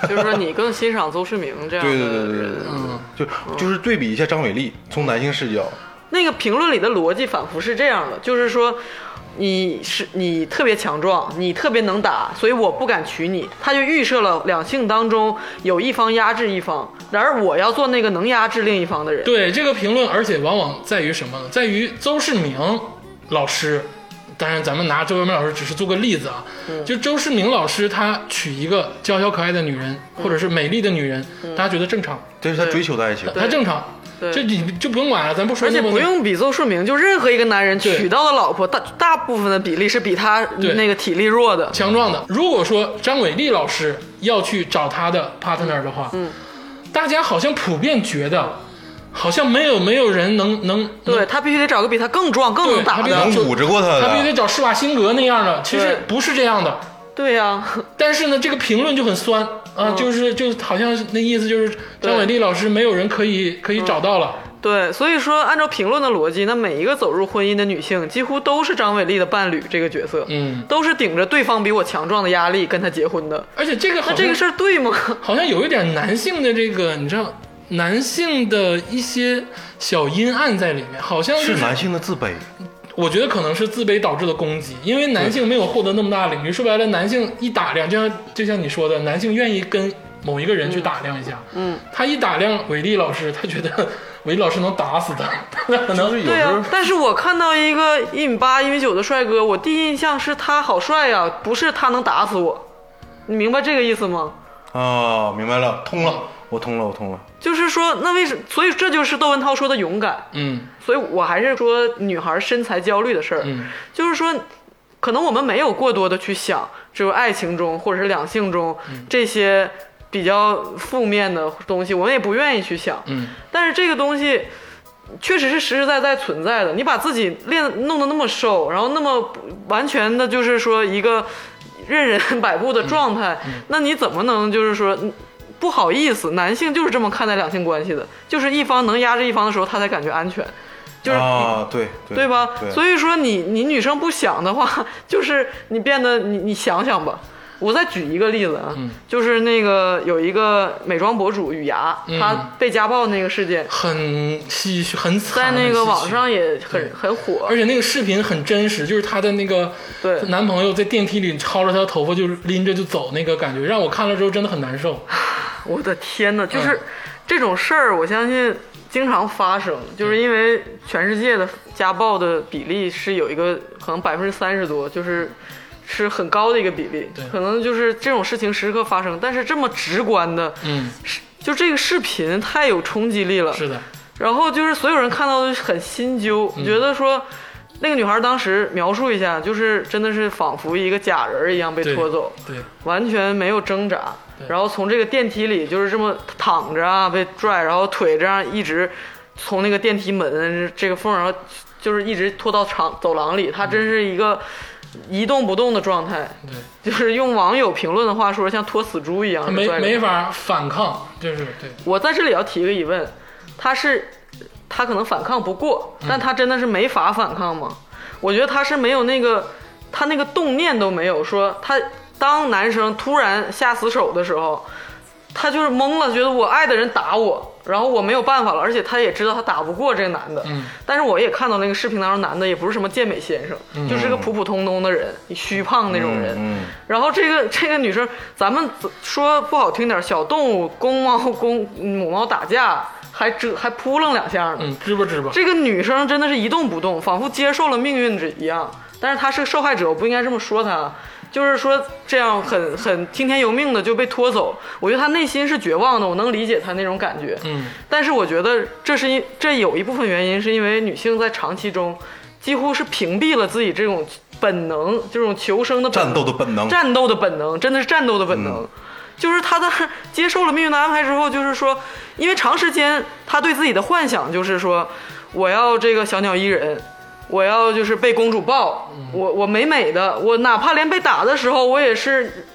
Speaker 3: 就是说你更欣赏邹市明这样的人。
Speaker 4: 对对对对对对，对就就是对比一下张伟丽，从男性视角，
Speaker 3: 那个评论里的逻辑仿佛是这样的，就是说，你是你特别强壮，你特别能打，所以我不敢娶你。他就预设了两性当中有一方压制一方，然而我要做那个能压制另一方的人。
Speaker 2: 对这个评论，而且往往在于什么呢？在于邹市明老师。当然，咱们拿周渝民老师只是做个例子啊。
Speaker 3: 嗯
Speaker 2: 就周市明老师，他娶一个娇小可爱的女人，
Speaker 3: 嗯
Speaker 2: 或者是美丽的女人，大家觉得正常，
Speaker 4: 这是他追求的爱情。
Speaker 2: 他正常。
Speaker 3: 对
Speaker 2: 就你就不用管了，咱不说
Speaker 3: 而且
Speaker 2: 那么
Speaker 3: 不用比邹市明，就任何一个男人
Speaker 2: 对
Speaker 3: 娶到的老婆，大大部分的比例是比他
Speaker 2: 对
Speaker 3: 那个体力弱的。
Speaker 2: 强壮的。如果说张伟丽老师要去找他的 partner 的话，嗯，大家好像普遍觉得，好像没有没有人能能
Speaker 3: 对他必须得找个比他更壮、更
Speaker 2: 对
Speaker 3: 能打
Speaker 2: 他必须
Speaker 3: 的。
Speaker 4: 能
Speaker 2: 就
Speaker 4: 捂着过他的，
Speaker 2: 他必须得找施瓦辛格那样的，其实
Speaker 3: 对
Speaker 2: 不是这样的。
Speaker 3: 对呀、
Speaker 2: 但是呢，这个评论就很酸啊，就是就好像是那意思就是张伟丽老师没有人可以可以找到了，
Speaker 3: 对，所以说按照评论的逻辑，那每一个走入婚姻的女性，几乎都是张伟丽的伴侣这个角色，
Speaker 2: 嗯
Speaker 3: 都是顶着对方比我强壮的压力跟他结婚的。
Speaker 2: 而且这个好像
Speaker 3: 那这个事儿对吗？
Speaker 2: 好像有一点男性的这个，你知道。男性的一些小阴暗在里面，好像就是
Speaker 4: 男性的自卑，
Speaker 2: 我觉得可能是自卑导致的攻击，因为男性没有获得那么大的领域。说白了，哎男性一打量，就像就像你说的，男性愿意跟某一个人去打量一下。嗯，他一打量韦力老师，他觉得韦力老师能打死他，他可能啊
Speaker 4: 就是有
Speaker 3: 对
Speaker 4: 时
Speaker 3: 呀、
Speaker 4: 候
Speaker 3: 但是我看到一个一米八、一米九的帅哥，我第一印象是他好帅呀、不是他能打死我，你明白这个意思吗？
Speaker 4: 啊，明白了，通了，我通了，我通了。
Speaker 3: 就是说，那为什所以这就是窦文涛说的勇敢。
Speaker 2: 嗯
Speaker 3: 所以我还是说女孩身材焦虑的事儿，
Speaker 2: 嗯
Speaker 3: 就是说，可能我们没有过多的去想，只有爱情中或者是两性中、这些比较负面的东西，我们也不愿意去想。
Speaker 2: 嗯
Speaker 3: 但是这个东西确实是实实在在存在的。你把自己练弄得那么瘦，然后那么完全的，就是说一个任人摆布的状态，
Speaker 4: 嗯
Speaker 3: 那你怎么能就是说？嗯不好意思，男性就是这么看待两性关系的，就是一方能压制一方的时候，他才感觉安全，就是
Speaker 4: 啊，对对
Speaker 3: 对吧？
Speaker 4: 对，
Speaker 3: 所
Speaker 4: 以
Speaker 3: 以说你你女生不想的话， 就是你变得你你想想吧。我再举一个例子啊，
Speaker 4: 嗯
Speaker 3: 就是那个有一个美妆博主雨芽，
Speaker 4: 嗯
Speaker 3: 她被家暴那个事件，
Speaker 2: 很唏嘘，很惨。
Speaker 3: 在那个网
Speaker 2: 很唏
Speaker 3: 上
Speaker 2: 嘘，
Speaker 3: 也很
Speaker 2: 对
Speaker 3: 很火
Speaker 2: 而。且那个视频很真实，就是她的那个
Speaker 3: 对
Speaker 2: 男朋友在电梯里薅着她的头发就拎着就走，那个感觉让我看了之后真的很难受。
Speaker 3: 我的天呐，就是
Speaker 2: 嗯
Speaker 3: 这种事儿，我相信经常发生，就是
Speaker 2: 嗯
Speaker 3: 因为全世界的家暴的比例是有一个可能百分之三十多，就是。是很高的一个比例
Speaker 2: 对，
Speaker 3: 可能就是这种事情时刻发生，但是这么直观的，
Speaker 2: 嗯，
Speaker 3: 是就这个视频太有冲击力了。
Speaker 2: 是的，嗯
Speaker 3: 然后就是所有人看到都很心揪，觉得说那个女孩当时描述一下，就是真的是仿佛一个假人儿一样被
Speaker 2: 对
Speaker 3: 拖走，
Speaker 2: 对，
Speaker 3: 完全没有挣扎
Speaker 2: 对，
Speaker 3: 然后从这个电梯里就是这么躺着啊被拽，然后腿这样一直从那个电梯门这个缝儿，然后就是一直拖到长走廊里，她真是一个一动不动的状态，
Speaker 2: 对，
Speaker 3: 就是用网友评论的话说，像拖死猪一样
Speaker 2: 他
Speaker 3: 是
Speaker 2: 没
Speaker 3: 拽着
Speaker 2: 没法反抗，就是对，
Speaker 3: 我在这里要提一个疑问，他是他可能反抗不过，
Speaker 4: 嗯
Speaker 3: 但他真的是没法反抗吗？我觉得他是没有那个他那个动念都没有，说他当男生突然下死手的时候，他就是懵了，觉得我爱的人打我，然后我没有办法了，而且他也知道他打不过这个男的。
Speaker 2: 嗯
Speaker 3: 但是我也看到那个视频当中，男的也不是什么健美先生，就是个普普通通的人，虚胖那种人。
Speaker 4: 嗯，
Speaker 3: 然后这个 这个女生，咱们说不好听点儿，小动物公猫公母猫打架，还折还扑棱两下呢。
Speaker 2: 嗯，支吧支吧，
Speaker 3: 这个女生真的是一动不动，仿佛接受了命运之一样。但是她是个受害者，我不应该这么说她，啊就是说这样很很听天由命的就被拖走。我觉得她内心是绝望的，我能理解她那种感觉。
Speaker 2: 嗯，
Speaker 3: 但是我觉得这是因这有一部分原因是因为女性在长期中几乎是屏蔽了自己这种本能，这种求生的本
Speaker 4: 战
Speaker 3: 能
Speaker 4: 斗的本能，
Speaker 3: 战斗的本能，真的是战斗的本能。就是他在接受了命运的安排之后，就是说，因为长时间他对自己的幻想就是说，我要这个小鸟依人，我要就是被公主抱，我我美美的，我哪怕连被打的时候，我也是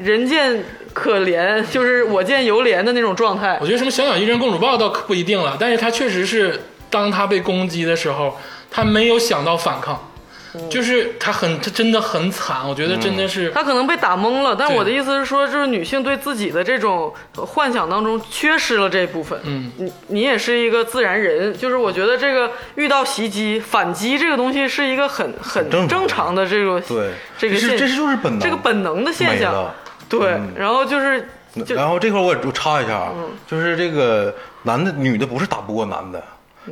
Speaker 3: 人见可怜，就是我见犹怜的那种状态
Speaker 2: 我。觉得什么小鸟依人、公主抱倒不一定了，但是他确实是，当他被攻击的时候，他没有想到反抗，
Speaker 3: 嗯
Speaker 2: 就是他很，他真的很惨，我觉得真的是，
Speaker 3: 他可能被打懵了，但
Speaker 2: 对
Speaker 3: 我的意思是说，就是女性对自己的这种呃幻想当中缺失了这部分。
Speaker 2: 嗯，
Speaker 3: 你你也是一个自然人，就是我觉得这个遇到袭击、反击这个东西是一个很很
Speaker 4: 正常的
Speaker 3: 正常的这种
Speaker 4: 对，
Speaker 3: 这个
Speaker 4: 是
Speaker 3: 现
Speaker 4: 这是就是本能，
Speaker 3: 这个本能的现
Speaker 4: 美
Speaker 3: 象
Speaker 4: 了。
Speaker 3: 对，
Speaker 4: 嗯
Speaker 3: 然后就是就
Speaker 4: 然后这块儿我也我插一下啊，就是这个男的女的不是打不过男的，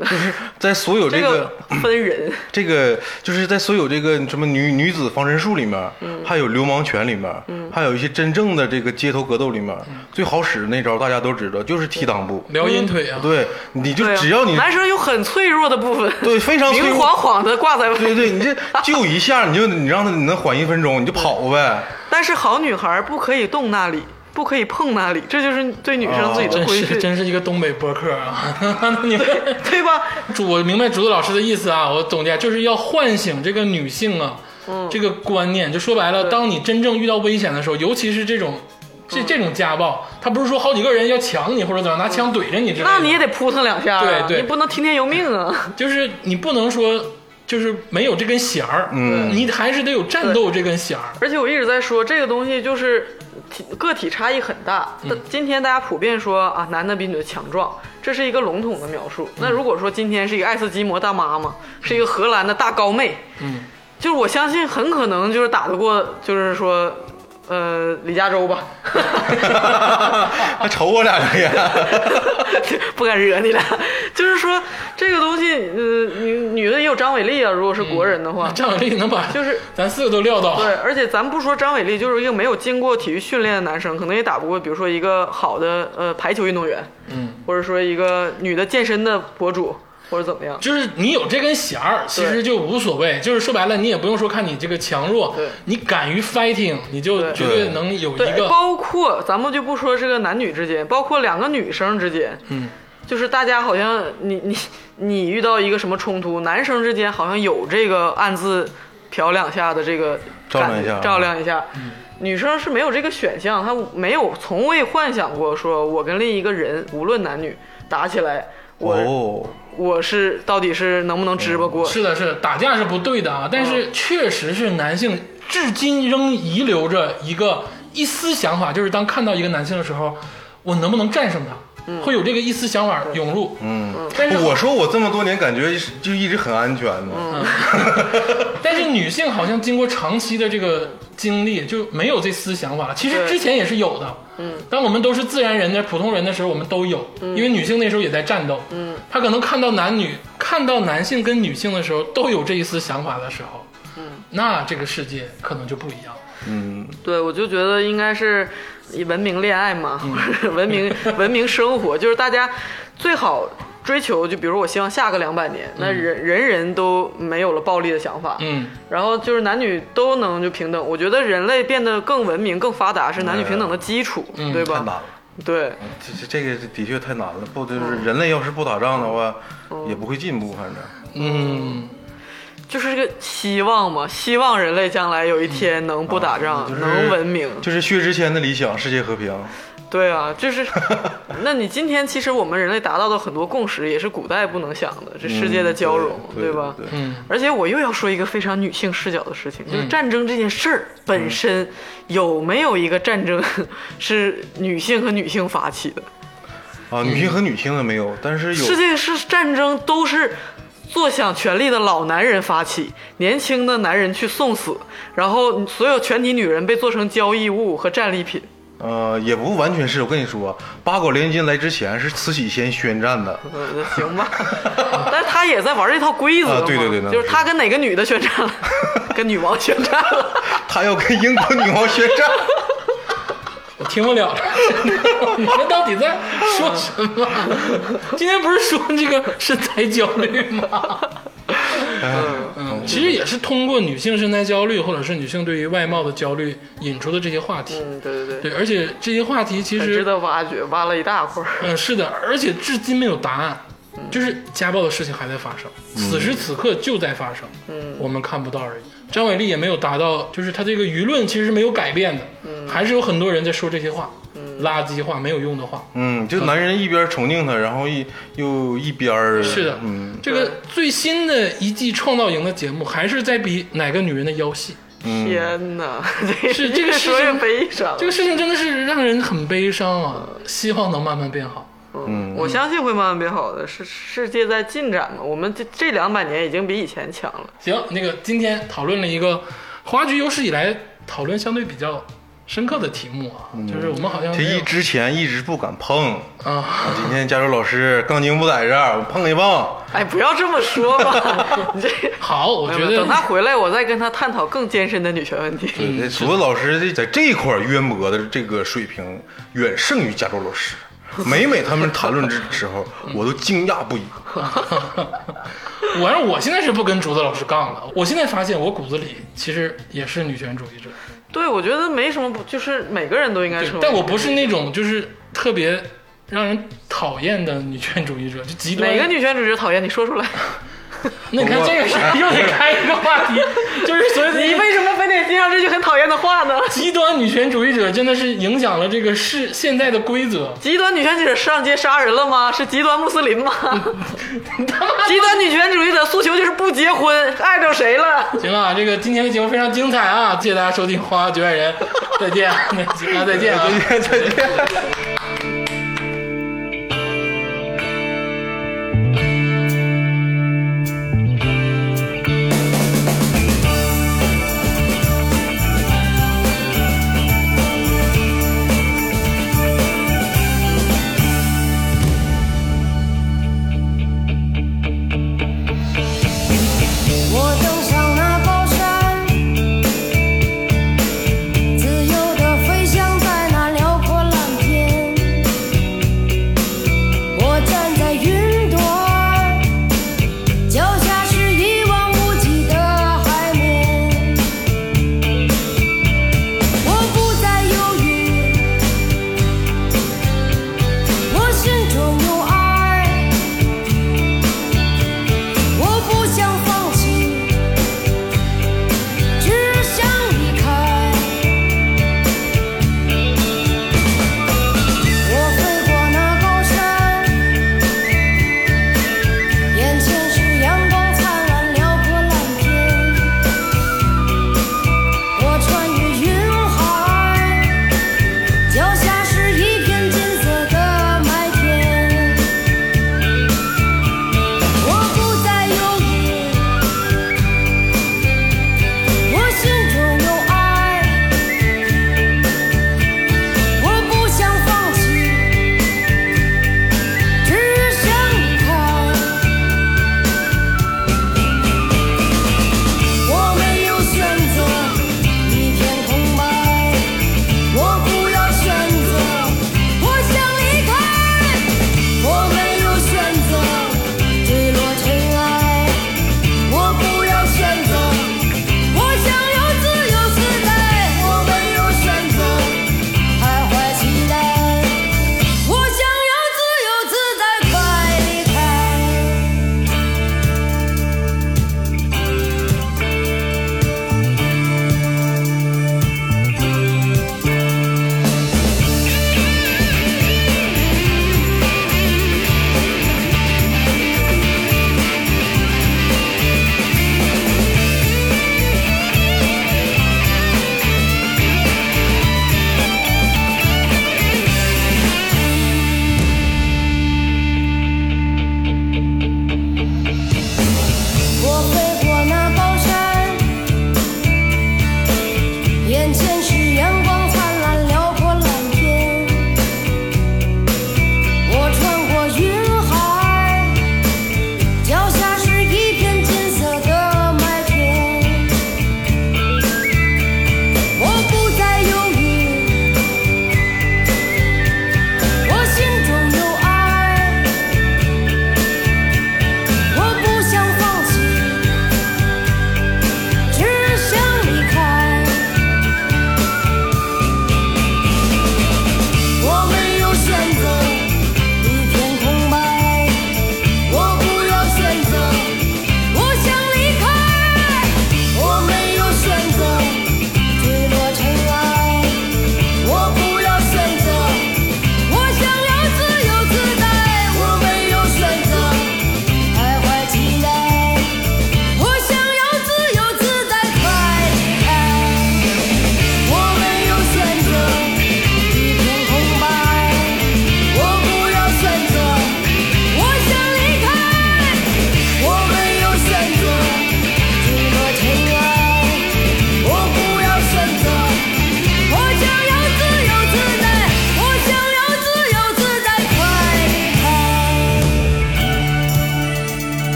Speaker 4: 就是在所有
Speaker 3: 这
Speaker 4: 这个
Speaker 3: 个分人，
Speaker 4: 这个就是在所有这个什么女女子防身术里面，还有流氓拳里面，还有一些真正的这个街头格斗里面，最好使的那招大家都知道，就是踢裆部。
Speaker 2: 撩阴腿啊，
Speaker 4: 对，你就
Speaker 3: 对啊
Speaker 4: 只要你
Speaker 3: 男生有很脆弱的部分，
Speaker 4: 对非常脆
Speaker 3: 明
Speaker 4: 弱
Speaker 3: 晃晃的挂在外
Speaker 4: 对对，你这 就一下，你就你让他你能缓一分钟，你就跑 呗。
Speaker 3: 但是好女孩不可以动那里，不可以碰那里，这就是对女生 自己
Speaker 4: 哦
Speaker 3: 的
Speaker 2: 真
Speaker 3: 规
Speaker 2: 是
Speaker 3: 训，
Speaker 2: 真是一个东北播客啊！ 你们
Speaker 3: 对吧？
Speaker 2: 主，我明白竹子老师的意思啊，我总结就是要唤醒这个女性啊，
Speaker 3: 嗯
Speaker 2: 这个观念。就说白了，当你真正遇到危险的时候，尤其是这种
Speaker 3: 嗯
Speaker 2: 这这种家暴，他不是说好几个人要抢你或者怎样，拿枪怼着你之类的，
Speaker 3: 嗯那你也得扑腾两下啊，
Speaker 2: 对对
Speaker 3: 你不能听天由命啊。
Speaker 2: 就是你不能说就是没有这根弦儿，
Speaker 4: 嗯
Speaker 2: 你还是得有战斗这根弦儿。
Speaker 3: 而且我一直在说，这个东西就是体个体差异很大。
Speaker 2: 嗯
Speaker 3: 但今天大家普遍说啊，男的比女的强壮，这是一个笼统的描述。
Speaker 2: 嗯
Speaker 3: 那如果说今天是一个爱斯基摩大妈嘛，是一个荷兰的大高妹，
Speaker 2: 嗯，
Speaker 3: 就是我相信很可能就是打得过，就是说，呃，李嘉 洲吧，
Speaker 4: 还瞅我两个呀？
Speaker 3: 不敢惹你俩。就是说这个东西，呃，女女的也有张伟丽啊，如果是
Speaker 2: 嗯
Speaker 3: 国人的话，
Speaker 2: 张伟丽能把
Speaker 3: 就是
Speaker 2: 咱四个都撂倒，
Speaker 3: 对，而且咱不说张伟丽，就是一个没有经过体育训练的男生，可能也打不过，比如说一个好的呃排球运动员，
Speaker 2: 嗯，
Speaker 3: 或者说一个女的健身的博主，或者怎么样。
Speaker 2: 就是你有这根弦儿，其实就无所谓。就是说白了，你也不用说看你这个强弱
Speaker 3: 对，
Speaker 2: 你敢于 fighting，你就
Speaker 3: 对
Speaker 2: 绝对能有一
Speaker 3: 对，哎
Speaker 2: 个
Speaker 3: 包括咱们就不说这个男女之间，包括两个女生之间，
Speaker 2: 嗯，
Speaker 3: 就是大家好像你你你遇到一个什么冲突，男生之间好像有这个暗自瞟两下的这个
Speaker 4: 照亮
Speaker 3: 感
Speaker 4: 一下啊
Speaker 3: 照亮一下。女生是没有这个选项，她没有从未幻想过说我跟另一个人无论男女打起来， 我、
Speaker 4: 哦，
Speaker 3: 我是到底是能不能支吧过？
Speaker 2: 是的，是的打架是不对的
Speaker 3: 嗯
Speaker 2: 啊，但是确实是男性至今仍遗留着一个一丝想法，就是当看到一个男性的时候，我能不能战胜他，
Speaker 3: 嗯
Speaker 2: 会有这个一丝想法涌入。
Speaker 4: 嗯，
Speaker 2: 但是
Speaker 4: 我说我这么多年感觉就一直很安全呢。
Speaker 3: 嗯
Speaker 2: 但是女性好像经过长期的这个经历，就没有这思想法了。其实
Speaker 3: 对
Speaker 2: 之前也是有的，嗯，当我们都是自然人的普通人的时候，我们都有，因为女性那时候也在战斗，嗯，她可能看到男女，看到男性跟女性的时候，都有这一丝想法的时候，嗯，那这个世界可能就不一样。
Speaker 4: 嗯，
Speaker 3: 对，我就觉得应该是以文明恋爱嘛， 文明文明生活，就是大家最好追求，就比如我希望下个两百年，那人人人都没有了暴力的想法，
Speaker 2: 嗯，
Speaker 3: 然后就是男女都能就平等。我觉得人类变得更文明、更发达是男女平等的基础，
Speaker 2: 嗯
Speaker 3: 对
Speaker 4: 太难
Speaker 3: 吧？
Speaker 4: 了，
Speaker 3: 对，
Speaker 4: 这这这个的确太难了。不就是
Speaker 3: 嗯
Speaker 4: 人类要是不打仗的话，也不会进步，反正。
Speaker 2: 嗯，
Speaker 3: 就是这个希望嘛，希望人类将来有一天能不打仗，
Speaker 4: 就是
Speaker 3: 能文明。
Speaker 4: 就是薛之谦的理想，世界和平。
Speaker 3: 对啊，就是， 那你今天其实我们人类达到的很多共识，也是古代不能想的，这世界的交融，
Speaker 4: 嗯对对
Speaker 3: 吧？
Speaker 4: 对
Speaker 3: 而且我又要说一个非常女性视角的事情，就是嗯战争这件事儿本身有没有一个战争是女性和女性发起的？
Speaker 4: 啊，女性和女性的没有，但是有
Speaker 3: 世界是战争都是坐享权力的老男人发起，年轻的男人去送死，然后所有全体女人被做成交易物和战利品。
Speaker 4: 呃，也不完全是。我跟你说，八国联军来之前是慈禧先宣战的，
Speaker 3: 嗯，行吧，但是他也在玩这套规则嘛、
Speaker 4: 啊对对对那
Speaker 3: 就是他跟哪个女的宣战了，跟女王宣战了，
Speaker 4: 她要跟英国女王宣战。
Speaker 2: 我听不了了， 你们到底在说什么？今天不是说这个身材焦虑吗？嗯，其实也是通过女性身材焦虑，或者是女性对于外貌的焦虑引出的这些话题。
Speaker 3: 嗯，对对对，
Speaker 2: 对，而且这些话题其
Speaker 3: 很值
Speaker 2: 实，
Speaker 3: 得挖掘，挖了一大块儿。
Speaker 2: 嗯，是的，而且至今没有答案，就是家暴的事情还在发生，此时此刻就在发生，嗯，我们看不到而已。张伟丽也没有达到，就是他这个舆论其实没有改变的，还是有很多人在说这些话，垃圾话，没有用的话。
Speaker 4: 嗯，就男人一边崇敬她，然后一又一边儿
Speaker 2: 是的，
Speaker 4: 嗯
Speaker 2: 这个最新的一季《创造营》的节目还是在比哪个女人的腰细，
Speaker 4: 嗯
Speaker 3: 天哪，这
Speaker 2: 是这个
Speaker 3: 越
Speaker 2: 事
Speaker 3: 说越
Speaker 2: 情
Speaker 3: 悲伤。嗯
Speaker 2: 这个事情真的是让人很悲伤啊！希望能慢慢变好。
Speaker 3: 嗯，我相信会慢慢变好的，是世界在进展嘛。我们这这两百年已经比以前强了。
Speaker 2: 行，那个今天讨论了一个花局有史以来讨论相对比较深刻的题目啊，就是我们好像
Speaker 4: 这
Speaker 2: 没有
Speaker 4: 一之前一直不敢碰。
Speaker 2: 啊，
Speaker 4: 啊今天加州老师杠精不在这儿，我碰一碰。
Speaker 3: 哎，不要这么说 吧，你这。
Speaker 2: 好，我觉
Speaker 3: 没有
Speaker 2: 得
Speaker 3: 等他回来，我再跟他探讨更艰深的女权问题。
Speaker 4: 对，竹子老师这在这块儿渊博的这个水平远胜于加州老师。每每他们谈论之时候，我都惊讶不已。
Speaker 2: 我让我现在是不跟竹子老师杠了，我现在发现我骨子里其实也是女权主义者。
Speaker 3: 对，我觉得没什么不，就是每个人都应该成为。
Speaker 2: 但我不是那种就是特别让人讨厌的女权主义者，就极端。
Speaker 3: 哪个女权主义者讨厌你说出来？
Speaker 2: 那你看这个是又得开一个话题，就是所以
Speaker 3: 你为什么非得经常这句很讨厌的话呢？
Speaker 2: 极端女权主义者真的是影响了这个世现在的规则。
Speaker 3: 极端女权主义者上街杀人了吗？是极端穆斯林吗？极端女权主义者诉求就是不结婚，爱着谁了？
Speaker 2: 行了，这个今天的节目非常精彩 啊！谢谢大家收听《花花局外人》，再见，大家再见啊！
Speaker 4: 再见，再见。